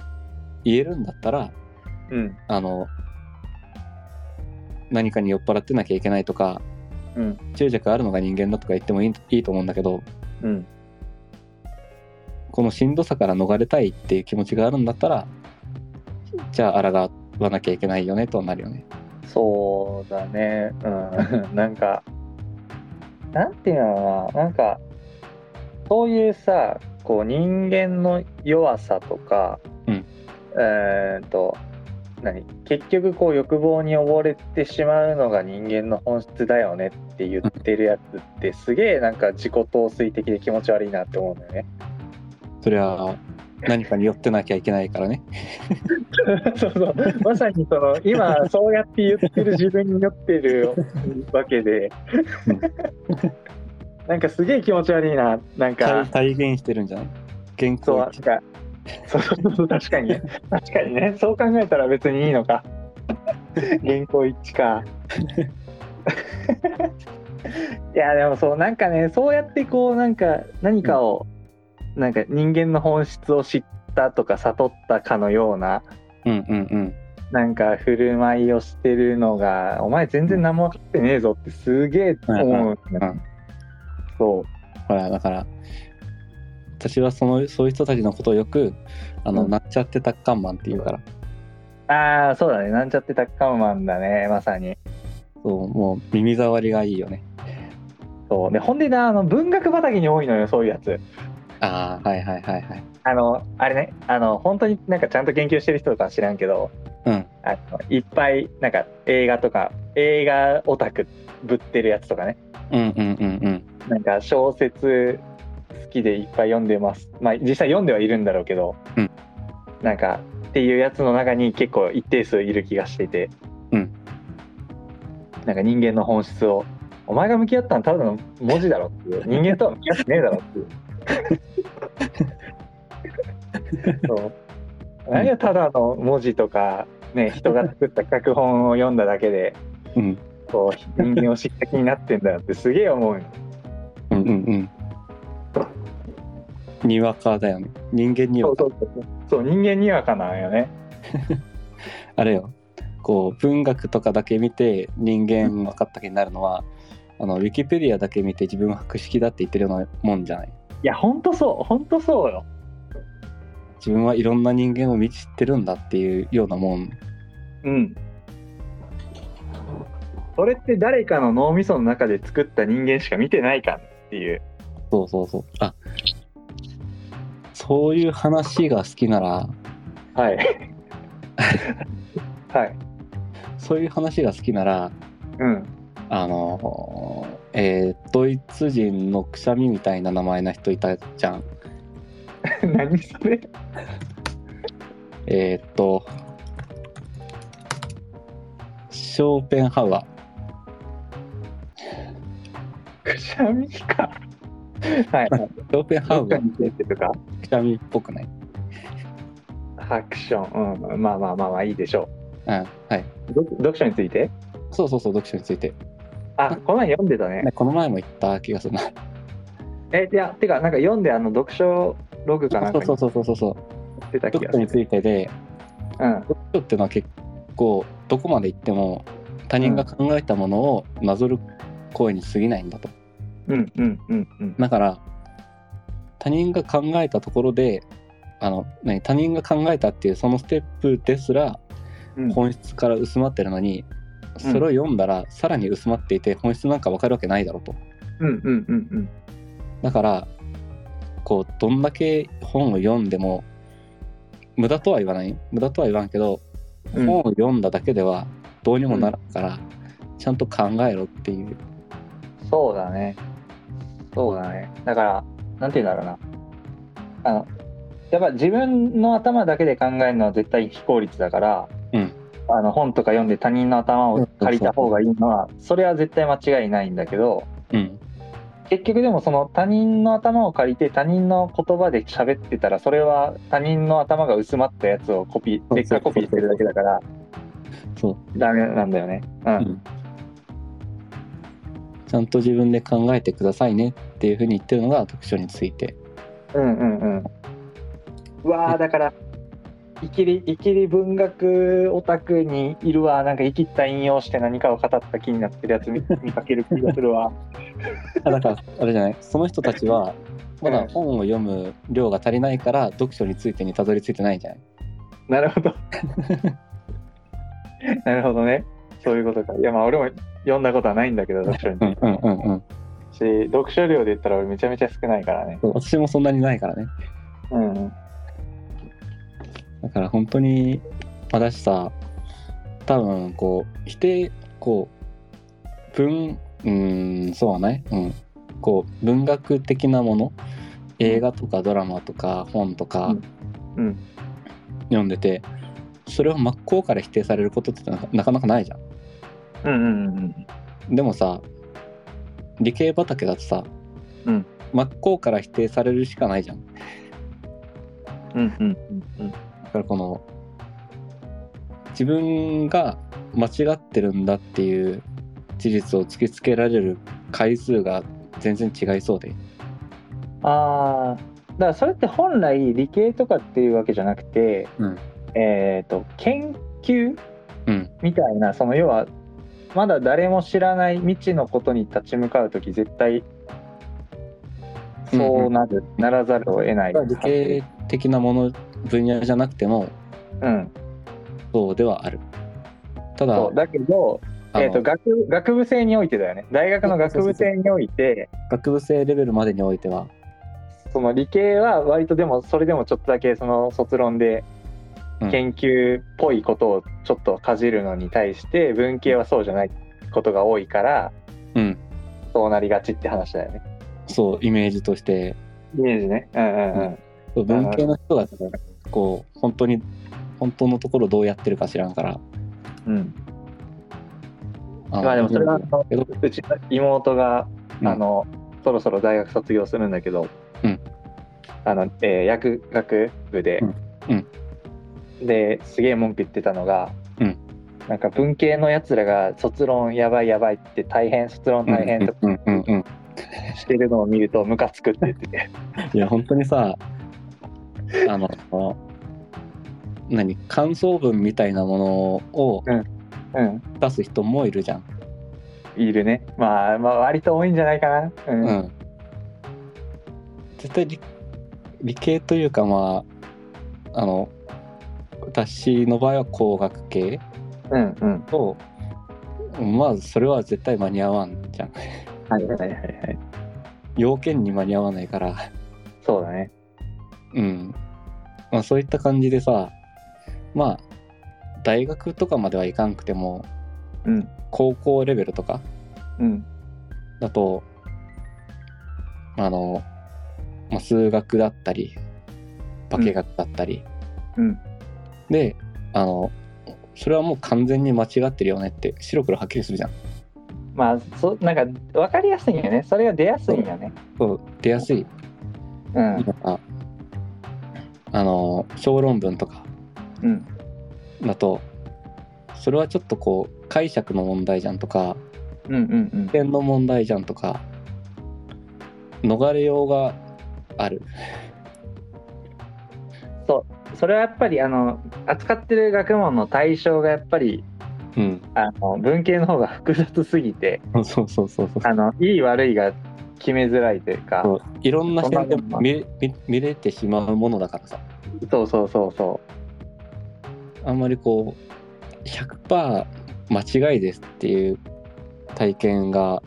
[SPEAKER 2] 言えるんだったら
[SPEAKER 1] ううん
[SPEAKER 2] あの何かに酔っ払ってなきゃいけないとか
[SPEAKER 1] うん
[SPEAKER 2] 執着あるのが人間だとか言ってもいいいいと思うんだけど
[SPEAKER 1] うん
[SPEAKER 2] このしんどさから逃れたいっていう気持ちがあるんだったらじゃあ抗わなきゃいけないよねとはなるよね。
[SPEAKER 1] そうだねうん なんかなんていうのかななんかそういうさこう人間の弱さとか、
[SPEAKER 2] うん
[SPEAKER 1] えーっと何結局こう欲望に溺れてしまうのが人間の本質だよねって言ってるやつってすげえなんか自己陶酔的で気持ち悪いなって思うんだよね。
[SPEAKER 2] それは何かに酔ってなきゃいけないからね。
[SPEAKER 1] そうそうまさにその今そうやって言ってる自分に酔ってるわけで
[SPEAKER 2] うん
[SPEAKER 1] なんかすげえ気持ち悪いななんか
[SPEAKER 2] 体体現してるんじゃない原
[SPEAKER 1] そう
[SPEAKER 2] 稿
[SPEAKER 1] なんかそうそうそう確かにね確かにねそう考えたら別にいいのか原稿一致かいやでもそうなんかねそうやってこうなんか何かを、なんか人間の本質を知ったとか悟ったかのような
[SPEAKER 2] うんうんうん。
[SPEAKER 1] なんか振る舞いをしてるのが「お前全然何も分かってねえぞ」ってすげえ思う、
[SPEAKER 2] んうん
[SPEAKER 1] そ
[SPEAKER 2] ほらだから私はそのそういう人たちのことをよくあの、
[SPEAKER 1] うん
[SPEAKER 2] なっちゃってたっかんマンって言うから
[SPEAKER 1] うああそうだねなんちゃってタッカーマンだねまさに
[SPEAKER 2] そうもう耳障りがいいよね
[SPEAKER 1] そうでほんでなあの文学畑に多いのよそういうやつ
[SPEAKER 2] ああはいはいはいはい
[SPEAKER 1] あのあれねあの本当になんかちゃんと研究してる人とかは知らんけど
[SPEAKER 2] うん
[SPEAKER 1] あのいっぱいなんか映画とか映画オタクぶってるやつとかね
[SPEAKER 2] うんうんうん
[SPEAKER 1] なんか小説好きでいっぱい読んでますまあ実際読んではいるんだろうけど、
[SPEAKER 2] うん
[SPEAKER 1] なんかっていうやつの中に結構一定数いる気がしてて、
[SPEAKER 2] うん
[SPEAKER 1] なんか人間の本質をお前が向き合ったのはただの文字だろっていう 人間とは向き合ってねえだろっていうそう何がただの文字とかね人が作った脚本を読んだだけで
[SPEAKER 2] うんうん
[SPEAKER 1] こう人間を知った気になってんだよってすげえ思うよ
[SPEAKER 2] うんうんうんにわかだよね人間に
[SPEAKER 1] そ
[SPEAKER 2] は
[SPEAKER 1] うそうそうそうそう人間にわかなんよね
[SPEAKER 2] あれよこう文学とかだけ見て人間分かった気になるのはあのウィキペディアだけ見て自分は博識だって言ってるようなもんじゃない
[SPEAKER 1] いやほんとそうほんとそうよ
[SPEAKER 2] 自分はいろんな人間を見知ってるんだっていうようなもん
[SPEAKER 1] うんそれって誰かの脳みその中で作った人間しか見てないからっていう
[SPEAKER 2] そうそうそうあそういう話が好きなら
[SPEAKER 1] はい はい
[SPEAKER 2] そういう話が好きなら
[SPEAKER 1] うん
[SPEAKER 2] あのえードイツ人のくしゃみみたいな名前な人いたじゃん
[SPEAKER 1] 何それ
[SPEAKER 2] えーっとショーペンハウアー
[SPEAKER 1] くしゃみかはい
[SPEAKER 2] ショーペンハウ
[SPEAKER 1] ど
[SPEAKER 2] ア
[SPEAKER 1] っか
[SPEAKER 2] ー
[SPEAKER 1] に出てとか
[SPEAKER 2] くしゃみっぽくない
[SPEAKER 1] ハクション、うん、まあまあまあまあいいでしょ
[SPEAKER 2] うんはい、
[SPEAKER 1] う読読書について
[SPEAKER 2] そうそうそう読書について、
[SPEAKER 1] あこの前読んでたね
[SPEAKER 2] ね、この前も言った気がするな
[SPEAKER 1] えいやてかなんか読んであの読書ログかなんか
[SPEAKER 2] そう
[SPEAKER 1] に
[SPEAKER 2] そうそうそうそうそう
[SPEAKER 1] 載ってた気
[SPEAKER 2] 読
[SPEAKER 1] が
[SPEAKER 2] 書
[SPEAKER 1] す
[SPEAKER 2] に
[SPEAKER 1] る
[SPEAKER 2] ついてで
[SPEAKER 1] うん
[SPEAKER 2] 読書っていうのは結構どこまで行っても他人が考えたものをなぞる行為に過ぎないんだと
[SPEAKER 1] うんうんうんうん
[SPEAKER 2] だから他人が考えたところであの何他人が考えたっていうそのステップですら
[SPEAKER 1] うん
[SPEAKER 2] 本質から薄まってるのに、それを読んだらさらに薄まっていて本質なんか分かるわけないだろうと
[SPEAKER 1] うんうんうんうん
[SPEAKER 2] だからこうどんだけ本を読んでも無駄とは言わない無駄とは言わんけど、
[SPEAKER 1] うん
[SPEAKER 2] 本を読んだだけではどうにもならんから、ちゃんと考えろっていう
[SPEAKER 1] そうだね。そうだね。だから、なんて言うんだろうな。あの、やっぱ自分の頭だけで考えるのは絶対非効率だから、
[SPEAKER 2] うん
[SPEAKER 1] あの本とか読んで他人の頭を借りた方がいいのは、それは絶対間違いないんだけど、
[SPEAKER 2] うん
[SPEAKER 1] 結局でもその他人の頭を借りて他人の言葉で喋ってたら、それは他人の頭が薄まったやつをコピー、
[SPEAKER 2] そうそうそう
[SPEAKER 1] 劣化コピーしてるだけだから、
[SPEAKER 2] そう
[SPEAKER 1] ダメなんだよね。うん。
[SPEAKER 2] うんちゃんと自分で考えてくださいねっていうふうに言ってるのが読書につい て
[SPEAKER 1] うんうんうん。うわあだからいきりいきり文学オタクにいるわなんかいきった引用して何かを語った気になってるや つ見見かける気がするわ。
[SPEAKER 2] あだからあれじゃないその人たちはま
[SPEAKER 1] う
[SPEAKER 2] だ
[SPEAKER 1] ん
[SPEAKER 2] 本を読む量が足りないから読書についてにたどり着いてないんじゃない
[SPEAKER 1] なるほ ど。なるほどね。そういうことか。いやまあ俺も読んだことはないんだけど読書に
[SPEAKER 2] うんうんうんうん
[SPEAKER 1] し読書量で言ったら俺めちゃめちゃ少ないからね。
[SPEAKER 2] そう私もそんなにないからね
[SPEAKER 1] うん。
[SPEAKER 2] だから本当に私さ多分こう否定こう文うーんそうはない、うん、こう文学的なもの映画とかドラマとか本とか、
[SPEAKER 1] うんうん
[SPEAKER 2] 読んでてそれを真っ向から否定されることってなかなかなかないじゃ
[SPEAKER 1] うんうんうんうん。
[SPEAKER 2] ん。でもさ理系畑だとさ、
[SPEAKER 1] うん
[SPEAKER 2] 真っ向から否定されるしかないじゃん。
[SPEAKER 1] うんうんうん
[SPEAKER 2] だからこの自分が間違ってるんだっていう事実を突きつけられる回数が全然違いそうで
[SPEAKER 1] ああだからそれって本来理系とかっていうわけじゃなくて、
[SPEAKER 2] うん
[SPEAKER 1] えっ、と研究
[SPEAKER 2] うん
[SPEAKER 1] みたいなその要はまだ誰も知らない未知のことに立ち向かう時絶対そうなる、ならざるを得ない。
[SPEAKER 2] 理系的なもの分野じゃなくても
[SPEAKER 1] うん、
[SPEAKER 2] そうではあるただ
[SPEAKER 1] そうだけど、
[SPEAKER 2] あの
[SPEAKER 1] えー、と学学部生においてだよね大学の学部生において
[SPEAKER 2] 学部生レベルまでにおいては
[SPEAKER 1] その理系は割とでもそれでもちょっとだけその卒論で
[SPEAKER 2] うん
[SPEAKER 1] 研究っぽいことをちょっとかじるのに対して文系はそうじゃないことが多いから
[SPEAKER 2] うん
[SPEAKER 1] そうなりがちって話だよね。
[SPEAKER 2] そうイメージとして
[SPEAKER 1] イメージね。うんうんうん。
[SPEAKER 2] そう文系の人がこう本当に本当のところどうやってるか知らんから
[SPEAKER 1] うん、
[SPEAKER 2] あの
[SPEAKER 1] まあでもそれはあの
[SPEAKER 2] けど
[SPEAKER 1] うちの妹が、
[SPEAKER 2] うん
[SPEAKER 1] あのそろそろ大学卒業するんだけど、
[SPEAKER 2] うん
[SPEAKER 1] あのえー薬学部で、
[SPEAKER 2] うん
[SPEAKER 1] ですげえ文句言ってたのが、
[SPEAKER 2] うん
[SPEAKER 1] なんか文系のやつらが卒論やばいやばいって大変卒論大変とか
[SPEAKER 2] うんうんうんうん
[SPEAKER 1] してるのを見るとムカつくって言ってて。
[SPEAKER 2] いや本当にさあの何感想文みたいなものを
[SPEAKER 1] うん
[SPEAKER 2] 出す人もいるじゃん。
[SPEAKER 1] いるね。まあ、まあ、割と多いんじゃないかな。う。
[SPEAKER 2] うんん。絶対理理系というかまああの私の場合は工学系
[SPEAKER 1] うん、うん。
[SPEAKER 2] とまあそれは絶対間に合わんじゃん
[SPEAKER 1] はいはいはいはい。
[SPEAKER 2] 要件に間に合わないから
[SPEAKER 1] そうだね。
[SPEAKER 2] うん、まあ、そういった感じでさまあ大学とかまではいかんくても
[SPEAKER 1] うん。
[SPEAKER 2] 高校レベルとか
[SPEAKER 1] うん。
[SPEAKER 2] だとあの、まあ、数学だったり化学だったり、
[SPEAKER 1] うん。
[SPEAKER 2] であのそれはもう完全に間違ってるよねって白黒はっきりするじゃん
[SPEAKER 1] まあ、そなんか、分かりやすいんよね。それが出やすいんよね。
[SPEAKER 2] そう出やすい
[SPEAKER 1] うん
[SPEAKER 2] の。があの小論文とか
[SPEAKER 1] うん。
[SPEAKER 2] だとそれはちょっとこう解釈の問題じゃんとか
[SPEAKER 1] うんうんうん。
[SPEAKER 2] 点の問題じゃんとか逃れようがある
[SPEAKER 1] それはやっぱり、あの、扱ってる学問の対象がやっぱり、
[SPEAKER 2] うん
[SPEAKER 1] あの、文系の方が複雑すぎて、
[SPEAKER 2] そうそうそうそう
[SPEAKER 1] あの、いい悪いが決めづらいというか、
[SPEAKER 2] そういろんな視点で
[SPEAKER 1] そんなもん
[SPEAKER 2] 見見見れてしまうものだからさ
[SPEAKER 1] そうそうそうそ
[SPEAKER 2] あんまりこう100%間違いですっていう体験が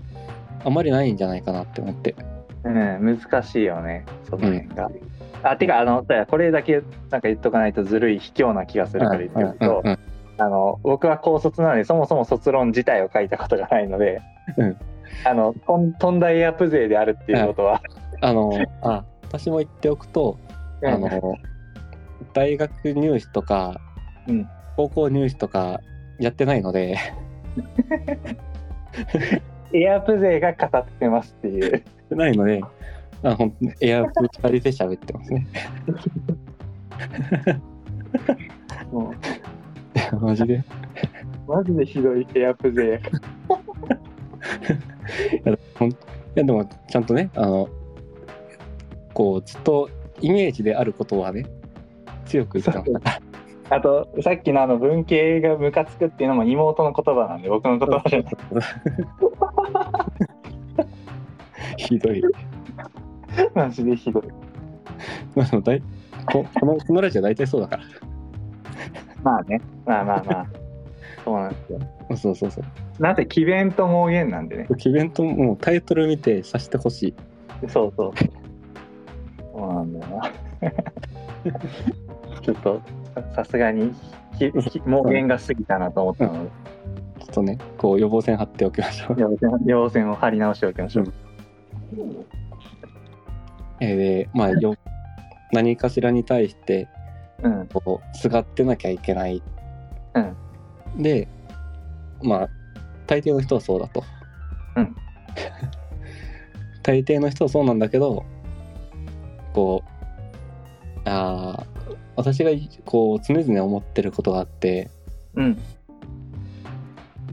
[SPEAKER 2] あまりないんじゃないかなって思って
[SPEAKER 1] う。うん、難しいよね、その辺が。あ、てか、あの、そうやこれだけなんか言っとかないとずるい卑怯な気がするから言っておくと、
[SPEAKER 2] うんうん
[SPEAKER 1] あの、僕は高卒なので、そもそも卒論自体を書いたことがないので、
[SPEAKER 2] うん
[SPEAKER 1] あの、とんとんだエアプ勢であるっていうことは、
[SPEAKER 2] あのあ私も言っておくとあ
[SPEAKER 1] うん
[SPEAKER 2] の大学入試とか、
[SPEAKER 1] うん
[SPEAKER 2] 高校入試とかやってないので
[SPEAKER 1] エアプ勢が語ってますって いう。
[SPEAKER 2] ないのであ本当にエアぶつかりで喋ってますね
[SPEAKER 1] も
[SPEAKER 2] マジで
[SPEAKER 1] うマジでひどいエアプ勢。
[SPEAKER 2] いやでもちゃんとねあのこうずっとイメージであることはね強く言ってました
[SPEAKER 1] あと、さっきのあの文系がムカつくっていうのも妹の言葉なんで、僕の言葉じゃない。
[SPEAKER 2] ひどい。
[SPEAKER 1] マジでひどい。
[SPEAKER 2] まあでも大ここのこのラジオ大体そうだか
[SPEAKER 1] まあね。まあまあまあ。そうなんですよ。
[SPEAKER 2] ら。そうそうそう。
[SPEAKER 1] なんせ、詭弁と妄言なんでね。
[SPEAKER 2] イベントもうタイトル見てさしてほしい。
[SPEAKER 1] そうそう。そうなんだよ な。ちょっと、さすがに、きき妄言が過ぎたなと思ったので、
[SPEAKER 2] ちょっとね、こう予防線張っておきましょう。
[SPEAKER 1] 要線要線を張り直しておきましょう。
[SPEAKER 2] えーで、まあよ何かしらに対して
[SPEAKER 1] うん。
[SPEAKER 2] こうすがってなきゃいけない。で、まあ大抵の人はそうだと。
[SPEAKER 1] うん。
[SPEAKER 2] 大抵の人はそうなんだけど、こうあー私がこう常々思ってることがあって。
[SPEAKER 1] うん。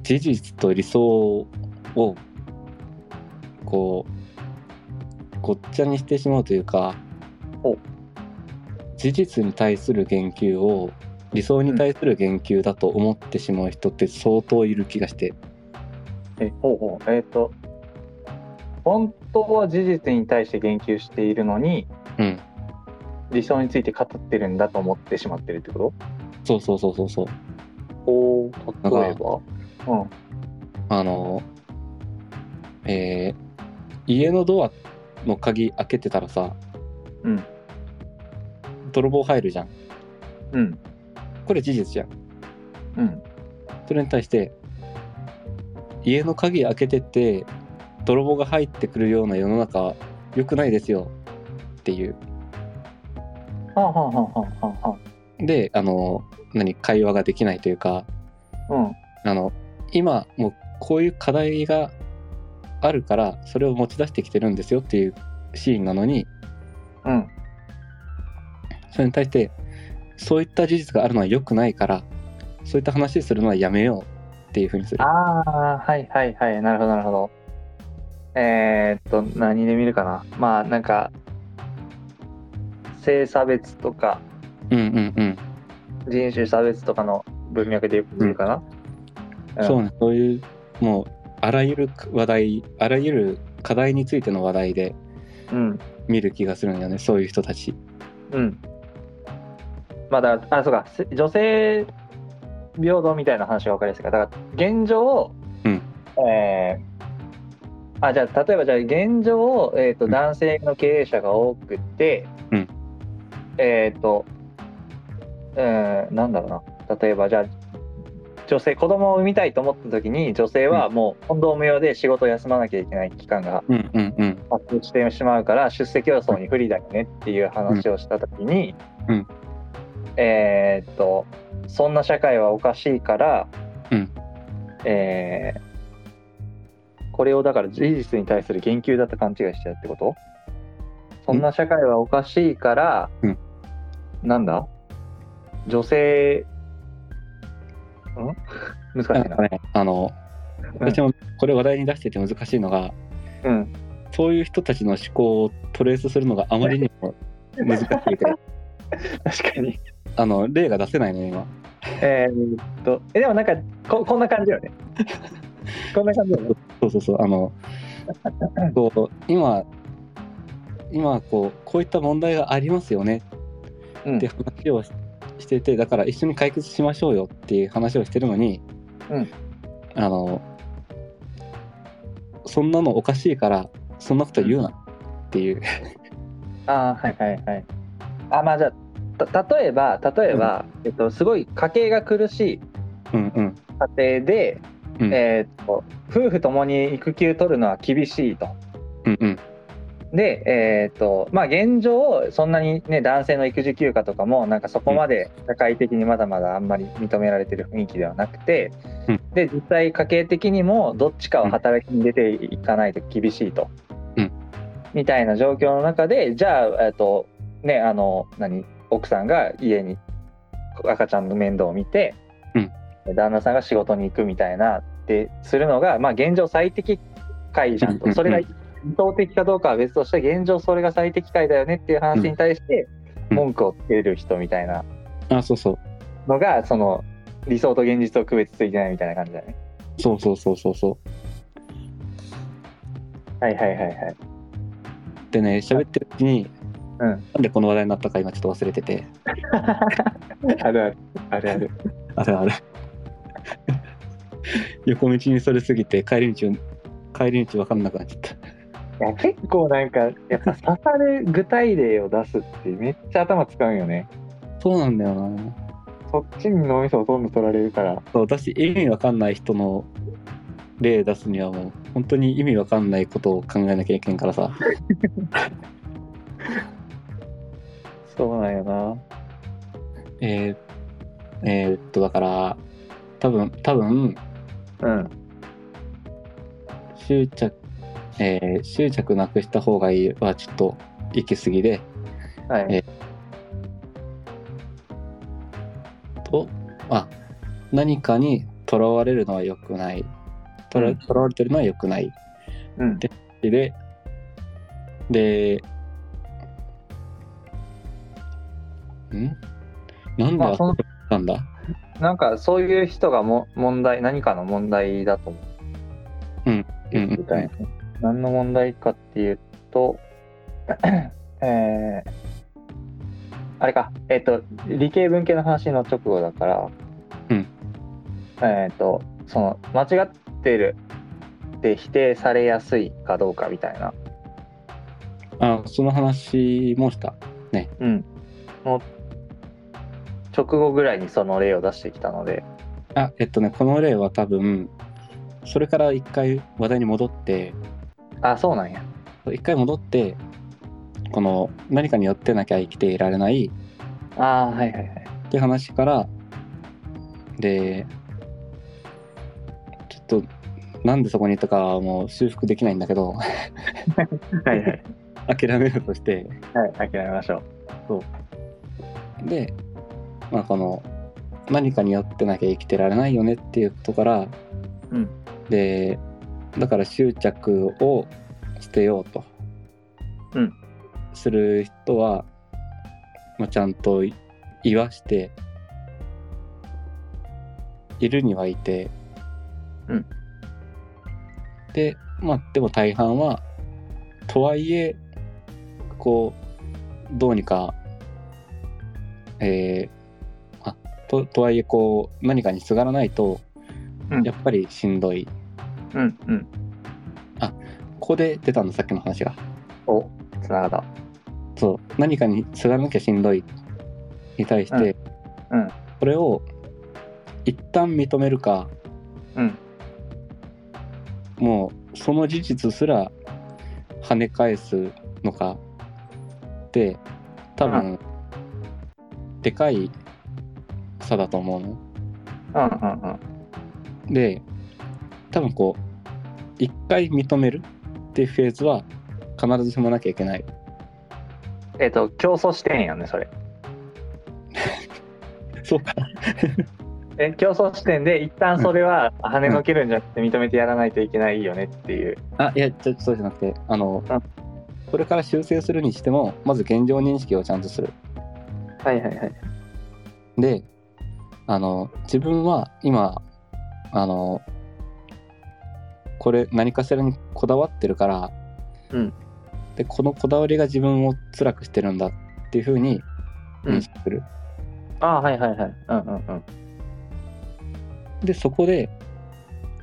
[SPEAKER 2] 事実と理想をこうごっちゃにしてしまうというか
[SPEAKER 1] お
[SPEAKER 2] 事実に対する言及を理想に対する言及だと思ってしまう人って相当いる気がして、
[SPEAKER 1] え、ほうほう。えっ、と、本当は事実に対して言及しているのに、
[SPEAKER 2] うん、
[SPEAKER 1] 理想について語ってるんだと思ってしまってるってこ
[SPEAKER 2] そうそうそうそうそう
[SPEAKER 1] とおお、例えば。うん。
[SPEAKER 2] あのえー家のドアの鍵開けてたらさ、
[SPEAKER 1] うん
[SPEAKER 2] 泥棒入るじゃん
[SPEAKER 1] うん。
[SPEAKER 2] これ事実じゃん
[SPEAKER 1] うん。
[SPEAKER 2] それに対して家の鍵開けてて泥棒が入ってくるような世の中は良くないですよっていう
[SPEAKER 1] はあ、はあはあはあはあは
[SPEAKER 2] であの何会話ができないというか
[SPEAKER 1] あ。うん。
[SPEAKER 2] あの今もうこういう課題があるからそれを持ち出してきてるんですよっていうシーンなのに
[SPEAKER 1] うん。
[SPEAKER 2] それに対してそういった事実があるのは良くないからそういった話するのはやめようっていうふうにする
[SPEAKER 1] ああ、はいはいはい、なるほどなるほど。えー、っと、何で見るかな。まあ、なんか、性差別とか
[SPEAKER 2] うんうんうん
[SPEAKER 1] 人種差別とかの文脈でよく見るかな。
[SPEAKER 2] そう
[SPEAKER 1] ね。
[SPEAKER 2] ね、そういう、もう、あらゆる話題あらゆる課題についての話題で
[SPEAKER 1] うん
[SPEAKER 2] 見る気がするんだよねそういう人たち
[SPEAKER 1] うんまあだからあそうかせ女性平等みたいな話が分かりやすいからだから現状、
[SPEAKER 2] うん
[SPEAKER 1] えーあじゃあ例えばじゃあ現状、えー、と
[SPEAKER 2] うん
[SPEAKER 1] 男性の経営者が多くて、
[SPEAKER 2] うん
[SPEAKER 1] えっ、と、えーなんだろうな例えばじゃあ女性子供を産みたいと思った時に女性はもうコンドーム用で仕事を休まなきゃいけない期間が
[SPEAKER 2] うんうんうん
[SPEAKER 1] 発生してしまうから出世競争に不利だよねっていう話をした時に、
[SPEAKER 2] うん
[SPEAKER 1] えーっとそんな社会はおかしいから、
[SPEAKER 2] うん
[SPEAKER 1] えーこれをだから事実に対する言及だと勘違いしちゃうってことそんな社会はおかしいから、
[SPEAKER 2] うん
[SPEAKER 1] なんだ女性ん難
[SPEAKER 2] なん
[SPEAKER 1] しいな
[SPEAKER 2] か。ねあ
[SPEAKER 1] う
[SPEAKER 2] の
[SPEAKER 1] ん
[SPEAKER 2] 私もこれ話題に出してて難しいのが
[SPEAKER 1] うん
[SPEAKER 2] そういう人たちの思考をトレースするのがあまりにも難しく て
[SPEAKER 1] 確かに。
[SPEAKER 2] あの例が出せないのよ今
[SPEAKER 1] えーっとえでもなんかここんな感じ よね。こんな感じよね。
[SPEAKER 2] そうそうそうあ のこう今今こうこういった問題がありますよね
[SPEAKER 1] うん
[SPEAKER 2] って話をししててだから一緒に解決しましょうよっていう話をしてるのに、
[SPEAKER 1] うん
[SPEAKER 2] あのそんなのおかしいからそんなこと言うなっていう、
[SPEAKER 1] あーはいはいはい。あまあじゃあた例えば例えば、えっと、すごい家計が苦しい
[SPEAKER 2] うんうん
[SPEAKER 1] 家庭で、
[SPEAKER 2] うん
[SPEAKER 1] えーっと夫婦ともに育休取るのは厳しいと。
[SPEAKER 2] うんうん
[SPEAKER 1] でえーっとまあ、現状そんなに、ね、男性の育児休暇とかもなんかそこまで社会的にまだまだあんまり認められてる雰囲気ではなくて、
[SPEAKER 2] うん
[SPEAKER 1] で実際家計的にもどっちかを働きに出ていかないと厳しいと、
[SPEAKER 2] うん
[SPEAKER 1] みたいな状況の中でじゃあ,、えーっとね、あの何奥さんが家に赤ちゃんの面倒を見て、
[SPEAKER 2] うん
[SPEAKER 1] 旦那さんが仕事に行くみたいなってするのが、まあ、現状最適解じゃん
[SPEAKER 2] うんうんう
[SPEAKER 1] と
[SPEAKER 2] ん
[SPEAKER 1] それが理想的かどうかは別として現状それが最適解だよねっていう話に対して
[SPEAKER 2] うん
[SPEAKER 1] 文句をつける人みたいな
[SPEAKER 2] あそうそう
[SPEAKER 1] のがその理想と現実を区別ついてないみたいな感じだね。
[SPEAKER 2] そうそうそうそうそう
[SPEAKER 1] はいはいはいはい。
[SPEAKER 2] でね喋ってるうちに、
[SPEAKER 1] うん
[SPEAKER 2] なんでこの話題になったか今ちょっと忘れてて
[SPEAKER 1] あるあるあるある。
[SPEAKER 2] あれあれ 横道にそれすぎて帰り道帰り道分かんなくなっちゃった
[SPEAKER 1] いや結構なんかやっぱ刺さる具体例を出すってめっちゃ頭使うよね。
[SPEAKER 2] そうなんだよな
[SPEAKER 1] そっちに脳みそをどんどん取られるから。
[SPEAKER 2] そう私意味わかんない人の例出すにはもう本当に意味わかんないことを考えなきゃいけんからさ
[SPEAKER 1] そうなんよな。
[SPEAKER 2] えー、えーっとだから多分多分
[SPEAKER 1] うん。
[SPEAKER 2] 執着えー執着なくした方がいいはちょっと行き過ぎで
[SPEAKER 1] はい。
[SPEAKER 2] えとあ何かにとらわれるのは良くないとら
[SPEAKER 1] うん
[SPEAKER 2] とらわれてるのは良くない
[SPEAKER 1] うん。
[SPEAKER 2] ででんなんで
[SPEAKER 1] まあそ
[SPEAKER 2] 遊
[SPEAKER 1] の
[SPEAKER 2] んだんだ
[SPEAKER 1] なんかそういう人がも問題何かの問題だと思う。
[SPEAKER 2] うんうんう
[SPEAKER 1] み
[SPEAKER 2] ん
[SPEAKER 1] たいな。何の問題かっていうと、 えーあれか、えっ、と理系文系の話の直後だから、
[SPEAKER 2] うん
[SPEAKER 1] えっ、とその間違ってるって否定されやすいかどうかみたいな、
[SPEAKER 2] あその話もした
[SPEAKER 1] うん、の直後ぐらいにその例を出してきたので、
[SPEAKER 2] あえっとねこの例は多分それから一回話題に戻って
[SPEAKER 1] あそうなんや。
[SPEAKER 2] 一回戻ってこの何かによってなきゃ生きていられない
[SPEAKER 1] あーはいはいはい。
[SPEAKER 2] って話からでちょっとなんでそこにいたかはもう修復できないんだけど
[SPEAKER 1] はいはい。
[SPEAKER 2] 諦めるとして
[SPEAKER 1] はい、諦めましょう。
[SPEAKER 2] でまあこの何かによってなきゃ生きてられないよねっていうことから、
[SPEAKER 1] うん
[SPEAKER 2] でだから執着を捨てようと、
[SPEAKER 1] うん
[SPEAKER 2] する人は、まあ、ちゃんと言わしているにはいて、
[SPEAKER 1] うん
[SPEAKER 2] でまあでも大半はとはいえこうどうにかえーあととはいえこう何かにすがらないと
[SPEAKER 1] うん
[SPEAKER 2] やっぱりしんどい、
[SPEAKER 1] うんうん。
[SPEAKER 2] ここで出たのさっきの話が
[SPEAKER 1] お、つながった。
[SPEAKER 2] そう何かにすがらなきゃしんどいに対して、
[SPEAKER 1] うんうん
[SPEAKER 2] これを一旦認めるか
[SPEAKER 1] うん。
[SPEAKER 2] もうその事実すら跳ね返すのかで多分、でかい差だと思うの。
[SPEAKER 1] うんうんうん。
[SPEAKER 2] で多分こう一回認めるっていうフェーズは必ずしもなきゃいけない。
[SPEAKER 1] えっ、と、競争してんやね、それ。
[SPEAKER 2] そうか
[SPEAKER 1] え競争視点で一旦それは跳ねのけるんじゃなくて認めてやらないといけないよねっていう。
[SPEAKER 2] あいやちょそうじゃなくてあの、
[SPEAKER 1] うん
[SPEAKER 2] これから修正するにしてもまず現状認識をちゃんとする。
[SPEAKER 1] はいはいはい。
[SPEAKER 2] であの自分は今あのこれ何かしらにこだわってるから、
[SPEAKER 1] うん
[SPEAKER 2] でこのこだわりが自分を辛くしてるんだっていうふうに認識する、
[SPEAKER 1] ああはいはいはい。うんうんうん。
[SPEAKER 2] でそこで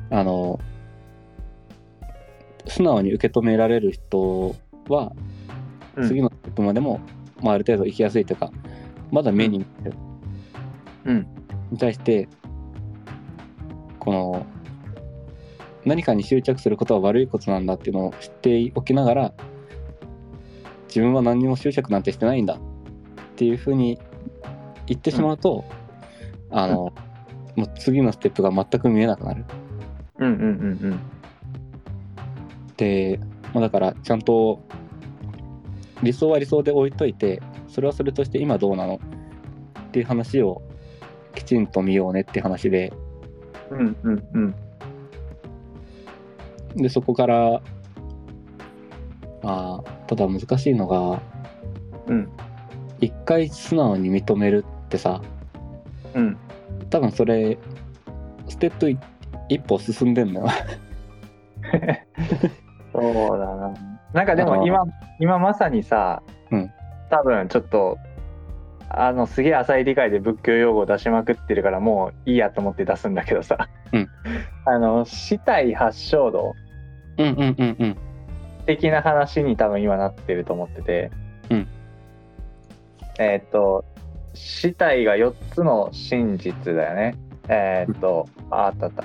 [SPEAKER 2] あの素直に受け止められる人は
[SPEAKER 1] うん
[SPEAKER 2] 次のステップまでも、まあ、ある程度行きやすいというかまだ目に見える、
[SPEAKER 1] うん
[SPEAKER 2] に対してこの何かに執着することは悪いことなんだっていうのを知っておきながら自分は何にも執着なんてしてないんだっていうふうに言ってしまうと、あの、もう次のステップが全く見えなくなる。
[SPEAKER 1] うんうんうん
[SPEAKER 2] で、まあ、だからちゃんと理想は理想で置いといてそれはそれとして今どうなのっていう話をきちんと見ようねって話で
[SPEAKER 1] うん。うんうんうん。
[SPEAKER 2] でそこからまあただ難しいのが
[SPEAKER 1] うん
[SPEAKER 2] 一回素直に認めるってさ
[SPEAKER 1] うん。
[SPEAKER 2] 多分それステップい一歩進んでんのよ。
[SPEAKER 1] そうだな。なんかでも今、今まさにさ、
[SPEAKER 2] うん
[SPEAKER 1] 多分ちょっと、あのすげえ浅い理解で仏教用語を出しまくってるからもういいやと思って出すんだけどさ、
[SPEAKER 2] うん
[SPEAKER 1] あの死体発祥道
[SPEAKER 2] うんうんうんうん。
[SPEAKER 1] 的な話に多分今なってると思ってて、
[SPEAKER 2] うん
[SPEAKER 1] えーっと死体が4つの真実だよねえーっと、ああったあった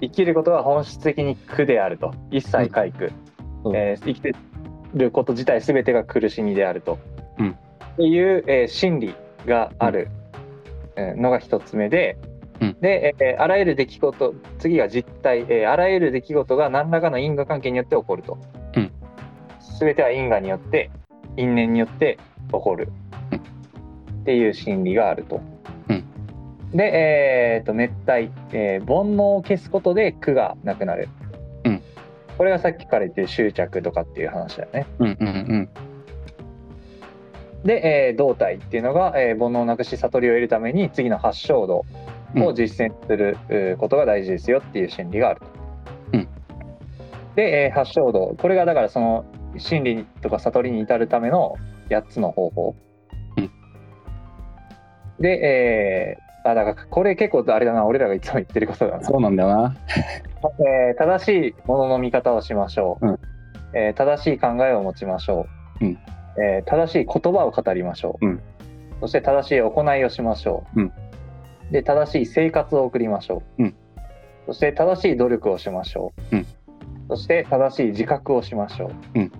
[SPEAKER 1] 生きることは本質的に苦であると一切皆苦、
[SPEAKER 2] うん
[SPEAKER 1] えー生きてること自体全てが苦しみであると、
[SPEAKER 2] うん
[SPEAKER 1] っていう、えー真理があるえーのが一つ目で、
[SPEAKER 2] うん
[SPEAKER 1] で、えーあらゆる出来事次が実態、えーあらゆる出来事が何らかの因果関係によって起こると、
[SPEAKER 2] うん
[SPEAKER 1] 全ては因果によって因縁によって起こる
[SPEAKER 2] うん
[SPEAKER 1] っていう心理があると。
[SPEAKER 2] うん
[SPEAKER 1] で、えーと熱帯、えー煩悩を消すことで苦がなくなる。
[SPEAKER 2] うん
[SPEAKER 1] これがさっきから言ってる執着とかっていう話だよね。
[SPEAKER 2] うんうんうん。
[SPEAKER 1] で、えー、胴体っていうのが、えー煩悩をなくし悟りを得るために次の発祥道を実践する、えーことが大事ですよっていう心理があると。
[SPEAKER 2] うん
[SPEAKER 1] で、えー発祥道これがだからその心理とか悟りに至るための8つの方法。
[SPEAKER 2] うん
[SPEAKER 1] で、えーあだからこれ結構あれだな俺らがいつも言ってることだな。
[SPEAKER 2] そうなんだよな。
[SPEAKER 1] えー正しいものの見方をしましょう、
[SPEAKER 2] うん
[SPEAKER 1] えー正しい考えを持ちましょう、
[SPEAKER 2] うん
[SPEAKER 1] えー正しい言葉を語りましょう、
[SPEAKER 2] うん
[SPEAKER 1] そして正しい行いをしましょう、
[SPEAKER 2] うん
[SPEAKER 1] で正しい生活を送りましょう、
[SPEAKER 2] うん
[SPEAKER 1] そして正しい努力をしましょう、
[SPEAKER 2] うん
[SPEAKER 1] そして正しい自覚をしましょう、
[SPEAKER 2] うん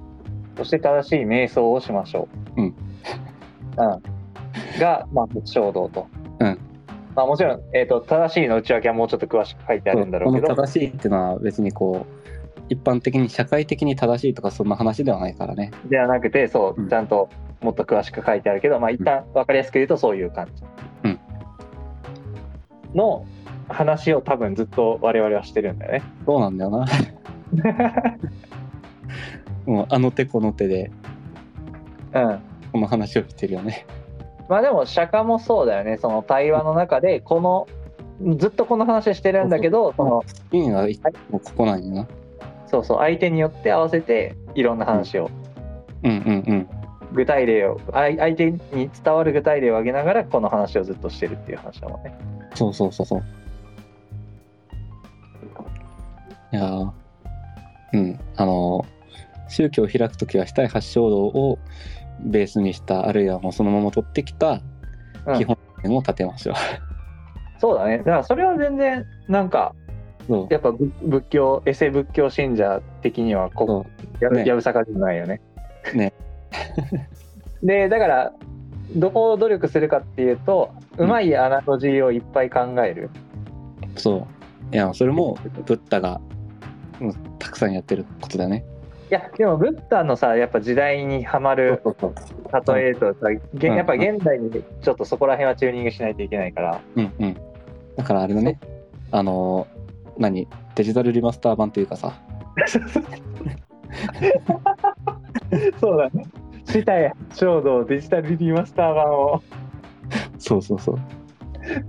[SPEAKER 1] そして正しい瞑想をしましょう、
[SPEAKER 2] うん
[SPEAKER 1] うんが、まあ、衝動と。
[SPEAKER 2] うん
[SPEAKER 1] まあ、もちろん、えー、と正しいの内訳はもうちょっと詳しく書いてあるんだろうけど、
[SPEAKER 2] そうこの正しいっていうのは別にこう一般的に社会的に正しいとかそんな話ではないからね。
[SPEAKER 1] ではなくてそう、
[SPEAKER 2] うん
[SPEAKER 1] ちゃんともっと詳しく書いてあるけどまあ一旦分かりやすく言うとそういう感じ、
[SPEAKER 2] うん
[SPEAKER 1] の話を多分ずっと我々はしてるんだよね。
[SPEAKER 2] そうなんだ よな。もうあの手この手で
[SPEAKER 1] うん
[SPEAKER 2] この話をしてるよね。
[SPEAKER 1] まあでも釈迦もそうだよねその対話の中でこのずっとこの話してるんだけどその
[SPEAKER 2] 意味が一もうここなんよな。
[SPEAKER 1] そうそう相手によって合わせていろんな話を
[SPEAKER 2] うんうんうん
[SPEAKER 1] 具体例をあい相手に伝わる具体例を挙げながらこの話をずっとしてるっていう話だもんね。
[SPEAKER 2] そうそうそうそういやーうんあの宗教を開くときは非対発衝動をベースにしたあるいはもうそのまま取ってきた
[SPEAKER 1] うん
[SPEAKER 2] 基本点を立てましょう、
[SPEAKER 1] そうだねだからそれは全然なんか
[SPEAKER 2] そう
[SPEAKER 1] やっぱ仏仏教エセ仏教信者的にはこ
[SPEAKER 2] そ
[SPEAKER 1] や
[SPEAKER 2] ね
[SPEAKER 1] やぶさかじゃないよね。
[SPEAKER 2] ね
[SPEAKER 1] でだからどこを努力するかっていうと
[SPEAKER 2] うん
[SPEAKER 1] うまいアナロジーをいっぱい考える。
[SPEAKER 2] うそういやそれもブッダがうんたくさんやってることだよね
[SPEAKER 1] いやでもブッダのさやっぱ時代にはまる
[SPEAKER 2] そうそうそう
[SPEAKER 1] 例えとさ、げ
[SPEAKER 2] うん
[SPEAKER 1] やっぱ現代にちょっとそこら辺はチューニングしないといけないから、
[SPEAKER 2] うんうんだからあれだねあの何デジタルリマスター版というかさ
[SPEAKER 1] そうだね死体衝動デジタルリマスター版を
[SPEAKER 2] そうそうそう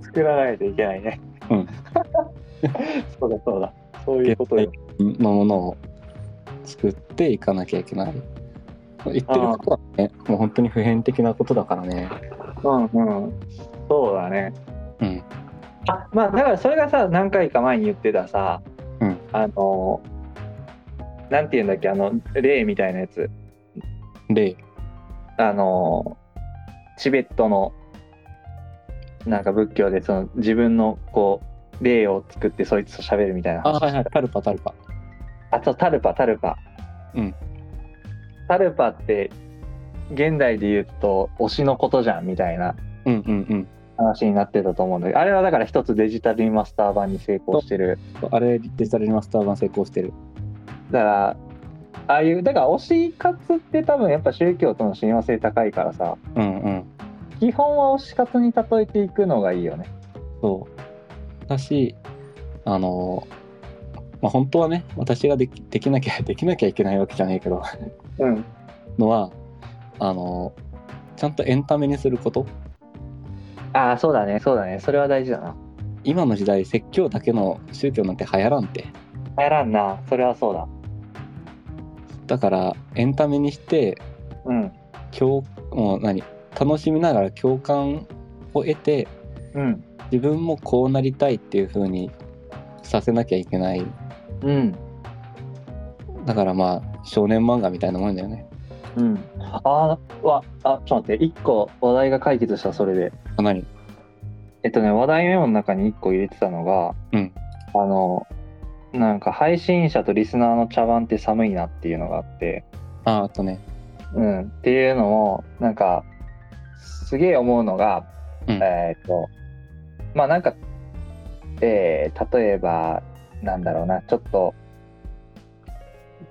[SPEAKER 1] 作らないといけないね
[SPEAKER 2] うん
[SPEAKER 1] そうだそうだそういうことよ
[SPEAKER 2] のものを作っていかなきゃいけない言ってることはねもう本当に普遍的なことだからね
[SPEAKER 1] うんうんそうだね
[SPEAKER 2] うん
[SPEAKER 1] あまあだからそれがさ何回か前に言ってたさ、
[SPEAKER 2] うん
[SPEAKER 1] あのなんていうんだっけあの例みたいなやつ
[SPEAKER 2] 例
[SPEAKER 1] あのチベットのなんか仏教でその自分のこう霊を作ってそいつと喋るみたいな
[SPEAKER 2] あ
[SPEAKER 1] 話
[SPEAKER 2] はいはいタルパタルパ
[SPEAKER 1] あとタルパタルパ、
[SPEAKER 2] うん
[SPEAKER 1] タルパって現代で言うと推しのことじゃんみたいな
[SPEAKER 2] うんうん
[SPEAKER 1] 話になってたと思うんだけどあれはだから一つデジタルリマスター版に成功してる
[SPEAKER 2] うんあれデジタルリマスター版成功してる
[SPEAKER 1] だからああいうだから推し活って多分やっぱ宗教との親和性高いからさ
[SPEAKER 2] うんうん
[SPEAKER 1] 基本は推し活に例えていくのがいいよね
[SPEAKER 2] そうだしあのまあ本当はね私ができできなきゃで きなきゃいけないわけじゃないけど
[SPEAKER 1] うん
[SPEAKER 2] のはあのちゃんとエンタメにすること
[SPEAKER 1] ああそうだねそうだねそれは大事だな
[SPEAKER 2] 今の時代説教だけの宗教なんて流行らんて
[SPEAKER 1] 流行らんなそれはそうだ
[SPEAKER 2] だからエンタメにして
[SPEAKER 1] うん
[SPEAKER 2] 共もう何楽しみながら共感を得て
[SPEAKER 1] うん
[SPEAKER 2] 自分もこうなりたいっていう風にさせなきゃいけない
[SPEAKER 1] うん
[SPEAKER 2] だからまあ少年漫画みたいなもんだよね
[SPEAKER 1] うんああわあちょっと待って1個話題が解決したそれで
[SPEAKER 2] あ何
[SPEAKER 1] えっとね話題メモの中に1個入れてたのが、
[SPEAKER 2] うん
[SPEAKER 1] あのなんか配信者とリスナーの茶番って寒いなっていうのがあって、
[SPEAKER 2] ああとね
[SPEAKER 1] うん、っていうのもなんかすげえ思うのが、
[SPEAKER 2] うん
[SPEAKER 1] えーっとまあなんか、えー例えばなんだろうなちょっと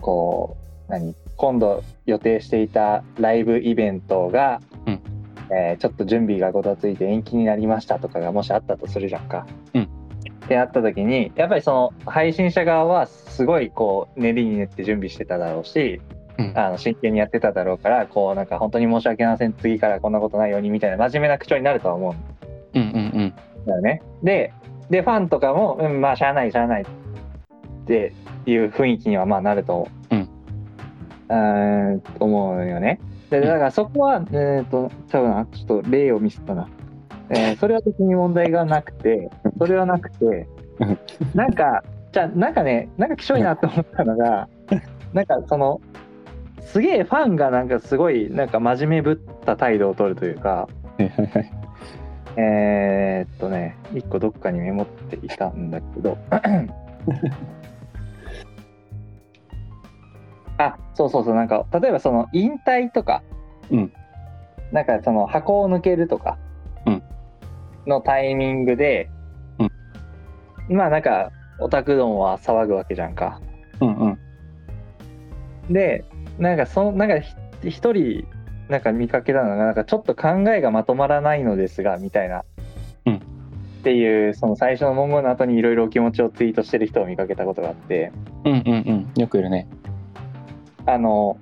[SPEAKER 1] こう何今度予定していたライブイベントが、
[SPEAKER 2] うん
[SPEAKER 1] えーちょっと準備がごたついて延期になりましたとかがもしあったとするじゃんか。
[SPEAKER 2] うん
[SPEAKER 1] ってあった時にやっぱりその配信者側はすごいこう練りに練って準備してただろうし、
[SPEAKER 2] うん
[SPEAKER 1] あの真剣にやってただろうからこうなんか本当に申し訳ありません次からこんなことないようにみたいな真面目な口調になるとは思うん
[SPEAKER 2] うんうん
[SPEAKER 1] だよね。ででファンとかも、うん、まあしゃあないしゃあないっていう雰囲気にはまあなると、
[SPEAKER 2] うん
[SPEAKER 1] うーん思うよね。でだからそこは、えっと多分なちょっと例を見せたな、えー それは別に問題がなくてそれはなくて
[SPEAKER 2] うん
[SPEAKER 1] なんかじゃあなんかねなんかきしょいなと思ったのがなんかそのすげえファンがなんかすごいなんか真面目ぶった態度を取るというか。
[SPEAKER 2] うんはいはいはい
[SPEAKER 1] えーっとね、一個どっかにメモっていたんだけ ど。あ、そうそうそう、なんか、例えばその引退とか、
[SPEAKER 2] うん
[SPEAKER 1] なんかその箱を抜けるとか
[SPEAKER 2] うん、
[SPEAKER 1] のタイミングで、
[SPEAKER 2] うん
[SPEAKER 1] まあなんか、オタクどもは騒ぐわけじゃんか。
[SPEAKER 2] うんうん
[SPEAKER 1] で、なんかその、なんかひ一人、なんか見かけたのが、なんかちょっと考えがまとまらないのですが、みたいな。
[SPEAKER 2] うん
[SPEAKER 1] っていう、その最初の文言の後にいろいろお気持ちをツイートしてる人を見かけたことがあって、
[SPEAKER 2] うんうんうんよくいるね
[SPEAKER 1] あの、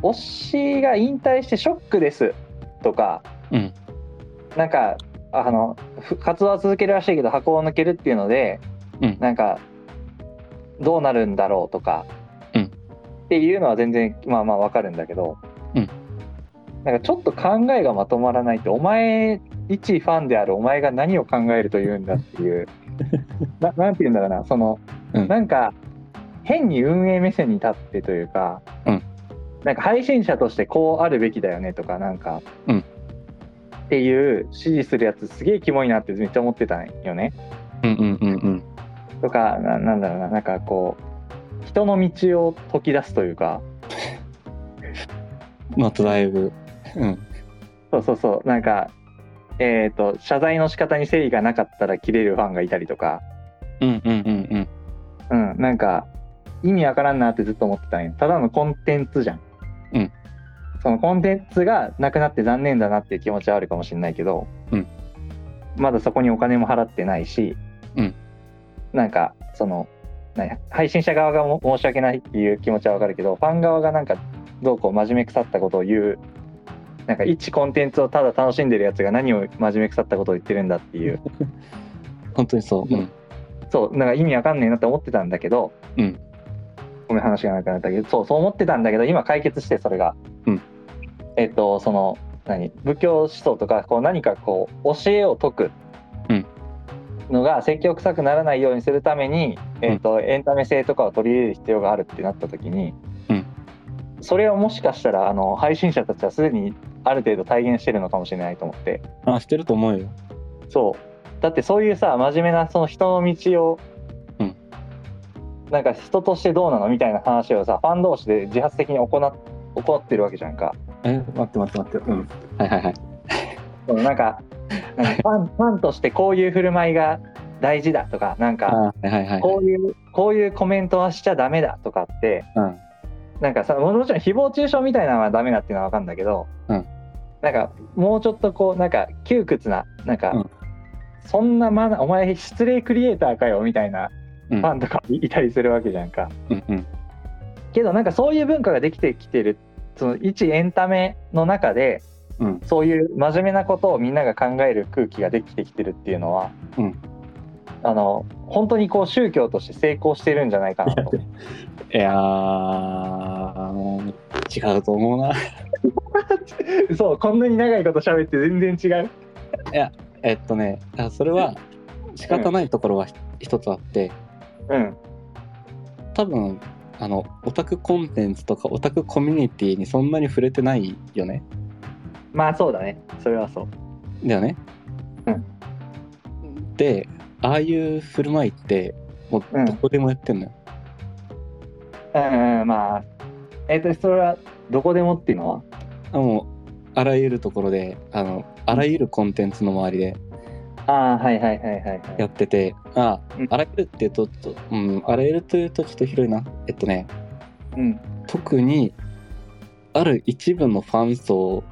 [SPEAKER 1] 推しが引退してショックですとか、
[SPEAKER 2] うん
[SPEAKER 1] なんか、あの、ふ活動は続けるらしいけど箱を抜けるっていうので、
[SPEAKER 2] うん
[SPEAKER 1] なんか、どうなるんだろうとか、っていうのは全然まあまあわかるんだけど、
[SPEAKER 2] うん
[SPEAKER 1] なんかちょっと考えがまとまらないとお前一ファンであるお前が何を考えると言うんだって いうななんて言うんだろうなその、
[SPEAKER 2] うん
[SPEAKER 1] なんか変に運営目線に立ってというか、
[SPEAKER 2] うん
[SPEAKER 1] なんか配信者としてこうあるべきだよねとかなんか、
[SPEAKER 2] うん
[SPEAKER 1] っていう指示するやつすげえキモいなってめっちゃ思ってたんよね。
[SPEAKER 2] うんうんうんうん
[SPEAKER 1] とかななんだろうななんかこう人の道を解き出すというか
[SPEAKER 2] まあだいぶうん
[SPEAKER 1] そうそうそうなんかえっ、と謝罪の仕方に誠意がなかったら切れるファンがいたりとか
[SPEAKER 2] うんうんうんうん
[SPEAKER 1] うんなんか意味わからんなってずっと思ってたんよただのコンテンツじゃん。
[SPEAKER 2] うん
[SPEAKER 1] そのコンテンツがなくなって残念だなっていう気持ちはあるかもしれないけど、
[SPEAKER 2] うん
[SPEAKER 1] まだそこにお金も払ってないし、
[SPEAKER 2] うん
[SPEAKER 1] なんかそのなんや配信者側がも申し訳ないっていう気持ちはわかるけどファン側がなんかどうこう真面目腐ったことを言うなんか一コンテンツをただ楽しんでるやつが何を真面目腐ったことを言ってるんだっていう
[SPEAKER 2] 本当にそううん
[SPEAKER 1] そうなんか意味わかんねえなって思ってたんだけど、
[SPEAKER 2] うん
[SPEAKER 1] ごめん話がなくなったけどそうそう思ってたんだけど今解決してそれが、
[SPEAKER 2] うん
[SPEAKER 1] えっとその何仏教思想とかこう何かこう教えを解く
[SPEAKER 2] うん
[SPEAKER 1] のが説教臭くならないようにするために、えっとエンタメ性とかを取り入れる必要があるってなった時に、
[SPEAKER 2] うん
[SPEAKER 1] それをもしかしたらあの配信者たちはすでにある程度体現してるのかもしれないと思って。
[SPEAKER 2] あしてると思うよ
[SPEAKER 1] そうだってそういうさ真面目なその人の道を、
[SPEAKER 2] うん
[SPEAKER 1] なんか人としてどうなのみたいな話をさファン同士で自発的に行っ行ってるわけじゃんか
[SPEAKER 2] え待って待って待ってうんはいはいはい
[SPEAKER 1] そのなんかなんかファンファンとしてこういう振る舞いが大事だとかなん
[SPEAKER 2] あ
[SPEAKER 1] か
[SPEAKER 2] はいはいはい
[SPEAKER 1] こういうこういうコメントはしちゃダメだとかって
[SPEAKER 2] うん
[SPEAKER 1] なんかさももちろん誹謗中傷みたいなのはダメだっていうのは分かるんだけど、
[SPEAKER 2] うん
[SPEAKER 1] なんかもうちょっとこうなんか窮屈ななんか、
[SPEAKER 2] うん
[SPEAKER 1] そんなマナーお前失礼クリエイターかよみたいな
[SPEAKER 2] うん
[SPEAKER 1] ファンとかいたりするわけじゃんか。
[SPEAKER 2] うんうん
[SPEAKER 1] けどなんかそういう文化ができてきてるその一エンタメの中で
[SPEAKER 2] うん
[SPEAKER 1] そういう真面目なことをみんなが考える空気ができてきてるっていうのは、
[SPEAKER 2] うん
[SPEAKER 1] あの本当にこう宗教として成功してるんじゃないかなと。
[SPEAKER 2] いやーもう違うと思うな
[SPEAKER 1] そうこんなに長いこと喋って全然違う。
[SPEAKER 2] えっとねあそれは仕方ないところはひ一つあって
[SPEAKER 1] うん
[SPEAKER 2] 多分あのオタクコンテンツとかオタクコミュニティにそんなに触れてないよね
[SPEAKER 1] まあそうだねそれはそう。
[SPEAKER 2] だよね。
[SPEAKER 1] う
[SPEAKER 2] でああいう振る舞いっても
[SPEAKER 1] う
[SPEAKER 2] うんどこでもやってんのよ。
[SPEAKER 1] うんうんまあえっ、とそれはどこでもっていうのは
[SPEAKER 2] あもうあらゆるところであのあらゆるコンテンツの周りで
[SPEAKER 1] ああはいはいはいはいはい。
[SPEAKER 2] やっててあ
[SPEAKER 1] うん
[SPEAKER 2] あらゆるっていうとちょっと、うん、あらゆるというとちょっと広いなえっとね
[SPEAKER 1] うん
[SPEAKER 2] 特にある一部のファン層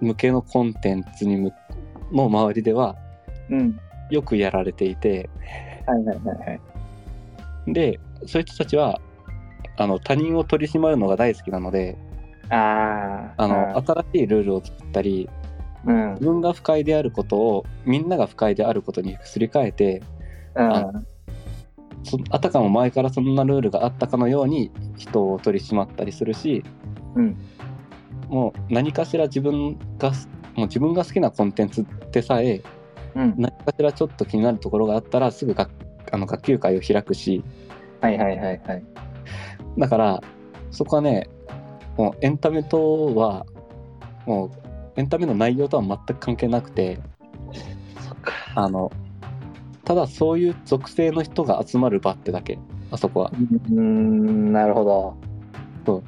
[SPEAKER 2] 向けのコンテンツにむの周りでは
[SPEAKER 1] うん
[SPEAKER 2] よくやられていて
[SPEAKER 1] はいはいはいはい。
[SPEAKER 2] でそういう人たちはあの他人を取り締まるのが大好きなので
[SPEAKER 1] ああ
[SPEAKER 2] あの新しいルールを作ったり
[SPEAKER 1] うん
[SPEAKER 2] 自分が不快であることをみんなが不快であることにすり替えて
[SPEAKER 1] うん
[SPEAKER 2] そあたかも前からそんなルールがあったかのように人を取り締まったりするし、
[SPEAKER 1] うん
[SPEAKER 2] もう何かしら自分がもう自分が好きなコンテンツってさえ
[SPEAKER 1] うん
[SPEAKER 2] 何かしらちょっと気になるところがあったらすぐ学あの学級会を開くし
[SPEAKER 1] はいはいはいはい。
[SPEAKER 2] だからそこはねもうエンタメとはもうエンタメの内容とは全く関係なくて
[SPEAKER 1] そっか。
[SPEAKER 2] あのただそういう属性の人が集まる場ってだけあそこは
[SPEAKER 1] うん、なるほど。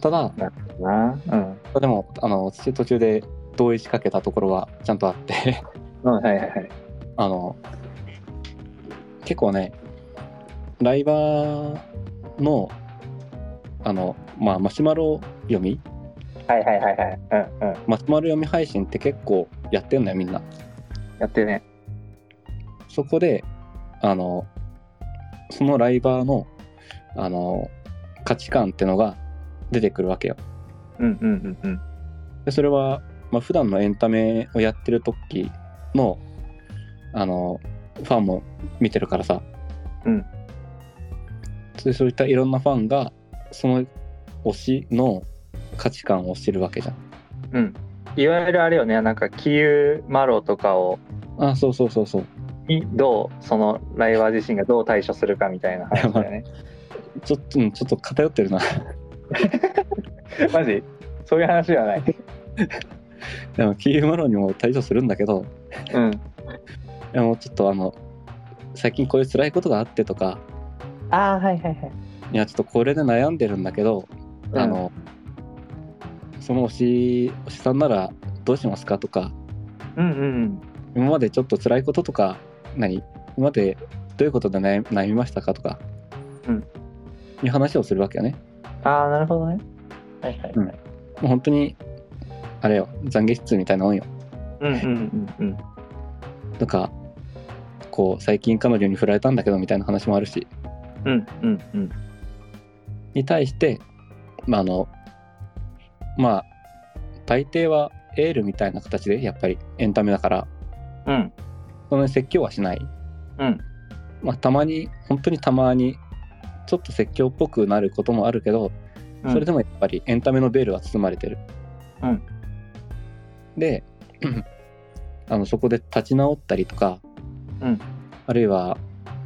[SPEAKER 2] ただ
[SPEAKER 1] な。うん。
[SPEAKER 2] でもあの途中で同意しかけたところはちゃんとあって
[SPEAKER 1] うん、はいはいはい。
[SPEAKER 2] あの結構ねライバーのあの、まあ、マシュマロ読み
[SPEAKER 1] はいはいはいはい。うんうん。
[SPEAKER 2] マシュマロ読み配信って結構やってんのよみんな
[SPEAKER 1] やってるね。
[SPEAKER 2] そこであのそのライバーのあの価値観ってのが出てくるわけよ
[SPEAKER 1] うんうんうんうん。
[SPEAKER 2] でそれは、まあ普段のエンタメをやってる時のあのファンも見てるからさ、
[SPEAKER 1] うん
[SPEAKER 2] でそういったいろんなファンがその推しの価値観を知るわけじゃん。
[SPEAKER 1] うん。いわゆるあれよね、なんか、キユマロとかを、
[SPEAKER 2] あそうそうそうそう
[SPEAKER 1] にどう、そのライバー自身がどう対処するかみたいな話だよね。
[SPEAKER 2] ちょっとうんちょっと偏ってるな
[SPEAKER 1] マジそういう話ではない。
[SPEAKER 2] でもキーマロにも対処するんだけど
[SPEAKER 1] うん。
[SPEAKER 2] でもちょっとあの最近こういう辛いことがあってとか
[SPEAKER 1] ああ、はいはいはい。
[SPEAKER 2] いやちょっとこれで悩んでるんだけど、
[SPEAKER 1] うん
[SPEAKER 2] あのその推し推しさんならどうしますかとか
[SPEAKER 1] うんうん
[SPEAKER 2] 今までちょっと辛いこととか何今までどういうことで悩み悩みましたかとか、
[SPEAKER 1] うん
[SPEAKER 2] いう話をするわけよね。
[SPEAKER 1] うん。ああ、なるほどね。はいはいはい。
[SPEAKER 2] もう本当にあれよ懺悔室みたいなもんよ。
[SPEAKER 1] うんうんうんうん。
[SPEAKER 2] とかこう最近彼女に振られたんだけどみたいな話もあるし
[SPEAKER 1] うんうんうん。
[SPEAKER 2] に対してまああのまあ大抵はエールみたいな形でやっぱりエンタメだから
[SPEAKER 1] うん
[SPEAKER 2] そんなに説教はしない、
[SPEAKER 1] うん
[SPEAKER 2] まあ、たまに本当にたまにちょっと説教っぽくなることもあるけど、
[SPEAKER 1] うん。
[SPEAKER 2] それでもやっぱりエンタメのベールは包まれてる。
[SPEAKER 1] うん
[SPEAKER 2] で あのそこで立ち直ったりとか、
[SPEAKER 1] うん
[SPEAKER 2] あるいは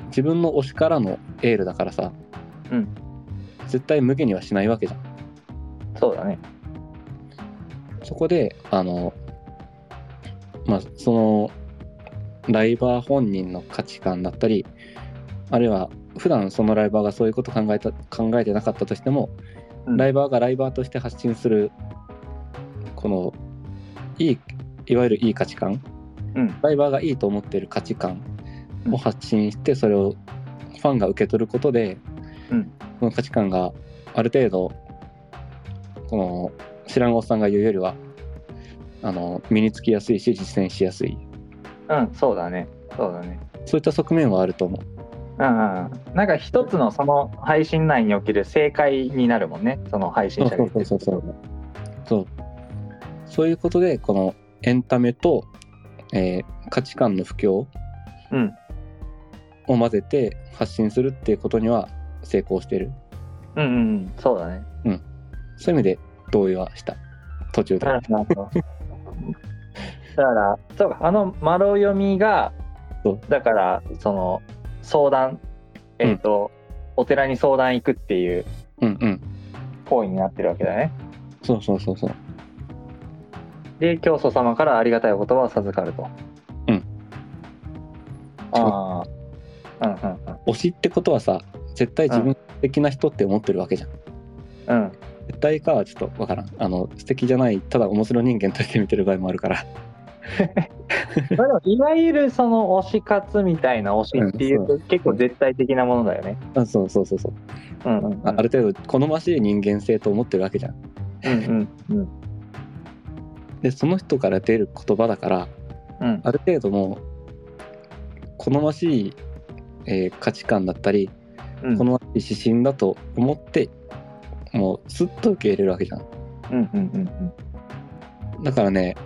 [SPEAKER 2] 自分の推しからのエールだからさ、
[SPEAKER 1] うん
[SPEAKER 2] 絶対無下にはしないわけじゃん。
[SPEAKER 1] そうだね。
[SPEAKER 2] そこであの、まあ、そのライバー本人の価値観だったりあるいは普段そのライバーがそういうこと考えた考えてなかったとしても
[SPEAKER 1] うん
[SPEAKER 2] ライバーがライバーとして発信するこのいいいわゆるいい価値観
[SPEAKER 1] うん
[SPEAKER 2] ライバーがいいと思っている価値観を発信してそれをファンが受け取ることで、
[SPEAKER 1] うん
[SPEAKER 2] その価値観がある程度この知らんおっさんが言うよりはあの身につきやすいし実践しやすい
[SPEAKER 1] うん、そうだね。そうだね。
[SPEAKER 2] そういった側面はあると思う。
[SPEAKER 1] うんうんうん。なんか一つのその配信内における正解になるもんね。その配信者が言ってる
[SPEAKER 2] そうそうそうそうそういうことでこのエンタメと、えー価値観の不況を
[SPEAKER 1] うん
[SPEAKER 2] 混ぜて発信するっていうことには成功してる
[SPEAKER 1] うんうんうん。そうだね。
[SPEAKER 2] そういう意味で同意はした途中で
[SPEAKER 1] なるほどなるほど。だから、そうか、あの丸読みが
[SPEAKER 2] そう、
[SPEAKER 1] だから、その、相談、えっ、と、お寺に相談行くっていう
[SPEAKER 2] うんうん
[SPEAKER 1] 行為になってるわけだね。
[SPEAKER 2] そうそうそうそう
[SPEAKER 1] で、教祖様からありがたいお言葉を授かると。
[SPEAKER 2] うん。
[SPEAKER 1] ああ。うんうんうん。
[SPEAKER 2] 推しってことはさ絶対自分的な人って思ってるわけじゃん、
[SPEAKER 1] うん、
[SPEAKER 2] 絶対かはちょっとわからんあの素敵じゃないただ面白い人間として見てる場合もあるから
[SPEAKER 1] まあでもいわゆるその推し活みたいな推しっていう
[SPEAKER 2] うんそ
[SPEAKER 1] と結構絶対的なものだよね。
[SPEAKER 2] あそうそうそうそう
[SPEAKER 1] うんうんうん
[SPEAKER 2] あある程度好ましい人間性と思ってるわけじゃん
[SPEAKER 1] うんうんうん
[SPEAKER 2] でその人から出る言葉だから
[SPEAKER 1] うん
[SPEAKER 2] ある程度もう好ましい、えー価値観だったり
[SPEAKER 1] うん
[SPEAKER 2] 好ましい指針だと思ってもうスッと受け入れるわけじゃん
[SPEAKER 1] うんうんうん
[SPEAKER 2] だからね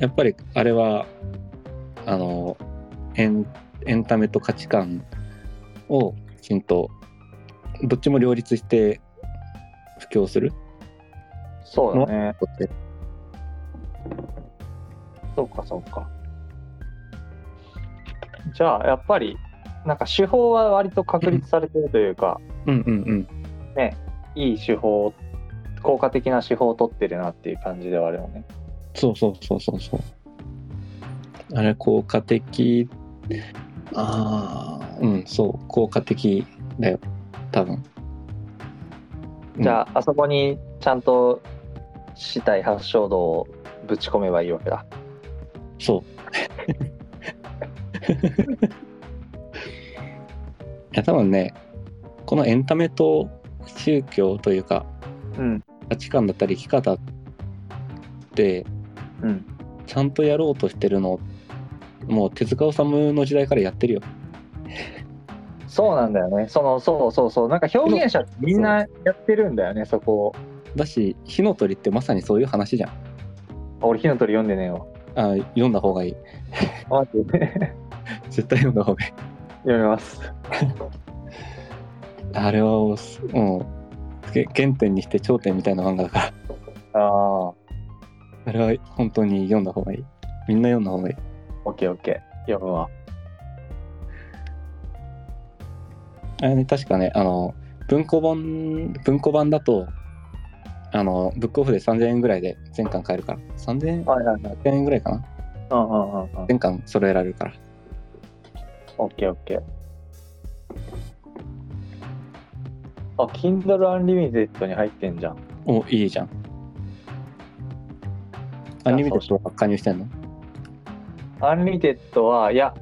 [SPEAKER 2] やっぱりあれはあのエンエンタメと価値観をきちんとどっちも両立して布教する
[SPEAKER 1] そうだね。
[SPEAKER 2] ことで
[SPEAKER 1] そうかそうか。じゃあやっぱりなんか手法は割と確立されてるというか、
[SPEAKER 2] うんうんうん
[SPEAKER 1] いい手法効果的な手法を取ってるなっていう感じではあるよね。
[SPEAKER 2] そうそうそうそうそう。あれ効果的ああうんそう効果的だよ多分。
[SPEAKER 1] じゃあ、あそこにちゃんと死体発症度をぶち込めばいいわけだ。
[SPEAKER 2] うんそう。いや多分ねこのエンタメと宗教というか
[SPEAKER 1] うん
[SPEAKER 2] 価値観だったり生き方って
[SPEAKER 1] うん。
[SPEAKER 2] ちゃんとやろうとしてるのもう手塚治虫の時代からやってるよ。
[SPEAKER 1] そうなんだよね。そのそうそうそう。なんか表現者ってみんなやってるんだよね、そこを。
[SPEAKER 2] だし火の鳥ってまさにそういう話じゃん。
[SPEAKER 1] 俺、火の鳥読んでねえわ。
[SPEAKER 2] あ読んだ方がいい
[SPEAKER 1] あ待って
[SPEAKER 2] 絶対読んだ方がいい
[SPEAKER 1] 読みます。
[SPEAKER 2] あれはもうすもうげ原点にして頂点みたいな漫画だから
[SPEAKER 1] ああ、
[SPEAKER 2] あれは本当に読んだ方がいいみんな読んだ方がいい
[SPEAKER 1] オッケーオッケー。読むわ。
[SPEAKER 2] あれね確かねあの文庫本文庫版だとあのブックオフで3000円ぐらいで全巻買えるから3000円
[SPEAKER 1] はいはいはい。
[SPEAKER 2] 100円ぐらいかな
[SPEAKER 1] うんうんうんうん。
[SPEAKER 2] 全巻揃えられるから
[SPEAKER 1] オッケーオッケー。あ、Kindle Unlimited に入ってんじゃん。
[SPEAKER 2] おいいじゃんアニメテッドは加入してんの
[SPEAKER 1] Unlimited は、いや、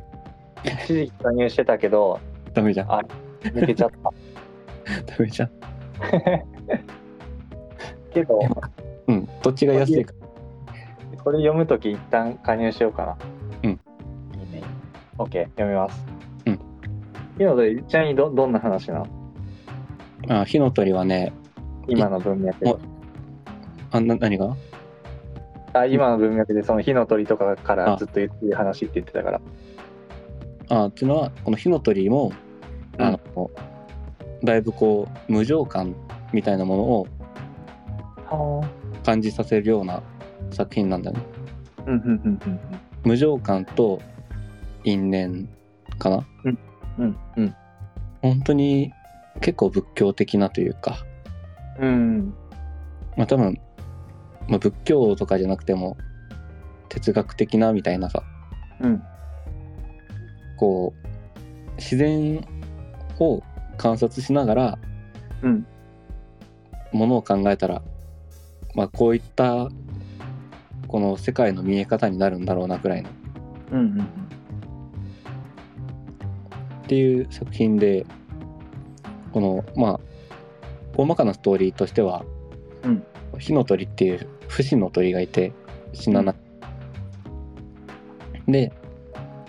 [SPEAKER 1] 一時期加入してたけど、
[SPEAKER 2] ダメじゃん
[SPEAKER 1] あ
[SPEAKER 2] ダ
[SPEAKER 1] 抜けちゃった。
[SPEAKER 2] メじゃん
[SPEAKER 1] けど、
[SPEAKER 2] うんどっちが安いか
[SPEAKER 1] これ読むとき一旦加入しようかな。
[SPEAKER 2] うん
[SPEAKER 1] いいね。OK、読みます。
[SPEAKER 2] うん。
[SPEAKER 1] 今ので、ちなみにどどんな話なの
[SPEAKER 2] あ火の鳥はね
[SPEAKER 1] 今の文脈で
[SPEAKER 2] お。あんな何が
[SPEAKER 1] あ、今の文脈で、その火の鳥とかからずっと言ってる話って言ってたから。
[SPEAKER 2] あっていうのはこの火の鳥も
[SPEAKER 1] うん
[SPEAKER 2] あの、だいぶこう無情感みたいなものを
[SPEAKER 1] は
[SPEAKER 2] 感じさせるような作品なんだよね
[SPEAKER 1] あ。うんうんうんうんうん。
[SPEAKER 2] 無情感と因縁かな
[SPEAKER 1] うんうん
[SPEAKER 2] 本当に結構仏教的なというか
[SPEAKER 1] うん
[SPEAKER 2] まあ多分、まあ、仏教とかじゃなくても哲学的なみたいなさ
[SPEAKER 1] うん
[SPEAKER 2] こう自然を観察しながら
[SPEAKER 1] うん
[SPEAKER 2] ものを考えたら、まあ、こういったこの世界の見え方になるんだろうなぐらいのっ
[SPEAKER 1] うんうん
[SPEAKER 2] ていう作品でこのまあ大まかなストーリーとしては、
[SPEAKER 1] うん
[SPEAKER 2] 火の鳥っていう不死の鳥がいて死なない、で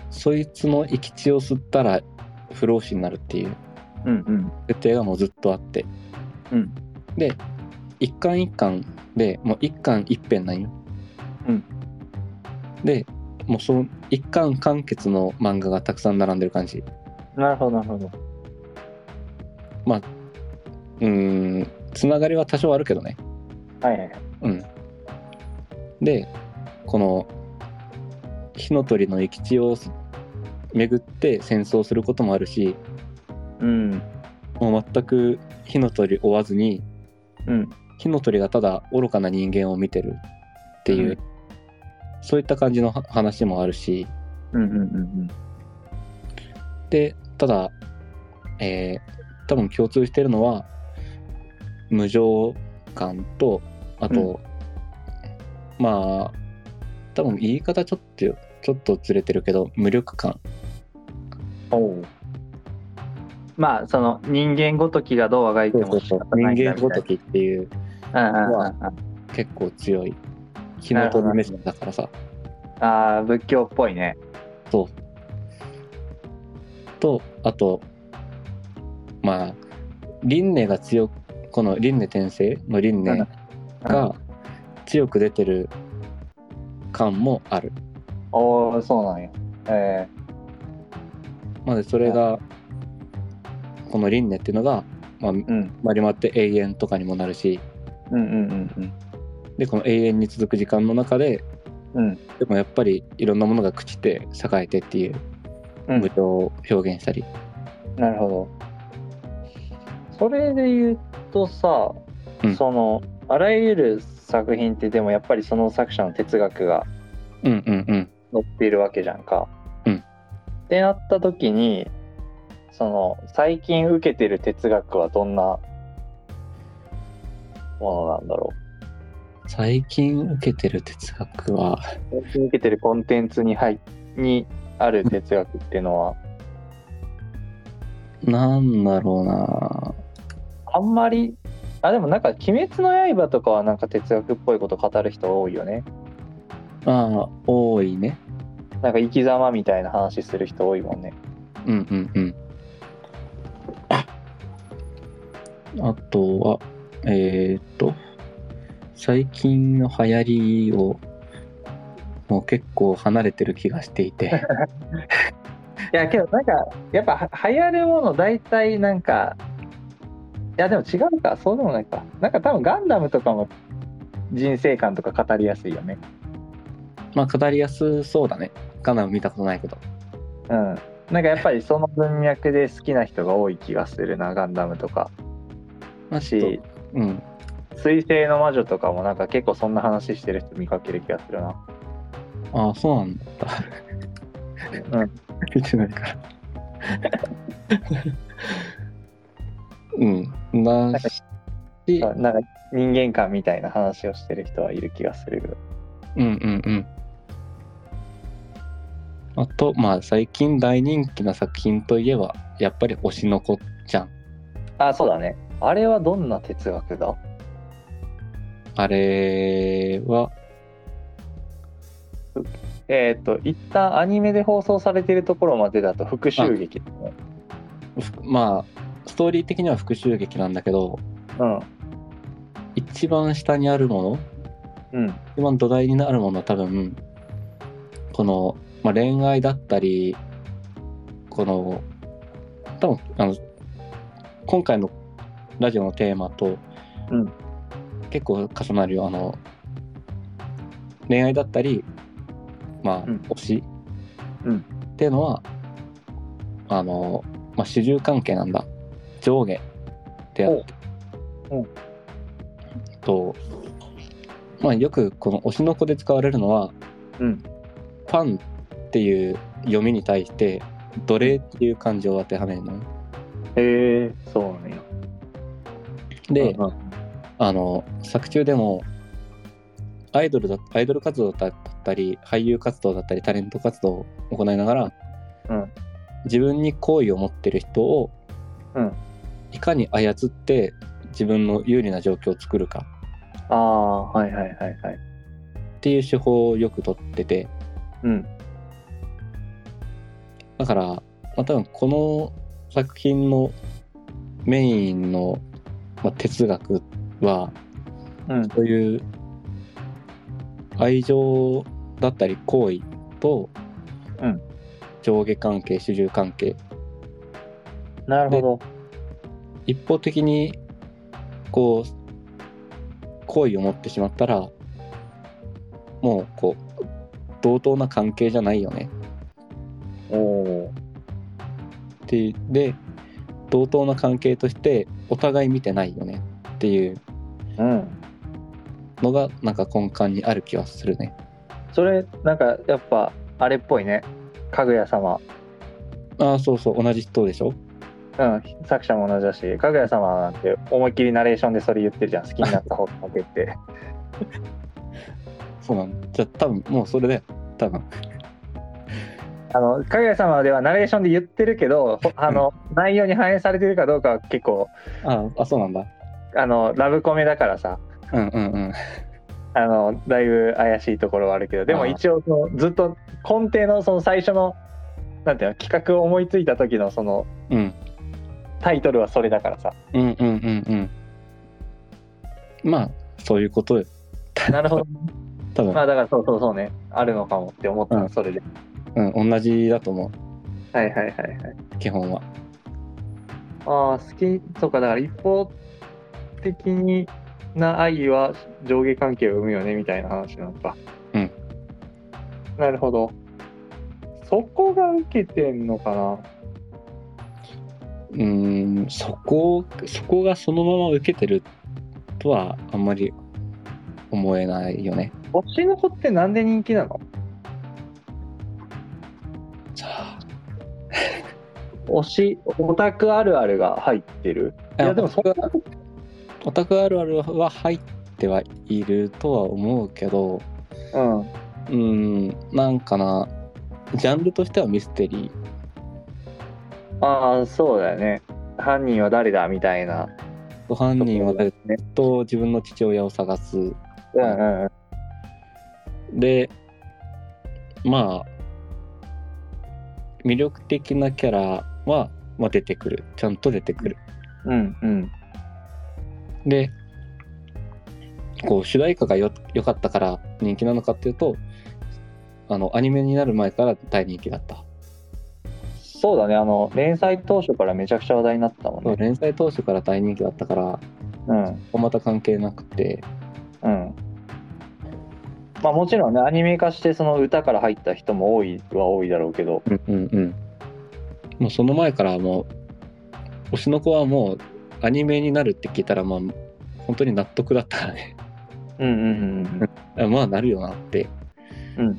[SPEAKER 2] そいつの生き血を吸ったら不老死になるっていう
[SPEAKER 1] うんうん
[SPEAKER 2] 設定がもうずっとあって
[SPEAKER 1] うん
[SPEAKER 2] で一巻一巻でもう一巻一編なんよ。
[SPEAKER 1] うん
[SPEAKER 2] でもうその一巻完結の漫画がたくさん並んでる感じ。
[SPEAKER 1] なるほどなるほど
[SPEAKER 2] うーんつながりは多少あるけどね。
[SPEAKER 1] はいはいはい
[SPEAKER 2] うん、でこの火の鳥の生き地を巡って戦争することもあるし
[SPEAKER 1] うん
[SPEAKER 2] もう全く火の鳥追わずに
[SPEAKER 1] うん
[SPEAKER 2] 火の鳥がただ愚かな人間を見てるってい
[SPEAKER 1] う
[SPEAKER 2] う、
[SPEAKER 1] ん
[SPEAKER 2] そういった感じのは話もあるし
[SPEAKER 1] うんうんうん
[SPEAKER 2] でただえー多分共通してるのは無情感とあと、まあ多分言い方ちょっとちょっとずれてるけど無力感
[SPEAKER 1] おおまあその人間ごときがどうあがいても仕
[SPEAKER 2] 人
[SPEAKER 1] 方ないんだ
[SPEAKER 2] 間ごときっていう
[SPEAKER 1] みたいなうんうんうんうん
[SPEAKER 2] 結構強い火の鳥目線だからさ
[SPEAKER 1] ああ仏教っぽいね
[SPEAKER 2] とあとまあ輪廻が強くこの輪廻転生の輪廻が強く出てる感もある。
[SPEAKER 1] おおそうなんやえ
[SPEAKER 2] まあでそれがこの輪廻っていうのが、まあ、
[SPEAKER 1] えうん
[SPEAKER 2] 丸まって永遠とかにもなるし
[SPEAKER 1] うんうんうん
[SPEAKER 2] でこの永遠に続く時間の中で
[SPEAKER 1] うんうん
[SPEAKER 2] でもやっぱりいろんなものが朽ちて栄えてっていう
[SPEAKER 1] うん
[SPEAKER 2] 無常を表現したり、
[SPEAKER 1] なるほどそれで言うとさ、
[SPEAKER 2] うん
[SPEAKER 1] そのあらゆる作品ってでもやっぱりその作者の哲学が
[SPEAKER 2] うん、うんうん
[SPEAKER 1] 載っているわけじゃんか。
[SPEAKER 2] うん
[SPEAKER 1] ってなった時にその最近受けてる哲学はどんなものなんだろ
[SPEAKER 2] 最近受けてる哲学は
[SPEAKER 1] う最近受けてるコンテンツに入にある哲学っていうのは
[SPEAKER 2] なんだろうな
[SPEAKER 1] あんまりあでもなんか「鬼滅の刃」とかはなんか哲学っぽいこと語る人多いよね。
[SPEAKER 2] ああ多いね
[SPEAKER 1] なんか生き様みたいな話する人多いもんね。
[SPEAKER 2] うんうんうんあとはえーっと最近の流行りをもう結構離れてる気がしてい て
[SPEAKER 1] いやけどなんかやっぱは流行るもの大体なんかやでも違うかそうでもないかなんか多分ガンダムとかも人生観とか語りやすいよね
[SPEAKER 2] まあ語りやすそうだねガンダム見たことないけど
[SPEAKER 1] うんなんかやっぱりその文脈で好きな人が多い気がするなガンダムとか
[SPEAKER 2] まあちょっ
[SPEAKER 1] し
[SPEAKER 2] とうん
[SPEAKER 1] 水星の魔女とかもなんか結構そんな話してる人見かける気がするな
[SPEAKER 2] ああそうなんだ見てないからうんなし
[SPEAKER 1] うんなんか人間観みたいな話をしてる人はいる気がするけど
[SPEAKER 2] うんうんうん。あと、まあ、最近大人気な作品といえば、やっぱり推しの子ちゃん。
[SPEAKER 1] あそうだねあれはどんな哲学だ
[SPEAKER 2] あれは、
[SPEAKER 1] えっ、と一旦アニメで放送されてるところまでだと復讐劇だね
[SPEAKER 2] ふまあ、ストーリー的には復讐劇なんだけど、
[SPEAKER 1] うん
[SPEAKER 2] 一番下にあるもの、
[SPEAKER 1] うん
[SPEAKER 2] 一番土台になるものは多分、この、まあ、恋愛だったり、この、多分、あの、今回のラジオのテーマと、
[SPEAKER 1] うん
[SPEAKER 2] 結構重なるよ。あの、恋愛だったり、まあ、
[SPEAKER 1] うん
[SPEAKER 2] 推し、
[SPEAKER 1] うん
[SPEAKER 2] っていうのは、あの、まあ、主従関係なんだ。上下であって。
[SPEAKER 1] おう
[SPEAKER 2] と、まあ、よくこの推しの子で使われるのは、
[SPEAKER 1] うん
[SPEAKER 2] ファンっていう読みに対して奴隷っていう漢字を当てはめるのね。
[SPEAKER 1] へえそうなんや
[SPEAKER 2] で、
[SPEAKER 1] うんうん
[SPEAKER 2] あの作中でもアイドルだアイドル活動だったり俳優活動だったりタレント活動を行いながら、
[SPEAKER 1] うん
[SPEAKER 2] 自分に好意を持ってる人を、
[SPEAKER 1] うん
[SPEAKER 2] いかに操って自分の有利な状況を作るか
[SPEAKER 1] ああはいはいはいはい
[SPEAKER 2] っていう手法をよくとってて
[SPEAKER 1] うん
[SPEAKER 2] だから、まあ、多分この作品のメインの、まあ、哲学は
[SPEAKER 1] うん
[SPEAKER 2] そういう愛情だったり行為と、
[SPEAKER 1] うん
[SPEAKER 2] 上下関係主従関係
[SPEAKER 1] なるほど
[SPEAKER 2] 一方的にこう好意を持ってしまったらもうこう同等な関係じゃないよね
[SPEAKER 1] おお
[SPEAKER 2] ってで同等な関係としてお互い見てないよねっていう
[SPEAKER 1] ーうん
[SPEAKER 2] のがなんか根幹にある気はするね。
[SPEAKER 1] それなんかやっぱあれっぽいねかぐや様
[SPEAKER 2] ああそうそう同じ人でしょ
[SPEAKER 1] うん作者も同じだしかぐや様なんて思いっきりナレーションでそれ言ってるじゃん好きになった方が負けって
[SPEAKER 2] そうなんじゃあ多分もうそれだよ多分
[SPEAKER 1] あのかぐや様ではナレーションで言ってるけどほあの内容に反映されてるかどうかは結構
[SPEAKER 2] ああそうなんだ
[SPEAKER 1] あのラブコメだからさ
[SPEAKER 2] うんうんうん
[SPEAKER 1] あのだいぶ怪しいところはあるけどでも
[SPEAKER 2] あー
[SPEAKER 1] 一応そのずっと根底のその最初のなんていうの企画を思いついた時のその
[SPEAKER 2] うん
[SPEAKER 1] タイトルはそれだからさ
[SPEAKER 2] うんうんうんうんまあそういうことよ
[SPEAKER 1] なるほど
[SPEAKER 2] 多 分、
[SPEAKER 1] まあだからそうそうそうねあるのかもって思ったのそれで、
[SPEAKER 2] うん、同じだと思
[SPEAKER 1] はいはいはいはいう
[SPEAKER 2] 基本は
[SPEAKER 1] ああ好きそうかだから一方的にな愛は上下関係を生むよねみたいな話なのか
[SPEAKER 2] うん
[SPEAKER 1] なるほどそこが受けてんのかな
[SPEAKER 2] うーんそこそこがそのまま受けてるとはあんまり思えないよね
[SPEAKER 1] 星の子ってなんで人気なの
[SPEAKER 2] さあ
[SPEAKER 1] 推しオタクあるあるが入ってるいやでもそんなこと
[SPEAKER 2] オタクあるあるは入ってはいるとは思うけど
[SPEAKER 1] うん
[SPEAKER 2] うーんなんかなジャンルとしてはミステリー
[SPEAKER 1] ああそうだよね犯人は誰だみたいな
[SPEAKER 2] ご犯人は
[SPEAKER 1] ところ
[SPEAKER 2] 誰
[SPEAKER 1] だね
[SPEAKER 2] と自分の父親を探す
[SPEAKER 1] うんうんうん
[SPEAKER 2] でまあ魅力的なキャラは、まあ、出てくるちゃんと出てくる
[SPEAKER 1] うんうん
[SPEAKER 2] でこう主題歌がよ良かったから人気なのかっていうとあのアニメになる前から大人気だった
[SPEAKER 1] そうだねあの連載当初からめちゃくちゃ話題になったもん
[SPEAKER 2] そう
[SPEAKER 1] ね
[SPEAKER 2] 連載当初から大人気だったから
[SPEAKER 1] うん
[SPEAKER 2] また関係なくて
[SPEAKER 1] うんまあもちろんねアニメ化してその歌から入った人も多いは多いだろうけど
[SPEAKER 2] うんうんうんもうその前からもう推しの子はもうアニメになるって聞いたらまあ本当に納得だったからね
[SPEAKER 1] うんうんうん
[SPEAKER 2] あまあなるよなって、
[SPEAKER 1] うん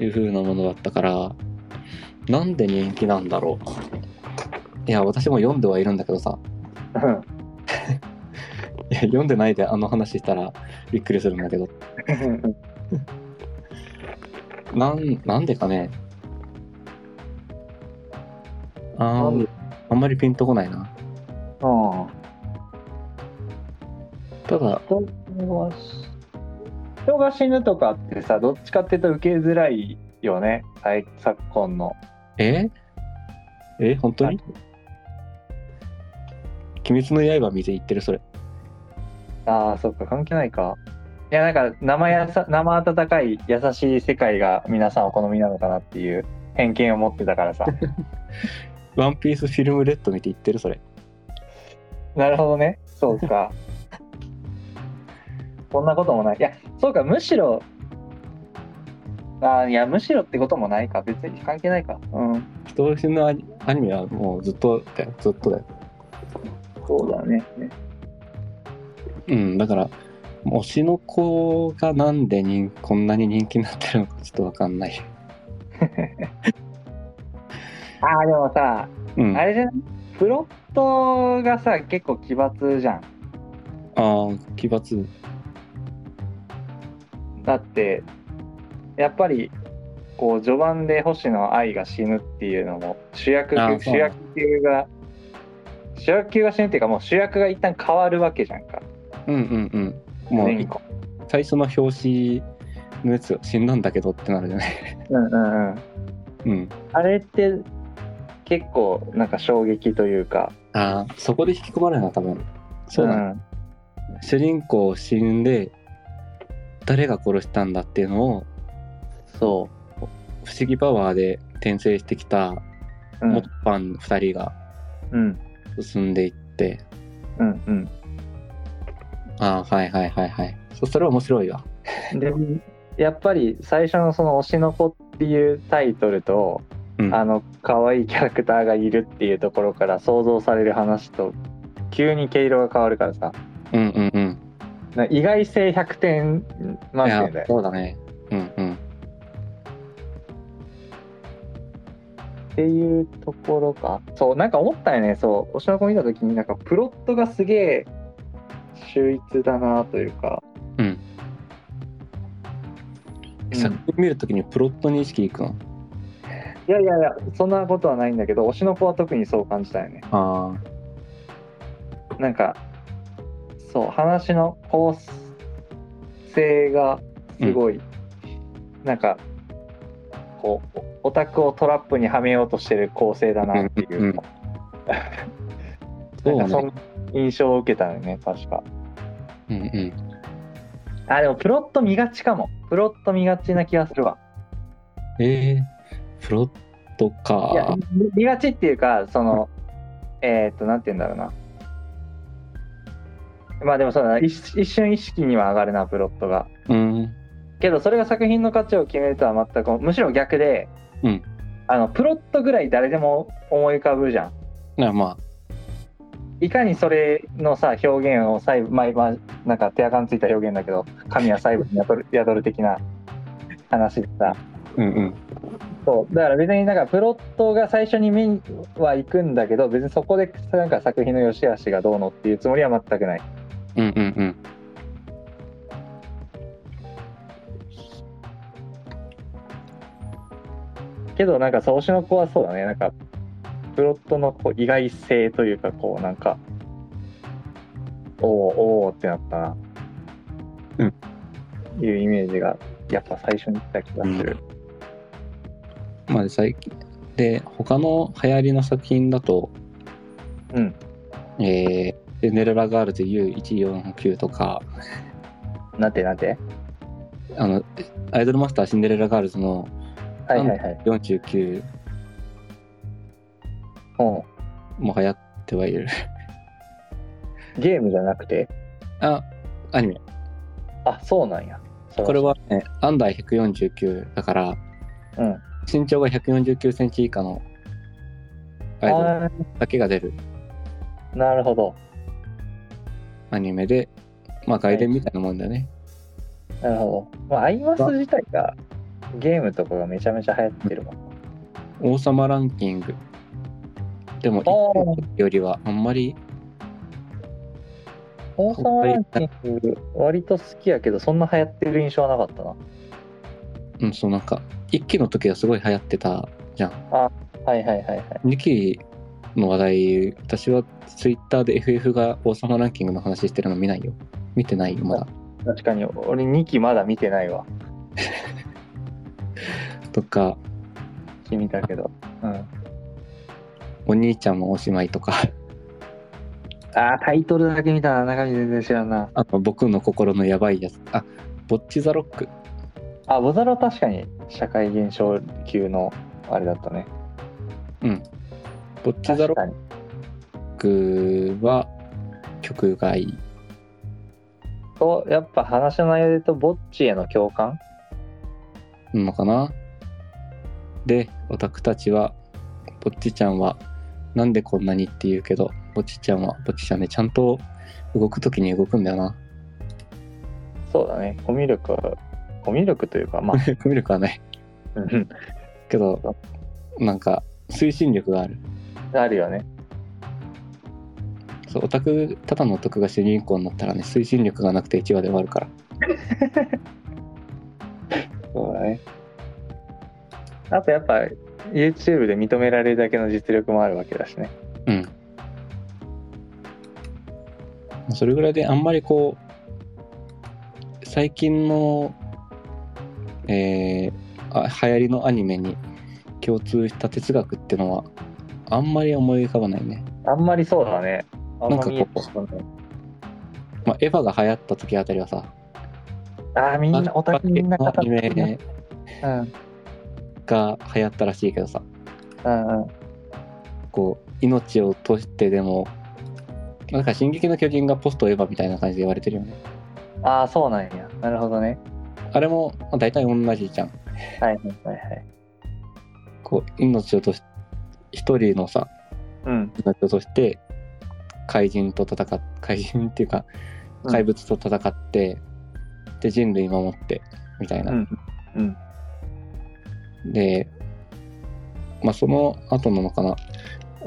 [SPEAKER 2] いう風なものだったからなんで人気なんだろういや私も読んではいるんだけどさ
[SPEAKER 1] うん
[SPEAKER 2] いや読んでないであの話したらびっくりするんだけどなんなんでかねあ
[SPEAKER 1] なん
[SPEAKER 2] ー
[SPEAKER 1] で
[SPEAKER 2] あんまりピンとこないな
[SPEAKER 1] ああ
[SPEAKER 2] ただ
[SPEAKER 1] 人が人が死ぬとかってさどっちかっていうと受けづらいよね最昨今の
[SPEAKER 2] ええ本当に鬼滅の刃見て言ってるそれ
[SPEAKER 1] ああそっか関係ないかいやなんか生やさ生温かい優しい世界が皆さんお好みなのかなっていう偏見を持ってたから さ
[SPEAKER 2] ワンピースフィルムレッド見て言ってるそれ
[SPEAKER 1] なるほどねそう かそんなこともないいやそうかむしろあーいやむしろってこともないか別に関係ないかうん
[SPEAKER 2] 人推しのアニアニメはもうずっとだよずっとだよ
[SPEAKER 1] そうだね
[SPEAKER 2] うんだから推しの子がなんで人こんなに人気になってるのかちょっとわかんない
[SPEAKER 1] ああでもさ
[SPEAKER 2] うん
[SPEAKER 1] あ
[SPEAKER 2] あ
[SPEAKER 1] れじゃないプロットがさ結構奇抜じゃん
[SPEAKER 2] あー奇抜
[SPEAKER 1] だってやっぱりこう序盤で星野愛が死ぬっていうのも主役
[SPEAKER 2] あそう
[SPEAKER 1] 主役級が主役級が死ぬっていうかもう主役が一旦変わるわけじゃんか
[SPEAKER 2] うんうんうんもう
[SPEAKER 1] 主人公
[SPEAKER 2] 最初の表紙のやつ死んだんだけどってなるじゃない
[SPEAKER 1] うんうんうん
[SPEAKER 2] うん
[SPEAKER 1] あれって結構なんか衝撃というか
[SPEAKER 2] ああそこで引き込まれるな多分そうだね、
[SPEAKER 1] ん
[SPEAKER 2] 主人公死んで誰が殺したんだっていうのを
[SPEAKER 1] そ
[SPEAKER 2] 不思議パワーで転生してきた
[SPEAKER 1] ううん
[SPEAKER 2] 元ファン2人が
[SPEAKER 1] うん
[SPEAKER 2] 進んでいって、
[SPEAKER 1] うんうん
[SPEAKER 2] ああはいはいはいはいそそれは面白いわ
[SPEAKER 1] でやっぱり最初のその「推しの子」っていうタイトルと
[SPEAKER 2] うん
[SPEAKER 1] あの可愛いキャラクターがいるっていうところから想像される話と急に毛色が変わるからさ
[SPEAKER 2] うんうんうん
[SPEAKER 1] な意外性100点満
[SPEAKER 2] いや
[SPEAKER 1] 点だよ
[SPEAKER 2] そうだねうんうん
[SPEAKER 1] っていうところかそうなんか思ったよねそうおしのこ見た時になんかプロットがすげえ秀逸だなというか
[SPEAKER 2] うん、
[SPEAKER 1] うん
[SPEAKER 2] 作品見るときにプロットに意識いくの
[SPEAKER 1] いやいやいやそんなことはないんだけど推しの子は特にそう感じたよね
[SPEAKER 2] あ
[SPEAKER 1] なんかそう話の構成がすごい、なんかこうオタクをトラップにはめようとしてる構成だ なってい
[SPEAKER 2] うんうん
[SPEAKER 1] うか、
[SPEAKER 2] そう
[SPEAKER 1] なんかそ
[SPEAKER 2] ね
[SPEAKER 1] んな印象を受けたよね確か
[SPEAKER 2] うんうん
[SPEAKER 1] あでもプロット見がちかもプロット見がちな気がするわ
[SPEAKER 2] ええプロット
[SPEAKER 1] いや
[SPEAKER 2] か
[SPEAKER 1] 見見がちっていうかそのえーっとなんて言うんだろうなまあでもそうだな一一瞬意識には上がるなプロットが
[SPEAKER 2] うん
[SPEAKER 1] けどそれが作品の価値を決めるとは全くむしろ逆で、
[SPEAKER 2] うん
[SPEAKER 1] あのプロットぐらい誰でも思い浮かぶじゃん
[SPEAKER 2] なま
[SPEAKER 1] いかにそれのさ表現を細部まあ、まあ、なんか手垢についた表現だけど神は細部に宿る 宿る的な話でさ
[SPEAKER 2] あうんうん
[SPEAKER 1] そうだから別になんかプロットが最初に目には行くんだけど別にそこでなんか作品の良し悪しがどうのっていうつもりは全くない
[SPEAKER 2] うんうんうん。
[SPEAKER 1] けどなんかそう推しの子はそうだねなんかプロットのこう意外性というかこうなんかおおおーってなったな
[SPEAKER 2] うん
[SPEAKER 1] いうイメージがやっぱ最初に来た気がする
[SPEAKER 2] まあ最近で他の流行りの作品だと、
[SPEAKER 1] うん
[SPEAKER 2] えー、シンデレラガールズ U149 とか
[SPEAKER 1] なんてなんて
[SPEAKER 2] あのアイドルマスターシンデレラガールズの
[SPEAKER 1] はいはいはい
[SPEAKER 2] 49
[SPEAKER 1] ほ
[SPEAKER 2] も流行ってはいる。
[SPEAKER 1] うゲームじゃなくて
[SPEAKER 2] あ、アニメ。
[SPEAKER 1] あそうなんやそ
[SPEAKER 2] これはね、アンダー149だから、
[SPEAKER 1] うん
[SPEAKER 2] 身長が149センチ以下のアイドル
[SPEAKER 1] あ
[SPEAKER 2] だけが出る
[SPEAKER 1] ーなるほど
[SPEAKER 2] アニメで、まあ外伝みたいなもんだよね。
[SPEAKER 1] なるほど、まあ、アイマス自体がゲームとかがめちゃめちゃ流行ってるもん
[SPEAKER 2] 王様ランキング。でも、
[SPEAKER 1] おー
[SPEAKER 2] 1よりはあんまり、
[SPEAKER 1] 王様ランキング割と好きやけどそんな流行ってる印象はなかったな
[SPEAKER 2] うん、そうなんか、1期の時はすごい流行ってたじゃん。
[SPEAKER 1] はいはいはいはい
[SPEAKER 2] 2期の話題、私はツイッターで FF が王様ランキングの話してるの見ないよ。見てないよ、まだ。
[SPEAKER 1] 確かに俺2期まだ見てないわ
[SPEAKER 2] とか、
[SPEAKER 1] 君だけどうん
[SPEAKER 2] お兄ちゃんもおしまいとか、
[SPEAKER 1] あータイトルだけ見たら中身全然知らんな
[SPEAKER 2] あの僕の心のやばいやつ。あ、ボッチザロック。
[SPEAKER 1] あボザロは確かに社会現象級のあれだったね
[SPEAKER 2] ボッチザ
[SPEAKER 1] 確
[SPEAKER 2] ロ
[SPEAKER 1] かに
[SPEAKER 2] ックは曲がいい。
[SPEAKER 1] とやっぱ話の内容で言うとぼっちへの共感
[SPEAKER 2] のかなでオタクたちはぼっちちゃんはなんでこんなにって言うけどぼっちちゃんはぼっちちゃんねちゃんと動く時に動くんだよな
[SPEAKER 1] そうだねコミュ力はコミュ力というかま あ
[SPEAKER 2] コミュ力はない
[SPEAKER 1] うん
[SPEAKER 2] けどなんか推進力がある
[SPEAKER 1] あるよね
[SPEAKER 2] そうオタクただのオタクが主人公になったらね推進力がなくて1話で終わるから
[SPEAKER 1] そうだね。あとやっぱ YouTube で認められるだけの実力もあるわけだしね。
[SPEAKER 2] うんそれぐらいであんまりこう最近のえーあ流行りのアニメに共通した哲学ってのはあんまり思い浮かばないね、
[SPEAKER 1] あんまりそうだね。あん
[SPEAKER 2] なん
[SPEAKER 1] ま
[SPEAKER 2] かこう
[SPEAKER 1] 見えてこない
[SPEAKER 2] まあ、エヴァが流行った時あたりはさ
[SPEAKER 1] あーみんな、オタクみんな語って
[SPEAKER 2] アニ
[SPEAKER 1] るな
[SPEAKER 2] メ
[SPEAKER 1] うんうん
[SPEAKER 2] が流行ったらしいけどさ
[SPEAKER 1] うん。
[SPEAKER 2] こう命を通してでもなんか「進撃の巨人」がポストエヴァみたいな感じで言われてるよね
[SPEAKER 1] ああ、そうなんや。なるほどね。
[SPEAKER 2] あれもまあ大体同じじゃん
[SPEAKER 1] はいはいはいはい。
[SPEAKER 2] こう命をとし一人のさ
[SPEAKER 1] うん。
[SPEAKER 2] 命をとして怪人と戦っ怪人っていうか
[SPEAKER 1] うん
[SPEAKER 2] 怪物と戦って、で人類守ってみたいな、
[SPEAKER 1] うん。うん。
[SPEAKER 2] でまあその後なのかな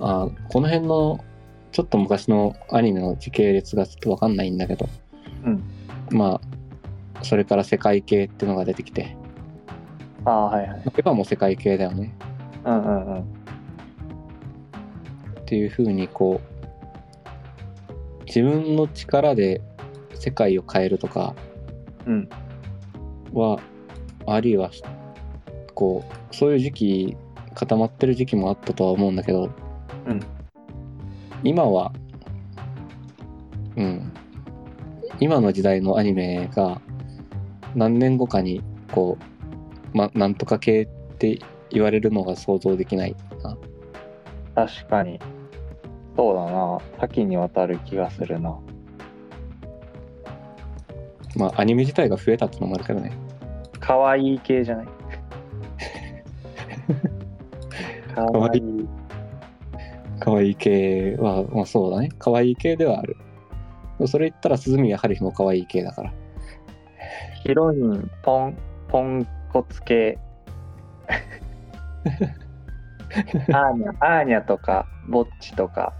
[SPEAKER 2] あこの辺のちょっと昔のアニメの時系列がちょっとわかんないんだけど、
[SPEAKER 1] うん
[SPEAKER 2] まあそれから世界系っていうのが出てきて
[SPEAKER 1] ああ、はいはい。
[SPEAKER 2] エヴァも世界系だよね
[SPEAKER 1] うんうんうん。
[SPEAKER 2] っていうふうにこう自分の力で世界を変えるとか
[SPEAKER 1] うん。
[SPEAKER 2] はあるいはこうそういう時期固まってる時期もあったとは思うんだけど、
[SPEAKER 1] うん
[SPEAKER 2] 今はうん今の時代のアニメが何年後かにこう、ま、なんとか系って言われるのが想像できないな
[SPEAKER 1] 確かに。そうだな。多岐にわたる気がするな。
[SPEAKER 2] まあアニメ自体が増えたってのもあるけどね
[SPEAKER 1] 可愛い系 じゃない可愛いい。
[SPEAKER 2] 可愛い系は、まあ、そうだね可愛い系ではあるそれ言ったら鈴宮春日も可愛い系だから
[SPEAKER 1] ヒロイン、ポン、ポンコツ 系。アーニャ、アーニャとか、ぼっちとか。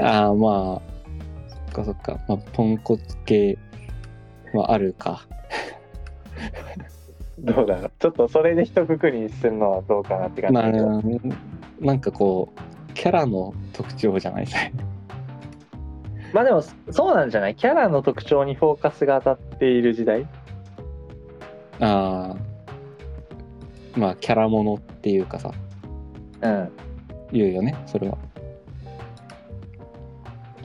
[SPEAKER 2] ああまあそっかそっか、まあ、ポンコツ系はあるか
[SPEAKER 1] どうだろう。ちょっとそれで一括りにするのはどうかなって感じ
[SPEAKER 2] な
[SPEAKER 1] だけど。
[SPEAKER 2] なんかこうキャラの特徴じゃないですね
[SPEAKER 1] まあでも、そうなんじゃないキャラの特徴にフォーカスが当たっている時代。
[SPEAKER 2] ああまあキャラものっていうかさ
[SPEAKER 1] うん。
[SPEAKER 2] 言うよねそれは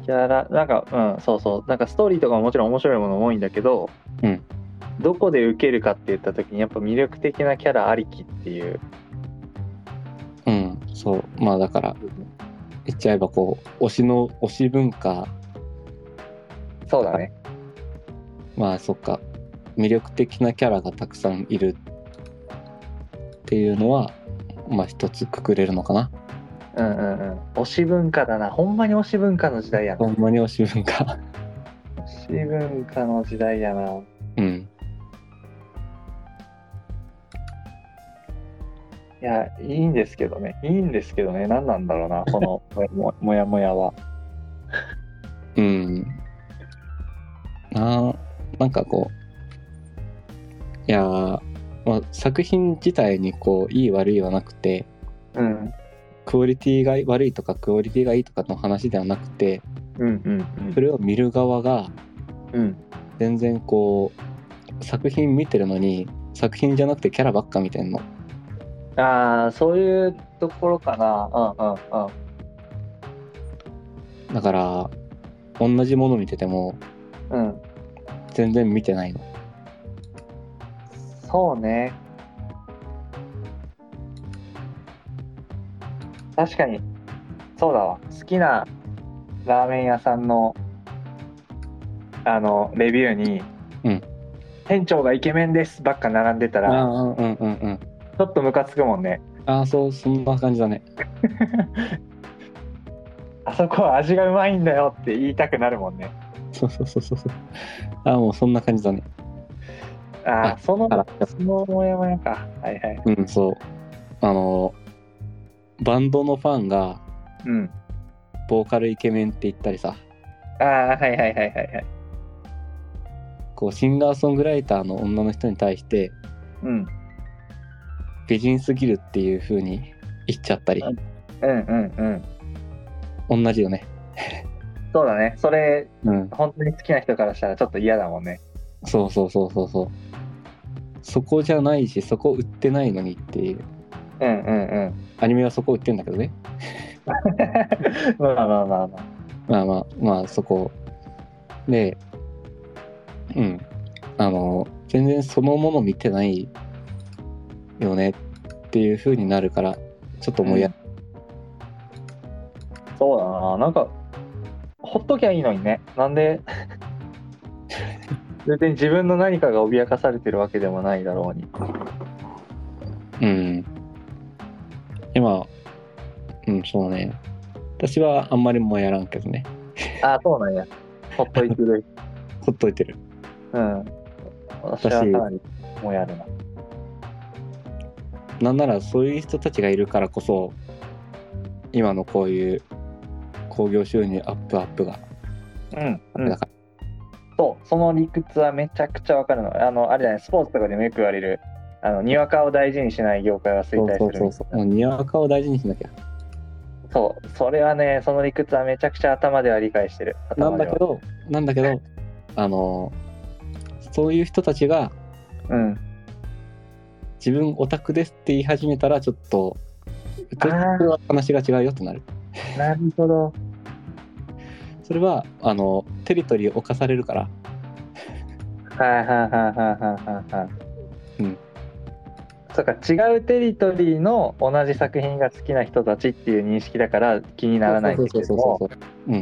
[SPEAKER 1] キャラ、なんか、うん、そうそう。なんかストーリーとかももちろん面白いものも多いんだけど、
[SPEAKER 2] うん
[SPEAKER 1] どこで受けるかって言った時に、やっぱ魅力的なキャラありきっていう。
[SPEAKER 2] うんそうまあだから言っちゃえばこう推しの推し文化
[SPEAKER 1] そうだね。
[SPEAKER 2] まあそっか魅力的なキャラがたくさんいるっていうのはまあ一つくくれるのかな
[SPEAKER 1] うんうんうん。推し文化だな。ほんまに推し文化の時代やな。
[SPEAKER 2] ほんまに推し文化
[SPEAKER 1] 推し文化の時代やな。
[SPEAKER 2] うん
[SPEAKER 1] いや、いいんですけどね。いいんですけどね。何なんだろうな、この ももやもやは。
[SPEAKER 2] うんなあなんかこういやーまあ、作品自体にこういい悪いはなくて
[SPEAKER 1] うん。
[SPEAKER 2] クオリティが悪いとかクオリティがいいとかの話ではなくて
[SPEAKER 1] うんうん
[SPEAKER 2] それを見る側が
[SPEAKER 1] うん。うん。
[SPEAKER 2] 全然こう作品見てるのに作品じゃなくてキャラばっか見てんの
[SPEAKER 1] ああ、そういうところかな。うんうんうん。
[SPEAKER 2] だから同じもの見てても
[SPEAKER 1] うん、
[SPEAKER 2] 全然見てないの
[SPEAKER 1] そうね。確かに、そうだわ。好きなラーメン屋さんの、あの、レビューに、
[SPEAKER 2] うん
[SPEAKER 1] 店長がイケメンですばっか並んでたら、
[SPEAKER 2] あうんうんうん
[SPEAKER 1] ちょっとムカつくもんね。
[SPEAKER 2] ああそうそんな感じだね
[SPEAKER 1] あそこは味がうまいんだよって言いたくなるもんね。
[SPEAKER 2] そうそうそうそうそうああもうそんな感じだね
[SPEAKER 1] ああ、
[SPEAKER 2] あ
[SPEAKER 1] その
[SPEAKER 2] だ、から
[SPEAKER 1] そのもやもやか。はいはい。
[SPEAKER 2] うんそうあのバンドのファンが
[SPEAKER 1] うん。
[SPEAKER 2] ボーカルイケメンって言ったりさ
[SPEAKER 1] ああ、はいはいはいはいはい。
[SPEAKER 2] こうシンガーソングライターの女の人に対して
[SPEAKER 1] うん。
[SPEAKER 2] 美人すぎるっていう風に言っちゃったり
[SPEAKER 1] あうんうんうん。
[SPEAKER 2] 同じよね
[SPEAKER 1] そうだね。それ、
[SPEAKER 2] うん
[SPEAKER 1] 本当に好きな人からしたらちょっと嫌だもんね。
[SPEAKER 2] そうそうそうそうそうそこじゃないしそこ売ってないのにっていう
[SPEAKER 1] うんうんうん。
[SPEAKER 2] アニメはそこ売ってんだけどね
[SPEAKER 1] まあまあまあまあ。
[SPEAKER 2] まあまあまあそこでうんあの全然そのもの見てないよねっていう風になるからちょっともうや、
[SPEAKER 1] そうだな。なんか、ほっときゃいいのにね。なん で、別に自分の何かが脅かされてるわけでもないだろうに。
[SPEAKER 2] うん今うんそうね私はあんまりもうやらんけどね
[SPEAKER 1] ああ、そうなんや。ほっといてる。
[SPEAKER 2] ほっといてる
[SPEAKER 1] うん。私はかなりもやるな。
[SPEAKER 2] なんならそういう人たちがいるからこそ今のこういう興行収入アップアップが
[SPEAKER 1] うん、う
[SPEAKER 2] だ
[SPEAKER 1] ん
[SPEAKER 2] か。
[SPEAKER 1] そう、その理屈はめちゃくちゃわかるの。あの、あれだね、スポーツとかでもよく言われる、あの、にわかを大事にしない業界は衰
[SPEAKER 2] そう
[SPEAKER 1] 退するみたいうな。
[SPEAKER 2] そそうそうもうにわかを大事にしなきゃ
[SPEAKER 1] そう、それはね、その理屈はめちゃくちゃ頭では理解してる。
[SPEAKER 2] な
[SPEAKER 1] 頭
[SPEAKER 2] ん
[SPEAKER 1] で
[SPEAKER 2] だ
[SPEAKER 1] は
[SPEAKER 2] けどなんだけどあのそういう人たちが
[SPEAKER 1] うん。
[SPEAKER 2] 自分オタクですって言い始めたらちょっとう
[SPEAKER 1] あ
[SPEAKER 2] ち
[SPEAKER 1] ー
[SPEAKER 2] は話が違うよってなる
[SPEAKER 1] なるほど。
[SPEAKER 2] それはあのテリトリーを侵されるから
[SPEAKER 1] はいはいはいはいはいはいはい。
[SPEAKER 2] うん。
[SPEAKER 1] そうか、違うテリトリーの同じ作品が好きな人たちっていう認識だから気にならないん
[SPEAKER 2] そ
[SPEAKER 1] だ
[SPEAKER 2] うそ
[SPEAKER 1] け
[SPEAKER 2] うそ
[SPEAKER 1] ど
[SPEAKER 2] うそ
[SPEAKER 1] も
[SPEAKER 2] うそうう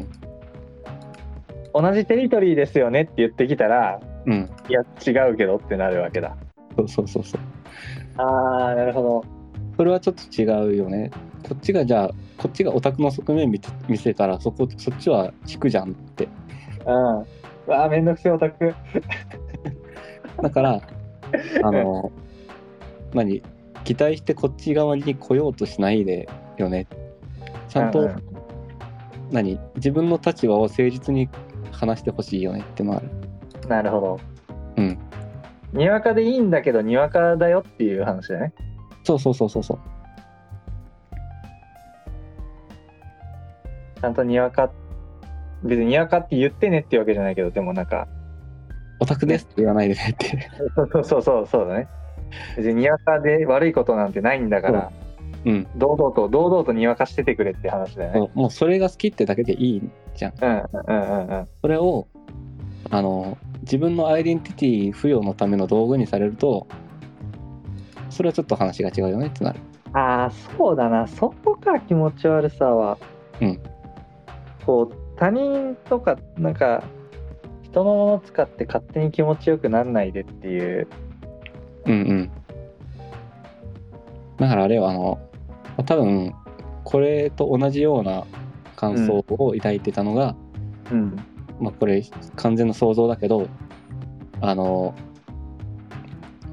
[SPEAKER 2] ん
[SPEAKER 1] 同じテリトリーですよねって言ってきたら
[SPEAKER 2] うん
[SPEAKER 1] いや違うけどってなるわけだ
[SPEAKER 2] そうそうそうそう
[SPEAKER 1] ああなるほど
[SPEAKER 2] それはちょっと違うよねこっちがじゃあこっちがオタクの側面見て見せたらそこそっちは引くじゃんって
[SPEAKER 1] うん。うわあ、めんどくせえオタク。
[SPEAKER 2] だからあの何期待してこっち側に来ようとしないでよねちゃんと、
[SPEAKER 1] うんうん
[SPEAKER 2] 何自分の立場を誠実に話してほしいよねってのある
[SPEAKER 1] なるほど。
[SPEAKER 2] うん。
[SPEAKER 1] にわかでいいんだけど、にわかだよっていう話だね。
[SPEAKER 2] そうそうそうそうそう
[SPEAKER 1] ちゃんとにわか、別ににわかって言ってねっていうわけじゃないけど、でもなんか、
[SPEAKER 2] オタクですって言わないでねって
[SPEAKER 1] そうそうそうそうそうだね。別ににわかで悪いことなんてないんだから、
[SPEAKER 2] うん
[SPEAKER 1] 堂々と、堂々とにわかしててくれって話だよね。
[SPEAKER 2] そうもうそれが好きってだけでいいじゃん
[SPEAKER 1] うんうんうんうん
[SPEAKER 2] それをあの自分のアイデンティティ付与のための道具にされるとそれはちょっと話が違うよねってなる
[SPEAKER 1] うん。あああそうだなそこか気持ち悪さは、
[SPEAKER 2] うん
[SPEAKER 1] こう他人とかなんか人のもの使って勝手に気持ちよくなんないでっていう
[SPEAKER 2] うんうん。だからあれはあの、まあ多分これと同じような感想を抱いてたのが、
[SPEAKER 1] うん
[SPEAKER 2] まあこれ完全な想像だけど、あの、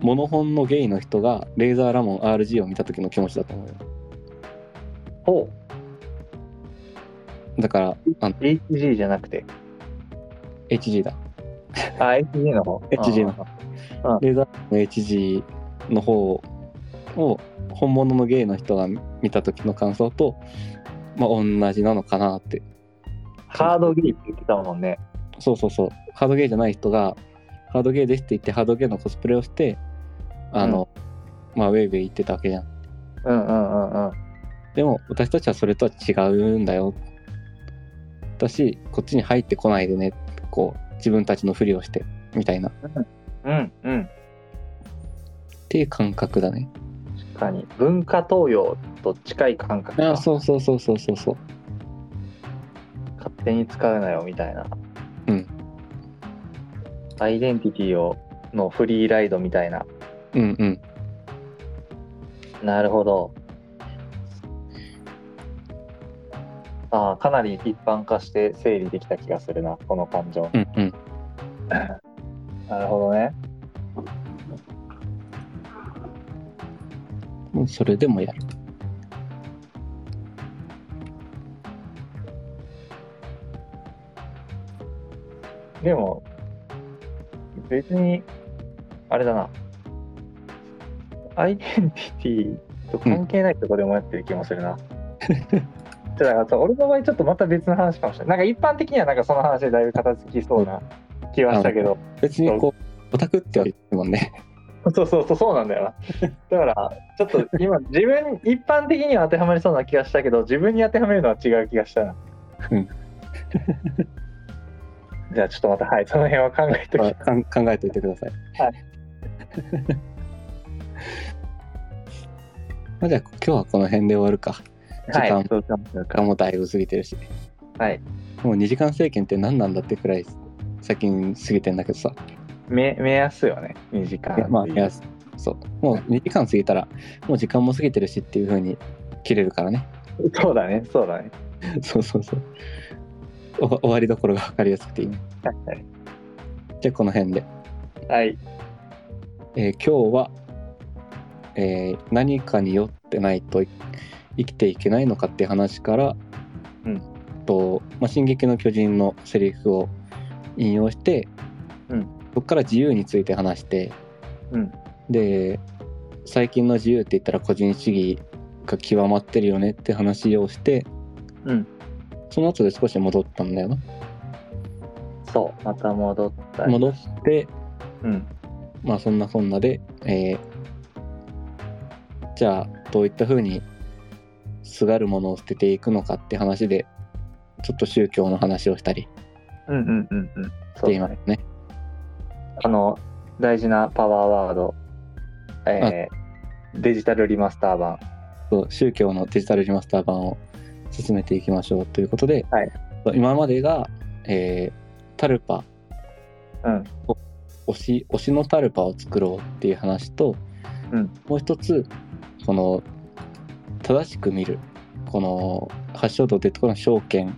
[SPEAKER 2] モノホンのゲイの人がレーザーラモン RG を見た時の気持ちだと思うよ。
[SPEAKER 1] を
[SPEAKER 2] だから、あの
[SPEAKER 1] HG じゃなくて
[SPEAKER 2] HG だ。
[SPEAKER 1] あ HG の方
[SPEAKER 2] HG の
[SPEAKER 1] 方
[SPEAKER 2] レーザーの HG の方を本物のゲイの人が見た時の感想と、まあ、同じなのかなって
[SPEAKER 1] ハードギーって言ってたもんね
[SPEAKER 2] そうそうそうハードゲイじゃない人がハードゲイですって言ってハードゲイのコスプレをしてあの、まあ、ウェイウェイ言ってたわけじゃん
[SPEAKER 1] うんうんうんうん
[SPEAKER 2] でも私たちはそれとは違うんだよだしこっちに入ってこないでねこう自分たちのふりをしてみたいなっ
[SPEAKER 1] うんうん
[SPEAKER 2] ていう感覚だね
[SPEAKER 1] 確かに文化東洋と近い感覚
[SPEAKER 2] あ
[SPEAKER 1] が
[SPEAKER 2] あそうそうそうそうそうそう
[SPEAKER 1] 勝手に使うなよみたいな
[SPEAKER 2] うん
[SPEAKER 1] アイデンティティをのフリーライドみたいな
[SPEAKER 2] うんうん
[SPEAKER 1] なるほどああかなり一般化して整理できた気がするなこの感情
[SPEAKER 2] うんうん
[SPEAKER 1] なるほどね
[SPEAKER 2] もうそれでもやる。
[SPEAKER 1] でも、別に、あれだな。アイデンティティと関係ないとこでもやってる気もするな。だからそう俺の場合ちょっとまた別の話かもしれない。なんか一般的にはなんかその話でだいぶ片付きそうな気はしたけど、
[SPEAKER 2] 別にこう、オタクっては言ってるもんね。
[SPEAKER 1] そうそうそうそうなんだよな。だからちょっと今自分一般的には当てはまりそうな気がしたけど、自分に当てはめるのは違う気がしたな。
[SPEAKER 2] うん
[SPEAKER 1] じゃあちょっとまたはいその辺は考えておきます。
[SPEAKER 2] かん考えておいてください。
[SPEAKER 1] はい
[SPEAKER 2] まあじゃあ今日はこの辺で終わるか。時間
[SPEAKER 1] はい、そうかもしれない
[SPEAKER 2] 間もだいぶ過ぎてるし。
[SPEAKER 1] はい。
[SPEAKER 2] もう2時間制限って何なんだってくらい先に過ぎてんだけどさ。
[SPEAKER 1] 目目安よね、2時間
[SPEAKER 2] いやまあ、いやそう。もう2時間過ぎたら、もう時間も過ぎてるしっていう風に切れるからね。
[SPEAKER 1] そうだね、そうだね。
[SPEAKER 2] そうそうそう。お終わりどころが分かりやすくていいね。じゃあこの辺で。
[SPEAKER 1] はい、
[SPEAKER 2] えー今日は、えー何かに酔ってないとい生きていけないのかって話から、
[SPEAKER 1] うん
[SPEAKER 2] とまあ、進撃の巨人」のセリフを引用して、
[SPEAKER 1] うん
[SPEAKER 2] そこから自由について話して、
[SPEAKER 1] うん
[SPEAKER 2] で最近の自由って言ったら個人主義が極まってるよねって話をして
[SPEAKER 1] うん、
[SPEAKER 2] その後で少し戻ったんだよな。
[SPEAKER 1] そう、また戻ったり。
[SPEAKER 2] 戻って
[SPEAKER 1] うん、
[SPEAKER 2] まあそんなこんなで、えーじゃあどういったふうにすがるものを捨てていくのかって話でちょっと宗教の話をしたり
[SPEAKER 1] うん、うん、うん、うん。
[SPEAKER 2] し
[SPEAKER 1] そ
[SPEAKER 2] て
[SPEAKER 1] う
[SPEAKER 2] い
[SPEAKER 1] だ
[SPEAKER 2] ます
[SPEAKER 1] ね。
[SPEAKER 2] ね。
[SPEAKER 1] あの、大事なパワーワード、えー、デジタルリマスター版。
[SPEAKER 2] そう宗教のデジタルリマスター版を進めていきましょうということで、
[SPEAKER 1] はい
[SPEAKER 2] 今までが、えータルパ
[SPEAKER 1] うん、
[SPEAKER 2] 推し推しのタルパを作ろうっていう話と、
[SPEAKER 1] うん
[SPEAKER 2] もう一つこの正しく見るこの発祥道ってところの証券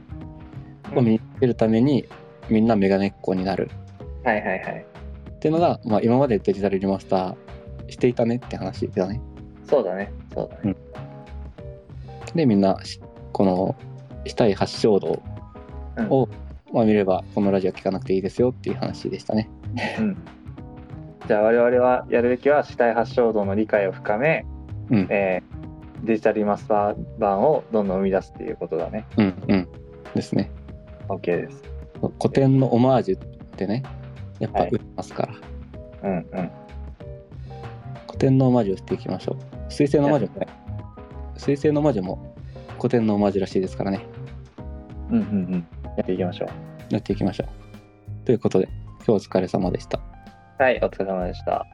[SPEAKER 2] を身につけるために、みんなメガネっ子になる
[SPEAKER 1] はいはいはい。
[SPEAKER 2] っていうのが、まあ、今までデジタルリマスターしていたねって話だね。
[SPEAKER 1] そうだね、そうだね。
[SPEAKER 2] でみんなしこのしたい発祥道を、まあ、見ればこのラジオ聞かなくていいですよっていう話でしたね。
[SPEAKER 1] じゃあ我々はやるべきは死体発症度の理解を深め、
[SPEAKER 2] うん
[SPEAKER 1] えーデジタルリマスター版をどんどん生み出すっていうことだね。
[SPEAKER 2] うんうん、ですね。
[SPEAKER 1] OK です。
[SPEAKER 2] 古典のオマージュってねやっぱ
[SPEAKER 1] はい
[SPEAKER 2] 売れますから。
[SPEAKER 1] うんうん。
[SPEAKER 2] 古典の魔女をしていきましょう。水星の魔女もね。水星の魔女も古典の魔女らしいですからね。
[SPEAKER 1] うんうんうん。やっていきましょ
[SPEAKER 2] やっていきましょう。ということで、今日お疲れ様でした。
[SPEAKER 1] う。はい、お疲れ様でした。